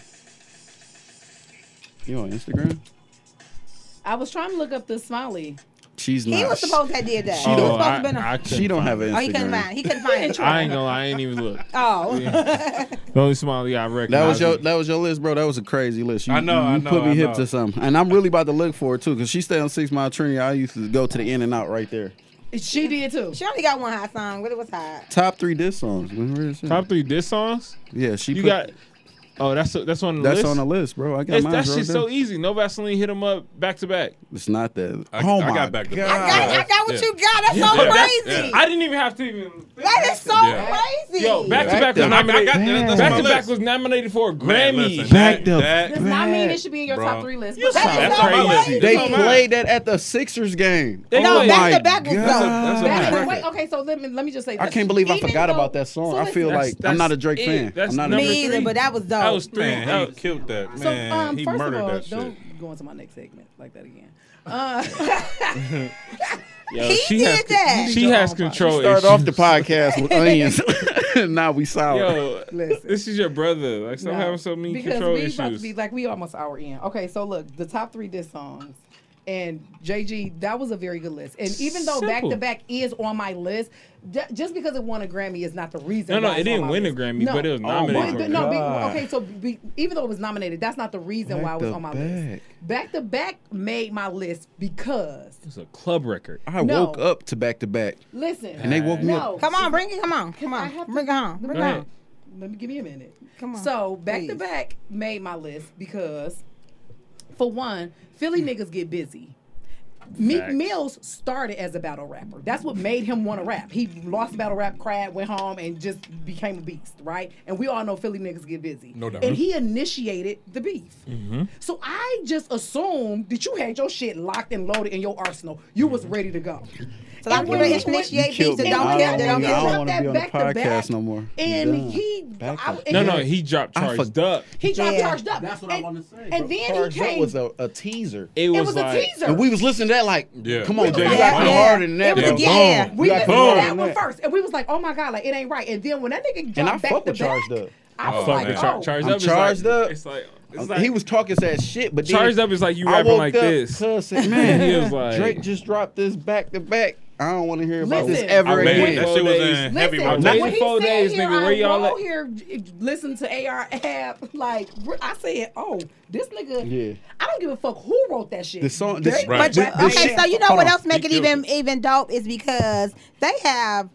[SPEAKER 5] You on Instagram?
[SPEAKER 4] I was trying to look up the Smiley.
[SPEAKER 5] She's not.
[SPEAKER 2] He was supposed to have did that. he was
[SPEAKER 6] Oh,
[SPEAKER 2] supposed to
[SPEAKER 6] I,
[SPEAKER 2] have been
[SPEAKER 6] I
[SPEAKER 2] a,
[SPEAKER 6] couldn't
[SPEAKER 5] She don't
[SPEAKER 6] find
[SPEAKER 5] have
[SPEAKER 6] it.
[SPEAKER 5] an
[SPEAKER 2] Oh, he couldn't
[SPEAKER 5] Instagram.
[SPEAKER 2] find. He couldn't find it.
[SPEAKER 6] I ain't gonna lie. I ain't even look.
[SPEAKER 2] Oh.
[SPEAKER 6] The only smiley I recognize.
[SPEAKER 5] That was your
[SPEAKER 6] is-
[SPEAKER 5] that was your list, bro. That was a crazy list. You,
[SPEAKER 3] I know,
[SPEAKER 5] You,
[SPEAKER 3] I
[SPEAKER 5] you
[SPEAKER 3] know,
[SPEAKER 5] put me
[SPEAKER 3] I
[SPEAKER 5] hip
[SPEAKER 3] know.
[SPEAKER 5] to something, and I'm really about to look for it too, because she stayed on Six Mile Trinity. I used to go to the In and Out right there.
[SPEAKER 4] She did too.
[SPEAKER 2] She only got one hot song. What it was hot.
[SPEAKER 5] Top three diss songs. man. Where is it?
[SPEAKER 6] top three diss songs.
[SPEAKER 5] Yeah, she.
[SPEAKER 6] You
[SPEAKER 5] put,
[SPEAKER 6] got. Oh, that's that's on the
[SPEAKER 5] that's
[SPEAKER 6] list.
[SPEAKER 5] on the list, bro. I got
[SPEAKER 6] It's,
[SPEAKER 5] mine.
[SPEAKER 6] that shit's so easy. No Vaseline hit him up back to back.
[SPEAKER 5] It's not that.
[SPEAKER 3] I,
[SPEAKER 5] oh
[SPEAKER 3] I
[SPEAKER 5] my
[SPEAKER 3] got back to
[SPEAKER 5] god.
[SPEAKER 2] I got, I got what
[SPEAKER 3] Yeah.
[SPEAKER 2] you got. That's so
[SPEAKER 6] Yeah, that's-
[SPEAKER 2] crazy.
[SPEAKER 6] I didn't even have to even.
[SPEAKER 2] That is so
[SPEAKER 3] Yeah.
[SPEAKER 2] crazy.
[SPEAKER 6] Yo, back to back
[SPEAKER 5] Yeah.
[SPEAKER 6] was nominated.
[SPEAKER 3] I got- that's
[SPEAKER 6] Back
[SPEAKER 3] my
[SPEAKER 6] to back
[SPEAKER 3] list.
[SPEAKER 6] was nominated for a
[SPEAKER 3] Man,
[SPEAKER 6] Grammy.
[SPEAKER 3] listen,
[SPEAKER 5] Back to
[SPEAKER 3] that-
[SPEAKER 4] Does not mean
[SPEAKER 5] Back,
[SPEAKER 4] it should be in your
[SPEAKER 3] bro.
[SPEAKER 4] top three list.
[SPEAKER 6] You
[SPEAKER 4] but-
[SPEAKER 6] sound
[SPEAKER 2] That's
[SPEAKER 6] that's
[SPEAKER 2] so
[SPEAKER 6] crazy.
[SPEAKER 5] They
[SPEAKER 3] Come on.
[SPEAKER 5] played that at the Sixers game.
[SPEAKER 6] They
[SPEAKER 5] oh
[SPEAKER 6] played-
[SPEAKER 5] my
[SPEAKER 2] back-to-back was dope.
[SPEAKER 5] god.
[SPEAKER 4] Back
[SPEAKER 2] That's
[SPEAKER 4] to
[SPEAKER 2] a
[SPEAKER 4] wait, okay, so let me let me just say.
[SPEAKER 5] I
[SPEAKER 4] this.
[SPEAKER 5] can't believe I
[SPEAKER 4] Even
[SPEAKER 5] forgot
[SPEAKER 4] though-
[SPEAKER 5] about that song.
[SPEAKER 4] so
[SPEAKER 5] I feel
[SPEAKER 4] listen,
[SPEAKER 5] like I'm
[SPEAKER 6] that's
[SPEAKER 5] not a Drake
[SPEAKER 6] it.
[SPEAKER 5] fan.
[SPEAKER 6] That's
[SPEAKER 5] I'm not a
[SPEAKER 6] number
[SPEAKER 5] Drake
[SPEAKER 2] Me either,
[SPEAKER 6] three.
[SPEAKER 2] but that was dope.
[SPEAKER 6] That was three.
[SPEAKER 3] Man,
[SPEAKER 6] that
[SPEAKER 3] he
[SPEAKER 6] was-
[SPEAKER 3] killed that.
[SPEAKER 4] So,
[SPEAKER 3] Man,
[SPEAKER 4] um,
[SPEAKER 3] he
[SPEAKER 4] first
[SPEAKER 3] murdered
[SPEAKER 4] of all,
[SPEAKER 3] that shit.
[SPEAKER 4] don't go into my next segment like that again.
[SPEAKER 6] Yo,
[SPEAKER 5] He
[SPEAKER 6] she
[SPEAKER 5] did
[SPEAKER 6] has,
[SPEAKER 5] that.
[SPEAKER 6] She has control.
[SPEAKER 5] We started off the
[SPEAKER 6] issues.
[SPEAKER 5] podcast with onions. now we sour.
[SPEAKER 6] Yo, this is your brother. Like, stop having so many
[SPEAKER 4] Um, because
[SPEAKER 6] control
[SPEAKER 4] we
[SPEAKER 6] issues.
[SPEAKER 4] about to be like we almost hour in. Okay, so look, the top three diss songs. And JG, that was a very good list. And even though back
[SPEAKER 6] Simple.
[SPEAKER 4] to back is on my list, ju- just because it won a Grammy is not the reason.
[SPEAKER 6] No, no,
[SPEAKER 4] why
[SPEAKER 6] it
[SPEAKER 4] it's on
[SPEAKER 6] didn't
[SPEAKER 4] my
[SPEAKER 6] win a
[SPEAKER 4] list.
[SPEAKER 6] Grammy, but it was
[SPEAKER 4] Oh
[SPEAKER 6] nominated
[SPEAKER 4] my
[SPEAKER 6] for
[SPEAKER 4] go-
[SPEAKER 6] a
[SPEAKER 4] no, be-
[SPEAKER 6] Grammy.
[SPEAKER 4] okay, so be, even though it was nominated, that's not the reason why it was on my list. Back to back made my list because
[SPEAKER 6] It's a club record.
[SPEAKER 5] I
[SPEAKER 4] No.
[SPEAKER 5] woke up to back to back.
[SPEAKER 4] listen,
[SPEAKER 5] And they woke me
[SPEAKER 4] no,
[SPEAKER 5] up.
[SPEAKER 2] Come on, bring it. Come on, come
[SPEAKER 4] I
[SPEAKER 2] on,
[SPEAKER 4] have to-
[SPEAKER 2] bring it on,
[SPEAKER 4] Let
[SPEAKER 2] bring
[SPEAKER 4] me-
[SPEAKER 2] it on.
[SPEAKER 4] Let me give you a minute. Come on. So back to back made my list because, for one, Philly
[SPEAKER 5] Mm.
[SPEAKER 4] niggas get busy. Meek
[SPEAKER 13] Facts.
[SPEAKER 4] Mills started as a battle rapper. That's what made him want to rap. He lost the battle rap crowd, went home, and just became a beast, right? And we all know Philly niggas get busy.
[SPEAKER 6] No doubt. Mm-hmm.
[SPEAKER 4] And he initiated the beef. So I just assumed that you had your shit locked and loaded in your arsenal. You was ready to go.
[SPEAKER 2] So like,
[SPEAKER 4] And
[SPEAKER 2] you
[SPEAKER 4] when
[SPEAKER 2] ready
[SPEAKER 4] he
[SPEAKER 2] to
[SPEAKER 4] went-
[SPEAKER 2] initiate
[SPEAKER 5] You killed
[SPEAKER 2] beats
[SPEAKER 5] me.
[SPEAKER 2] that don't
[SPEAKER 5] I
[SPEAKER 2] kill, that
[SPEAKER 5] don't,
[SPEAKER 2] don't
[SPEAKER 5] wanna-
[SPEAKER 2] kill.
[SPEAKER 5] I don't want to be on the
[SPEAKER 4] Back to back,
[SPEAKER 5] podcast no more.
[SPEAKER 4] and
[SPEAKER 5] Done.
[SPEAKER 4] he-
[SPEAKER 5] Back
[SPEAKER 4] I-
[SPEAKER 5] up.
[SPEAKER 4] and No, no,
[SPEAKER 6] he dropped
[SPEAKER 5] I
[SPEAKER 6] Charged
[SPEAKER 5] forgot.
[SPEAKER 6] Up.
[SPEAKER 4] He dropped
[SPEAKER 5] Yeah.
[SPEAKER 4] charged up. That's what I want to say. And then
[SPEAKER 5] Charged
[SPEAKER 4] he
[SPEAKER 5] Up
[SPEAKER 4] came.
[SPEAKER 5] was a, a teaser.
[SPEAKER 6] It
[SPEAKER 4] was was a like- teaser.
[SPEAKER 5] And we was listening to that like,
[SPEAKER 6] Yeah.
[SPEAKER 5] come on,
[SPEAKER 6] Yeah.
[SPEAKER 5] Jay, you
[SPEAKER 6] Yeah.
[SPEAKER 5] acting
[SPEAKER 6] Yeah.
[SPEAKER 5] harder than that.
[SPEAKER 6] It was
[SPEAKER 5] bro.
[SPEAKER 6] a- yeah.
[SPEAKER 5] Boom.
[SPEAKER 4] we
[SPEAKER 5] You
[SPEAKER 4] listened to
[SPEAKER 5] acting harder
[SPEAKER 4] that
[SPEAKER 5] than
[SPEAKER 4] one first, and we was like, "Oh my god, like it ain't right." And then when that nigga
[SPEAKER 5] And I
[SPEAKER 4] dropped back
[SPEAKER 5] fuck
[SPEAKER 4] to
[SPEAKER 5] with
[SPEAKER 4] back,
[SPEAKER 5] Charged Up.
[SPEAKER 4] I
[SPEAKER 6] was like, oh. Charged
[SPEAKER 5] I'm
[SPEAKER 6] Up is like-
[SPEAKER 5] charged up.
[SPEAKER 6] it's like- it's
[SPEAKER 5] I'm-
[SPEAKER 6] like-
[SPEAKER 5] he was talking that shit, but then
[SPEAKER 6] Charged Up is like you
[SPEAKER 5] I
[SPEAKER 6] rapping
[SPEAKER 5] woke
[SPEAKER 6] like
[SPEAKER 5] up,
[SPEAKER 6] this.
[SPEAKER 5] cuss, said, man,
[SPEAKER 6] He was like-
[SPEAKER 5] Drake just dropped this back to back. I don't want to hear about this
[SPEAKER 4] Listen.
[SPEAKER 5] ever
[SPEAKER 6] I waited
[SPEAKER 5] again.
[SPEAKER 6] That shit was in
[SPEAKER 5] Listen,
[SPEAKER 6] heavy
[SPEAKER 5] when
[SPEAKER 6] rotation.
[SPEAKER 5] he
[SPEAKER 6] Four
[SPEAKER 4] He said
[SPEAKER 6] days,
[SPEAKER 4] here,
[SPEAKER 6] nigga. Where
[SPEAKER 4] I
[SPEAKER 6] y'all
[SPEAKER 4] roll
[SPEAKER 6] at?
[SPEAKER 4] here, j- j- listen to AR app. Like r- I said, oh, this nigga.
[SPEAKER 5] Yeah.
[SPEAKER 4] I don't give a fuck who wrote that shit.
[SPEAKER 5] The song- this-
[SPEAKER 4] Drake
[SPEAKER 5] Right.
[SPEAKER 4] wrote
[SPEAKER 5] This-
[SPEAKER 4] that
[SPEAKER 5] this
[SPEAKER 4] shit.
[SPEAKER 5] shit-
[SPEAKER 2] So you know
[SPEAKER 5] Hold
[SPEAKER 2] what
[SPEAKER 5] on.
[SPEAKER 2] else make
[SPEAKER 5] He
[SPEAKER 2] it
[SPEAKER 5] killed
[SPEAKER 2] even even dope is because they have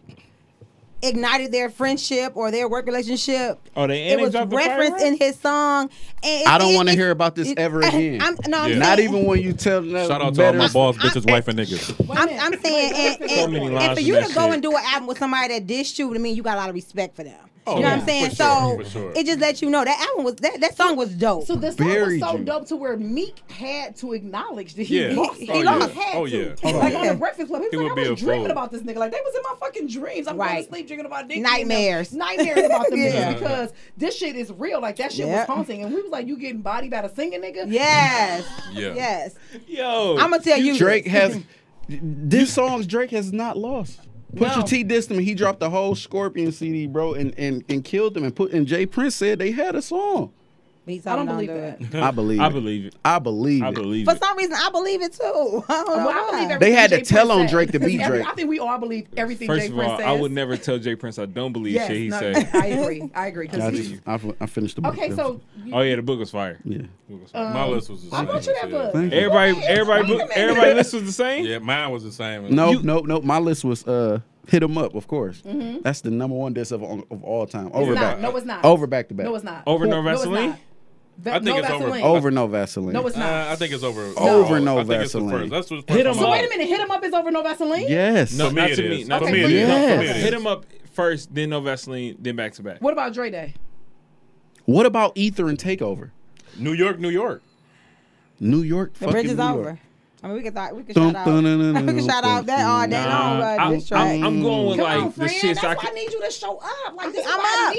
[SPEAKER 2] ignited their friendship or their work relationship.
[SPEAKER 6] Oh, they
[SPEAKER 2] It
[SPEAKER 6] and they
[SPEAKER 2] was
[SPEAKER 6] dropped the fire
[SPEAKER 2] referenced in his song. And it-
[SPEAKER 5] I don't
[SPEAKER 2] it-
[SPEAKER 5] want to
[SPEAKER 2] it-
[SPEAKER 5] hear about this
[SPEAKER 2] it-
[SPEAKER 5] ever
[SPEAKER 2] I-
[SPEAKER 5] again.
[SPEAKER 2] I'm- no, I'm
[SPEAKER 5] not
[SPEAKER 2] saying-
[SPEAKER 5] even when you tell. nothing
[SPEAKER 3] Shout out to all
[SPEAKER 5] better.
[SPEAKER 3] my boss, bitches, wife, and niggas.
[SPEAKER 2] I'm, I'm saying, and, and,
[SPEAKER 3] So many
[SPEAKER 2] and
[SPEAKER 3] lines
[SPEAKER 2] for
[SPEAKER 3] in
[SPEAKER 2] you
[SPEAKER 3] that
[SPEAKER 2] to go
[SPEAKER 3] shit.
[SPEAKER 2] and do an album with somebody that dissed you, I mean, you got a lot of respect for them.
[SPEAKER 4] Oh,
[SPEAKER 2] you know
[SPEAKER 4] yeah,
[SPEAKER 2] what I'm saying?
[SPEAKER 4] for
[SPEAKER 2] so
[SPEAKER 4] sure, for sure.
[SPEAKER 2] it just lets you know that album was that, that song was dope.
[SPEAKER 4] So the song was
[SPEAKER 2] Buried
[SPEAKER 4] so
[SPEAKER 2] you.
[SPEAKER 4] dope to where Meek had to acknowledge that he
[SPEAKER 2] Yeah.
[SPEAKER 4] lost.
[SPEAKER 2] He-
[SPEAKER 4] it.
[SPEAKER 2] he lost.
[SPEAKER 4] Had
[SPEAKER 2] Oh,
[SPEAKER 4] to.
[SPEAKER 2] yeah. Hold on.
[SPEAKER 4] Like on the breakfast club, he was
[SPEAKER 2] He
[SPEAKER 4] like,
[SPEAKER 2] would
[SPEAKER 4] I
[SPEAKER 2] be a
[SPEAKER 4] was dreaming
[SPEAKER 2] fool.
[SPEAKER 4] about this nigga. Like they was in my fucking dreams. I'm going
[SPEAKER 2] Right.
[SPEAKER 4] to sleep drinking about dick.
[SPEAKER 2] Nightmares.
[SPEAKER 4] You know, Nightmares about them
[SPEAKER 2] Yeah.
[SPEAKER 4] niggas because this shit is real. Like that shit
[SPEAKER 2] Yeah.
[SPEAKER 4] was haunting, and we was like, you getting bodied by the singing nigga?
[SPEAKER 2] Yes.
[SPEAKER 5] Yeah.
[SPEAKER 2] Yes.
[SPEAKER 6] Yo,
[SPEAKER 2] I'ma tell you
[SPEAKER 5] Drake
[SPEAKER 2] this.
[SPEAKER 5] has this songs. Drake has not lost. Pusha
[SPEAKER 2] No.
[SPEAKER 5] T dissed him. He dropped the whole Scorpion CD, bro, and and and killed him. And put and Jay Prince said they had a song.
[SPEAKER 2] I don't believe that.
[SPEAKER 5] I believe.
[SPEAKER 6] I
[SPEAKER 5] it.
[SPEAKER 6] believe it.
[SPEAKER 5] I believe.
[SPEAKER 6] I
[SPEAKER 5] it.
[SPEAKER 6] believe
[SPEAKER 2] For
[SPEAKER 6] it.
[SPEAKER 2] some reason, I believe it too. I don't know
[SPEAKER 4] Well, I
[SPEAKER 2] why.
[SPEAKER 4] believe
[SPEAKER 5] They
[SPEAKER 4] everything
[SPEAKER 5] had to
[SPEAKER 4] Jay
[SPEAKER 5] tell
[SPEAKER 4] Prince
[SPEAKER 5] on
[SPEAKER 4] said.
[SPEAKER 5] Drake to be
[SPEAKER 4] Every-
[SPEAKER 5] Drake.
[SPEAKER 4] I think we all believe everything
[SPEAKER 6] First
[SPEAKER 4] Jay
[SPEAKER 6] of
[SPEAKER 4] Prince
[SPEAKER 6] all,
[SPEAKER 4] says.
[SPEAKER 6] I would never tell Jay Prince I don't believe
[SPEAKER 4] Yes,
[SPEAKER 6] shit he
[SPEAKER 4] no,
[SPEAKER 6] said.
[SPEAKER 4] I agree. I agree. 'cause
[SPEAKER 5] I,
[SPEAKER 4] he-
[SPEAKER 5] just, I, fi- I finished the book.
[SPEAKER 4] Okay, so
[SPEAKER 6] Oh yeah, the book was fire.
[SPEAKER 5] Yeah,
[SPEAKER 4] Um, My list
[SPEAKER 3] was the
[SPEAKER 4] I
[SPEAKER 3] same.
[SPEAKER 4] want you that book.
[SPEAKER 6] Everybody, everybody, book, everybody list was the same.
[SPEAKER 3] Yeah, mine was the same.
[SPEAKER 5] No, no, no. My list was uh, hit 'em up. Of course,
[SPEAKER 2] Mm-hmm.
[SPEAKER 4] Mhm.
[SPEAKER 5] that's the number one diss of, of all time. Over
[SPEAKER 4] not.
[SPEAKER 5] back.
[SPEAKER 4] No, it's not.
[SPEAKER 5] Over back to back.
[SPEAKER 4] No, it's not.
[SPEAKER 6] Over no
[SPEAKER 4] No, it's
[SPEAKER 6] Vaseline.
[SPEAKER 4] not. Ve- I think no it's over- Vaseline.
[SPEAKER 5] Over no Vaseline.
[SPEAKER 4] No, it's not.
[SPEAKER 3] I think it's over.
[SPEAKER 5] Over no
[SPEAKER 3] Oh, I think it's the first.
[SPEAKER 5] Vaseline.
[SPEAKER 3] That's what's
[SPEAKER 6] Hit 'em
[SPEAKER 4] So wait a minute, hit him up is over no Vaseline.
[SPEAKER 5] Yes.
[SPEAKER 6] No,
[SPEAKER 3] For me
[SPEAKER 6] not
[SPEAKER 3] it
[SPEAKER 6] to me.
[SPEAKER 3] is.
[SPEAKER 6] Not
[SPEAKER 3] For
[SPEAKER 6] to
[SPEAKER 3] me
[SPEAKER 6] me.
[SPEAKER 3] it is.
[SPEAKER 6] No,
[SPEAKER 5] Yes.
[SPEAKER 6] Hit him up first, then no Vaseline, then back to back.
[SPEAKER 4] What about Dre Day?
[SPEAKER 5] What about Ether and Takeover?
[SPEAKER 3] New York, New York.
[SPEAKER 5] New York.
[SPEAKER 2] The
[SPEAKER 5] fucking
[SPEAKER 2] bridge is
[SPEAKER 5] New York.
[SPEAKER 2] over. I mean, we could talk, we could
[SPEAKER 5] Dun,
[SPEAKER 2] shout out,
[SPEAKER 5] dun, dun, dun,
[SPEAKER 2] we could shout out that all day long.
[SPEAKER 6] Nah,
[SPEAKER 2] Uh,
[SPEAKER 6] I'm-
[SPEAKER 2] diss track.
[SPEAKER 6] I'm- I'm going with,
[SPEAKER 2] Come
[SPEAKER 6] like,
[SPEAKER 2] on,
[SPEAKER 6] the shit so I
[SPEAKER 2] That's why
[SPEAKER 6] can-
[SPEAKER 2] I
[SPEAKER 4] need you to show up. Like
[SPEAKER 2] this,
[SPEAKER 4] is
[SPEAKER 2] I'm
[SPEAKER 4] why I
[SPEAKER 2] up.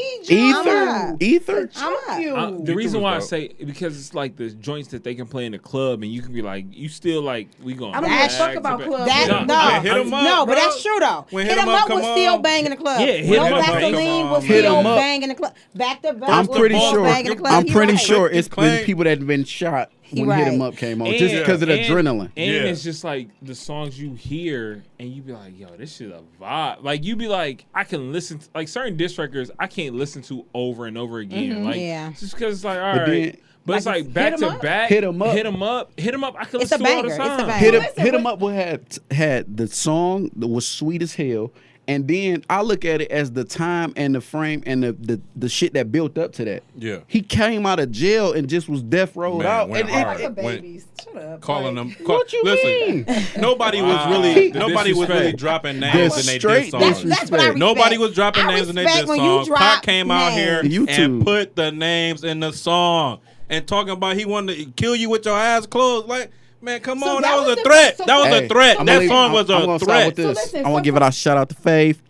[SPEAKER 4] need
[SPEAKER 5] Ether. Ether.
[SPEAKER 2] I'm up.
[SPEAKER 6] I- the
[SPEAKER 5] Ether
[SPEAKER 6] reason
[SPEAKER 5] was
[SPEAKER 6] why I
[SPEAKER 5] dope.
[SPEAKER 6] say because it's like the joints that they can play in the club, and you can be like, you still like, we going.
[SPEAKER 2] I don't give a fuck about club. That- no. No, but that's true though.
[SPEAKER 6] When
[SPEAKER 2] hit 'em up was still banging the club.
[SPEAKER 6] Yeah, hit
[SPEAKER 2] no
[SPEAKER 6] 'em up, bang 'em
[SPEAKER 2] Vaseline
[SPEAKER 6] up.
[SPEAKER 2] was
[SPEAKER 5] Hit
[SPEAKER 2] still
[SPEAKER 5] 'em up.
[SPEAKER 2] banging the club. Back to back.
[SPEAKER 5] I'm
[SPEAKER 2] was
[SPEAKER 5] pretty
[SPEAKER 2] still
[SPEAKER 5] sure.
[SPEAKER 2] banging the club.
[SPEAKER 5] I'm
[SPEAKER 2] He
[SPEAKER 5] pretty
[SPEAKER 2] right.
[SPEAKER 5] sure it's been people that have been shot
[SPEAKER 2] He
[SPEAKER 5] when Hit 'em
[SPEAKER 2] right.
[SPEAKER 5] up came on just because of the
[SPEAKER 6] and-
[SPEAKER 5] adrenaline.
[SPEAKER 6] And it's just like the songs you hear, and you be like, yo, this shit a vibe. Like you be like, I can listen to like certain disc records I can't listen to over and over again.
[SPEAKER 2] Mhm.
[SPEAKER 6] Like
[SPEAKER 2] Yeah.
[SPEAKER 6] just because it's like all
[SPEAKER 5] But
[SPEAKER 6] right. But,
[SPEAKER 5] then-
[SPEAKER 6] it's
[SPEAKER 5] Like,
[SPEAKER 6] like
[SPEAKER 5] hit
[SPEAKER 6] back
[SPEAKER 5] 'em
[SPEAKER 6] to
[SPEAKER 5] up.
[SPEAKER 6] back.
[SPEAKER 5] Hit 'em up.
[SPEAKER 6] Hit 'em up. Hit 'em up. I can
[SPEAKER 2] It's
[SPEAKER 6] listen
[SPEAKER 2] a
[SPEAKER 6] to all the
[SPEAKER 2] banger. It's a
[SPEAKER 6] time.
[SPEAKER 2] banger.
[SPEAKER 5] Hit him,
[SPEAKER 2] Listen,
[SPEAKER 5] hit him up. What had had the song that was sweet as hell, and then I look at it as the time and the frame and the the, the shit that built up to that.
[SPEAKER 3] Yeah.
[SPEAKER 5] He came out of jail and just was death rolled
[SPEAKER 3] Man,
[SPEAKER 5] out.
[SPEAKER 3] went
[SPEAKER 5] and it-
[SPEAKER 3] hard.
[SPEAKER 5] it-
[SPEAKER 3] Went-
[SPEAKER 4] Shut up.
[SPEAKER 3] Calling them. Call,
[SPEAKER 5] what you
[SPEAKER 3] listen,
[SPEAKER 5] mean?
[SPEAKER 3] nobody was
[SPEAKER 5] Wow.
[SPEAKER 3] really
[SPEAKER 5] He-
[SPEAKER 3] nobody was really
[SPEAKER 5] Disrespect.
[SPEAKER 3] dropping names
[SPEAKER 5] That's
[SPEAKER 3] and they
[SPEAKER 5] straight
[SPEAKER 3] did songs.
[SPEAKER 5] disrespect. That's- that's what I respect.
[SPEAKER 3] Nobody was dropping names and they
[SPEAKER 2] respect
[SPEAKER 3] did
[SPEAKER 2] when you
[SPEAKER 3] songs. Pac
[SPEAKER 2] drop
[SPEAKER 3] came out here
[SPEAKER 2] names.
[SPEAKER 3] and
[SPEAKER 5] YouTube.
[SPEAKER 3] put the names in the song and talking about he wanted to kill you with your eyes closed. Like, man, come
[SPEAKER 4] So
[SPEAKER 3] on,
[SPEAKER 4] that
[SPEAKER 3] that was
[SPEAKER 4] was
[SPEAKER 3] a
[SPEAKER 4] the-
[SPEAKER 3] threat.
[SPEAKER 4] so-
[SPEAKER 3] That was
[SPEAKER 5] Hey,
[SPEAKER 3] a threat.
[SPEAKER 5] I'm
[SPEAKER 3] That
[SPEAKER 5] gonna-
[SPEAKER 3] song
[SPEAKER 5] I'm-
[SPEAKER 3] was
[SPEAKER 5] I'm gonna
[SPEAKER 3] a
[SPEAKER 5] start
[SPEAKER 3] threat.
[SPEAKER 5] with this.
[SPEAKER 4] listen,
[SPEAKER 5] I want
[SPEAKER 4] so
[SPEAKER 5] to give it a shout out to Faith.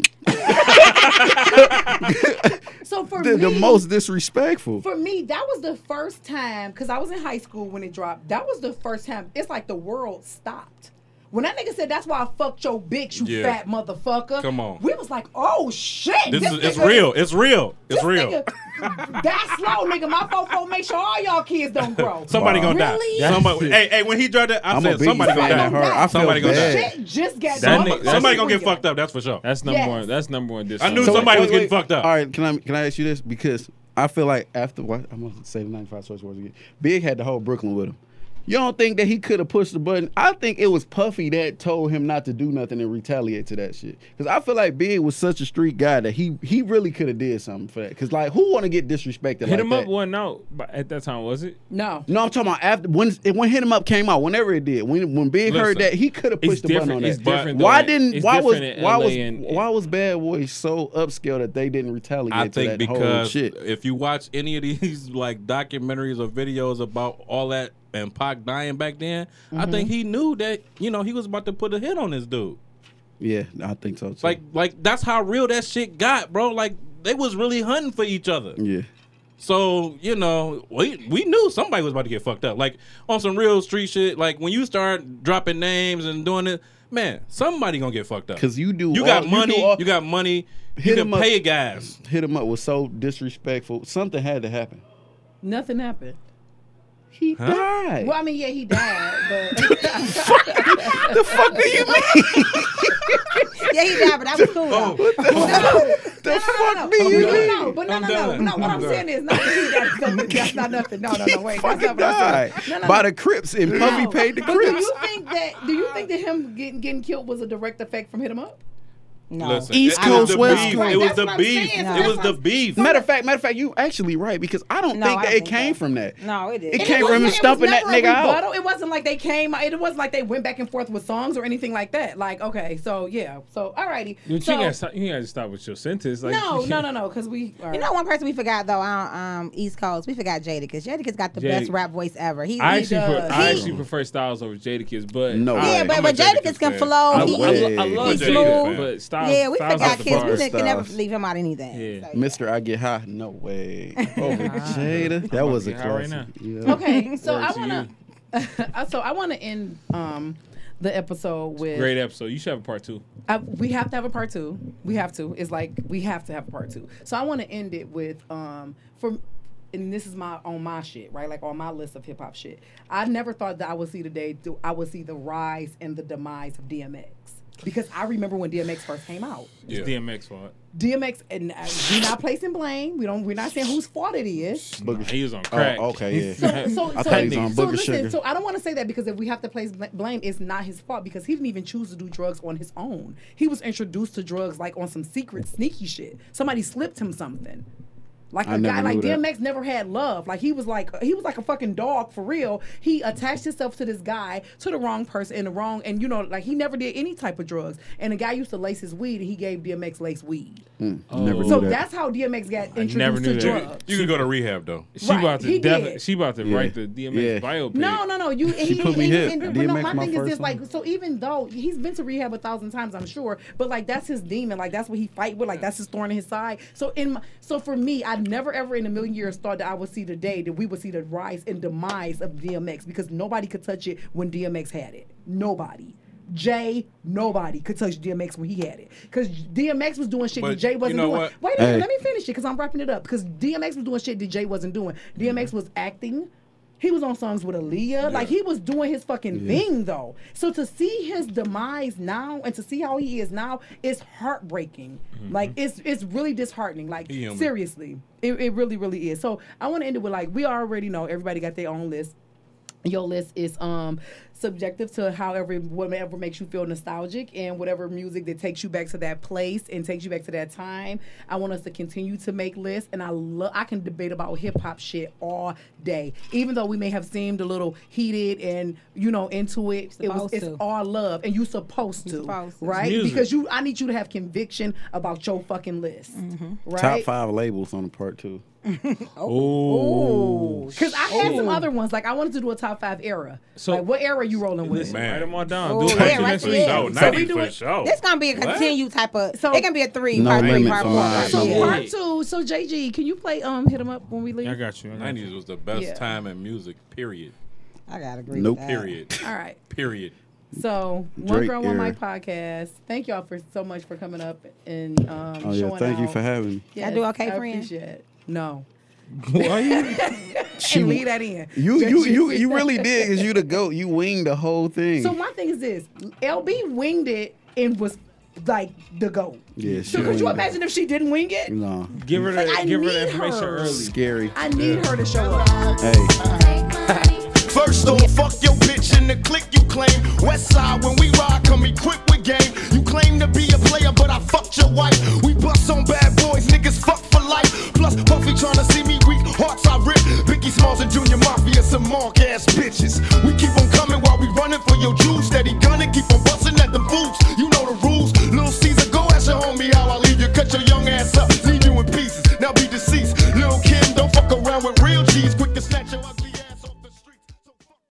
[SPEAKER 4] So for
[SPEAKER 5] The,
[SPEAKER 4] me,
[SPEAKER 5] the most disrespectful.
[SPEAKER 4] For me, that was the first time because I was in high school when it dropped. That was the first time. It's like the world stopped. When that nigga said that's why I fucked your bitch, you
[SPEAKER 3] Yeah.
[SPEAKER 4] fat motherfucker.
[SPEAKER 3] Come on.
[SPEAKER 4] We was like, oh shit.
[SPEAKER 3] This is it's
[SPEAKER 4] nigga-
[SPEAKER 3] real. It's real. It's
[SPEAKER 4] this
[SPEAKER 3] real.
[SPEAKER 4] Nigga, that slow, nigga. My fofo make sure all y'all kids don't grow.
[SPEAKER 3] Somebody gonna
[SPEAKER 4] Really?
[SPEAKER 3] die. Somebody, hey, hey, when he dropped that, I
[SPEAKER 5] I'm a
[SPEAKER 3] said
[SPEAKER 5] big
[SPEAKER 3] somebody gonna
[SPEAKER 5] fan
[SPEAKER 3] die.
[SPEAKER 5] of her. I felt
[SPEAKER 3] somebody gonna
[SPEAKER 5] bad.
[SPEAKER 3] die.
[SPEAKER 4] Shit just
[SPEAKER 3] That
[SPEAKER 4] got Somebody-
[SPEAKER 3] nigga- somebody gonna get
[SPEAKER 4] that's-
[SPEAKER 3] fucked up. That's for sure.
[SPEAKER 6] That's number
[SPEAKER 4] Yes.
[SPEAKER 6] one. That's number one. This
[SPEAKER 3] I knew
[SPEAKER 5] So wait,
[SPEAKER 3] somebody was
[SPEAKER 5] wait,
[SPEAKER 3] getting
[SPEAKER 5] wait.
[SPEAKER 3] fucked up.
[SPEAKER 5] All right, can I can I ask you this? Because I feel like after what I'm gonna say the 95 choice words again. Big had the whole Brooklyn with him. You don't think that he could have pushed the button? I think it was Puffy that told him not to do nothing and retaliate to that shit. Cause I feel like Big was such a street guy that he he really could have did something for that. Cause like who want to get disrespected?
[SPEAKER 6] Hit
[SPEAKER 5] like
[SPEAKER 6] him
[SPEAKER 5] that?
[SPEAKER 6] up one out but at that time, was it?
[SPEAKER 4] No.
[SPEAKER 5] No, I'm talking about after when it- when Hit 'Em Up came out. Whenever it did, when when Big
[SPEAKER 6] Listen,
[SPEAKER 5] heard that, he could have
[SPEAKER 6] it's
[SPEAKER 5] pushed the button on
[SPEAKER 6] different-
[SPEAKER 5] that.
[SPEAKER 6] it's different,
[SPEAKER 5] why
[SPEAKER 6] though.
[SPEAKER 5] didn't?
[SPEAKER 6] It's
[SPEAKER 5] why was
[SPEAKER 6] different in
[SPEAKER 5] why was
[SPEAKER 6] LA and-
[SPEAKER 5] why was Bad Boy so upscale that they didn't retaliate
[SPEAKER 3] I
[SPEAKER 5] to
[SPEAKER 3] think
[SPEAKER 5] that whole
[SPEAKER 3] because
[SPEAKER 5] shit?
[SPEAKER 3] if you watch any of these like documentaries or videos about all that and Pac dying back then, I think he knew that you know he was about to put a hit on this dude.
[SPEAKER 5] Mm-hmm. Yeah, I think so too.
[SPEAKER 3] Like like that's how real that shit got, bro. Like they was really hunting for each other.
[SPEAKER 5] yeah,
[SPEAKER 3] So you know, we we knew somebody was about to get fucked up. Like on some real street shit. Like when you start dropping names and doing it, man, somebody gonna get fucked up.
[SPEAKER 5] because you do
[SPEAKER 3] you
[SPEAKER 5] all-
[SPEAKER 3] got money,
[SPEAKER 5] do
[SPEAKER 3] you,
[SPEAKER 5] all-
[SPEAKER 3] got money, you
[SPEAKER 5] Hit
[SPEAKER 3] can
[SPEAKER 5] 'em up.
[SPEAKER 3] pay guys.
[SPEAKER 5] hit him up was so disrespectful. Something had to happen.
[SPEAKER 14] Nothing happened.
[SPEAKER 5] He died.
[SPEAKER 4] Well, I mean, yeah, he died, but
[SPEAKER 5] the fuck do you mean?
[SPEAKER 2] Yeah, he died, but that was cool. though.
[SPEAKER 5] the fuck do
[SPEAKER 4] no,
[SPEAKER 5] you mean?
[SPEAKER 4] no, but no, no, no, no. What I'm saying is, no, he got- that's not nothing. No, no, no. Wait, that's
[SPEAKER 5] Fucking
[SPEAKER 4] not what I'm saying.
[SPEAKER 5] died by the Crips and Puffy
[SPEAKER 4] No.
[SPEAKER 5] paid the
[SPEAKER 4] But do
[SPEAKER 5] Crips.
[SPEAKER 4] you think that? Do you think that him getting getting killed was a direct effect from hit him up?
[SPEAKER 2] No.
[SPEAKER 3] Listen,
[SPEAKER 5] East
[SPEAKER 3] it was
[SPEAKER 5] Coast,
[SPEAKER 3] the
[SPEAKER 5] West
[SPEAKER 3] beef.
[SPEAKER 5] Coast.
[SPEAKER 3] It was
[SPEAKER 4] That's what
[SPEAKER 3] the
[SPEAKER 4] I'm
[SPEAKER 3] beef.
[SPEAKER 4] saying.
[SPEAKER 3] It
[SPEAKER 4] That's
[SPEAKER 3] was
[SPEAKER 4] what
[SPEAKER 3] the
[SPEAKER 4] I'm-
[SPEAKER 3] beef.
[SPEAKER 5] Matter of fact, matter of fact, you actually right because I don't
[SPEAKER 2] No,
[SPEAKER 5] think
[SPEAKER 2] I
[SPEAKER 5] that
[SPEAKER 2] don't
[SPEAKER 5] it
[SPEAKER 2] think
[SPEAKER 5] came
[SPEAKER 2] so.
[SPEAKER 5] from that.
[SPEAKER 2] No, it
[SPEAKER 5] It
[SPEAKER 2] is.
[SPEAKER 5] came
[SPEAKER 4] It
[SPEAKER 5] from him
[SPEAKER 4] wasn't-
[SPEAKER 5] stumping
[SPEAKER 4] it was
[SPEAKER 5] that
[SPEAKER 4] never a
[SPEAKER 5] nigga out.
[SPEAKER 4] rebuttal. It wasn't like they came. It wasn't like they went back and forth with songs or anything like that. Like, okay, so yeah, so alrighty.
[SPEAKER 6] You
[SPEAKER 4] So,
[SPEAKER 6] gotta stop. You gotta stop with your sentence. Like,
[SPEAKER 4] no,
[SPEAKER 6] you
[SPEAKER 4] no,
[SPEAKER 6] can't-
[SPEAKER 4] no, no, because we. All right.
[SPEAKER 2] You know one person we forgot though on um, East Coast? We forgot Jadakiss. Jadakiss got the best
[SPEAKER 6] Jada-
[SPEAKER 2] rap voice ever. He,
[SPEAKER 6] I
[SPEAKER 2] he
[SPEAKER 6] actually, pre-
[SPEAKER 2] does.
[SPEAKER 6] I
[SPEAKER 2] He-
[SPEAKER 6] actually prefer Styles over Jadakiss, but
[SPEAKER 5] No
[SPEAKER 6] I,
[SPEAKER 5] way.
[SPEAKER 2] yeah, but
[SPEAKER 3] I'm
[SPEAKER 2] but
[SPEAKER 3] a Jadakiss
[SPEAKER 2] Jadakiss can
[SPEAKER 3] fan.
[SPEAKER 2] flow.
[SPEAKER 5] I'm
[SPEAKER 2] he,
[SPEAKER 5] a-
[SPEAKER 2] he-
[SPEAKER 5] I'm
[SPEAKER 6] I love
[SPEAKER 2] he's
[SPEAKER 3] Jadakiss
[SPEAKER 2] smooth.
[SPEAKER 6] Jadakiss,
[SPEAKER 3] fan.
[SPEAKER 6] but Styles.
[SPEAKER 2] Yeah, we
[SPEAKER 6] Styles
[SPEAKER 2] forgot
[SPEAKER 6] is the
[SPEAKER 2] Kiss. We
[SPEAKER 6] bar.
[SPEAKER 2] ne- can never
[SPEAKER 5] Styles.
[SPEAKER 2] leave him out of anything.
[SPEAKER 6] Yeah.
[SPEAKER 2] So,
[SPEAKER 5] Mister, I get high. No way. Oh, Jada, that was a
[SPEAKER 6] get high right
[SPEAKER 5] classic.
[SPEAKER 6] now.
[SPEAKER 5] Yeah.
[SPEAKER 4] Okay, so
[SPEAKER 6] Word
[SPEAKER 4] I
[SPEAKER 6] to
[SPEAKER 4] wanna. uh, so I wanna end um the episode with.
[SPEAKER 6] Great episode. You should have a part two.
[SPEAKER 4] I, we have to have a part two. We have to. It's like we have to have a part two. So I want to end it with um for, and this is my on my shit right, like on my list of hip hop shit. I never thought that I would see the day. th- I would see the rise and the demise of DMX because I remember when DMX first came out.
[SPEAKER 6] It's
[SPEAKER 3] Yeah.
[SPEAKER 6] DMX fault.
[SPEAKER 4] DMX and uh, we're not placing blame. We don't. We're not saying whose fault it is.
[SPEAKER 6] Nah, he was on crack.
[SPEAKER 5] Oh, okay,
[SPEAKER 4] So,
[SPEAKER 5] yeah.
[SPEAKER 4] so, so,
[SPEAKER 5] I thought he was on
[SPEAKER 4] so
[SPEAKER 5] Booker
[SPEAKER 4] listen,
[SPEAKER 5] Sugar.
[SPEAKER 4] so I don't want to say that because if we have to place bl- blame, it's not his fault because he didn't even choose to do drugs on his own. He was introduced to drugs like on some secret, sneaky shit. Somebody slipped him something. Like
[SPEAKER 5] I
[SPEAKER 4] a guy,
[SPEAKER 5] never
[SPEAKER 4] like
[SPEAKER 5] knew that.
[SPEAKER 4] DMX never had love. Like he was like he was like a fucking dog for real. He attached himself to this guy, to the wrong person, and the wrong, and you know, like he never did any type of drugs. And the guy used to lace his weed, and he gave DMX lace weed.
[SPEAKER 5] Never
[SPEAKER 4] So
[SPEAKER 5] knew Mm. that.
[SPEAKER 4] that's how DMX got introduced
[SPEAKER 6] never knew
[SPEAKER 4] to
[SPEAKER 6] that.
[SPEAKER 4] drugs.
[SPEAKER 3] You can go to rehab though.
[SPEAKER 6] She
[SPEAKER 4] Right,
[SPEAKER 6] about to
[SPEAKER 4] he
[SPEAKER 6] death,
[SPEAKER 4] did.
[SPEAKER 6] She about to
[SPEAKER 5] Yeah.
[SPEAKER 6] write the DMX
[SPEAKER 5] Yeah.
[SPEAKER 6] biopic.
[SPEAKER 4] No, no, no. You
[SPEAKER 5] She
[SPEAKER 4] he,
[SPEAKER 5] put me
[SPEAKER 4] he,
[SPEAKER 5] hip.
[SPEAKER 4] And, but no,
[SPEAKER 5] DMX
[SPEAKER 4] my,
[SPEAKER 5] my
[SPEAKER 4] thing is
[SPEAKER 5] first
[SPEAKER 4] this: like,
[SPEAKER 5] one.
[SPEAKER 4] so even though he's been to rehab a thousand times, I'm sure, but like that's his demon. Like that's what he fight with. Like that's his thorn in his side. So in my, so for me, I never ever in a million years thought that I would see the day that we would see the rise and demise of DMX because nobody could touch it when DMX had it. Nobody. Jay, nobody could touch DMX when he had it because DMX was doing shit that
[SPEAKER 3] But
[SPEAKER 4] Jay
[SPEAKER 3] you
[SPEAKER 4] wasn't
[SPEAKER 3] know
[SPEAKER 4] doing.
[SPEAKER 3] what?
[SPEAKER 4] Wait a minute,
[SPEAKER 5] Hey.
[SPEAKER 4] let me finish it because I'm wrapping it up. Because DMX was doing shit that Jay wasn't doing. DMX was acting. He was on songs with Aaliyah. Like he was doing his fucking thing though. So to see his demise now and to see how he is now is heartbreaking. Like it's it's really disheartening. Like
[SPEAKER 3] Mm-hmm. He human.
[SPEAKER 4] seriously, it, it really really is. So I want to end it with like we already know everybody got their own list your list is um subjective to however whatever makes you feel nostalgic and whatever music that takes you back to that place and takes you back to that time. I want us to continue to make lists and I love I can debate about hip hop shit all day. Even though we may have seemed a little heated and you know into it, it was
[SPEAKER 2] Supposed
[SPEAKER 4] it's
[SPEAKER 2] to.
[SPEAKER 4] all love and you supposed to,
[SPEAKER 2] supposed to.
[SPEAKER 4] right?
[SPEAKER 6] Music.
[SPEAKER 4] Because you I need you to have conviction about your fucking list.
[SPEAKER 2] Mm-hmm.
[SPEAKER 4] Right?
[SPEAKER 5] Top five labels on the part two.
[SPEAKER 6] Oh.
[SPEAKER 4] Cuz I had some other ones like I wanted to do a top 5 era.
[SPEAKER 6] So-
[SPEAKER 4] like what era you rolling with?
[SPEAKER 6] Listen,
[SPEAKER 3] Man.
[SPEAKER 6] write them all down.
[SPEAKER 2] Oh, yeah,
[SPEAKER 6] Do it
[SPEAKER 2] right
[SPEAKER 6] next
[SPEAKER 2] there.
[SPEAKER 6] week.
[SPEAKER 2] So
[SPEAKER 3] Oh,
[SPEAKER 2] we
[SPEAKER 3] 90
[SPEAKER 4] do
[SPEAKER 3] for
[SPEAKER 4] it-
[SPEAKER 3] sure.
[SPEAKER 2] This gonna be a continued type of.
[SPEAKER 4] So-
[SPEAKER 2] it can be a three,
[SPEAKER 5] No
[SPEAKER 2] part three,
[SPEAKER 5] limits
[SPEAKER 2] part
[SPEAKER 5] on
[SPEAKER 2] four.
[SPEAKER 5] mine.
[SPEAKER 4] So
[SPEAKER 5] Yeah.
[SPEAKER 4] part two. So JG, can you play um hit him up when we leave?
[SPEAKER 6] I got you. I got you.
[SPEAKER 3] Nineties was the best
[SPEAKER 4] Yeah.
[SPEAKER 3] time in music. Period.
[SPEAKER 2] I gotta agree.
[SPEAKER 5] Nope.
[SPEAKER 2] With that.
[SPEAKER 3] Period.
[SPEAKER 4] All right.
[SPEAKER 3] Period.
[SPEAKER 15] So one
[SPEAKER 5] Drake
[SPEAKER 15] girl, one
[SPEAKER 5] era.
[SPEAKER 15] mic podcast. Thank y'all for so much for coming up and um,
[SPEAKER 5] Oh, yeah,
[SPEAKER 15] showing
[SPEAKER 5] thank you
[SPEAKER 15] out.
[SPEAKER 5] for having me.
[SPEAKER 2] I do okay,
[SPEAKER 15] I
[SPEAKER 2] friend?
[SPEAKER 15] Appreciate it. No.
[SPEAKER 5] Why you? She-
[SPEAKER 15] and leave that in.
[SPEAKER 5] You you you you really did because you the goat. You winged the whole thing.
[SPEAKER 4] So my thing is this: LB winged it and was like the goat.
[SPEAKER 5] Yeah, she
[SPEAKER 4] So could you
[SPEAKER 5] winged it.
[SPEAKER 4] imagine if she didn't wing it?
[SPEAKER 5] no.
[SPEAKER 6] Give her
[SPEAKER 4] Like, I
[SPEAKER 6] the, give her
[SPEAKER 4] need
[SPEAKER 6] the information
[SPEAKER 4] her.
[SPEAKER 6] early.
[SPEAKER 5] Scary.
[SPEAKER 4] I need her to show up.
[SPEAKER 5] Hey.
[SPEAKER 3] First off, fuck your bitch and the click you claim. West side, when we ride, come equipped with game. You claim to be a player, but I fucked your wife. We bust on bad boys, niggas fuck for life. Plus, Puffy tryna see me weak, hearts I rip. Biggie Smalls and Junior Mafia, some mark ass bitches. We keep on coming while we running for your jewels.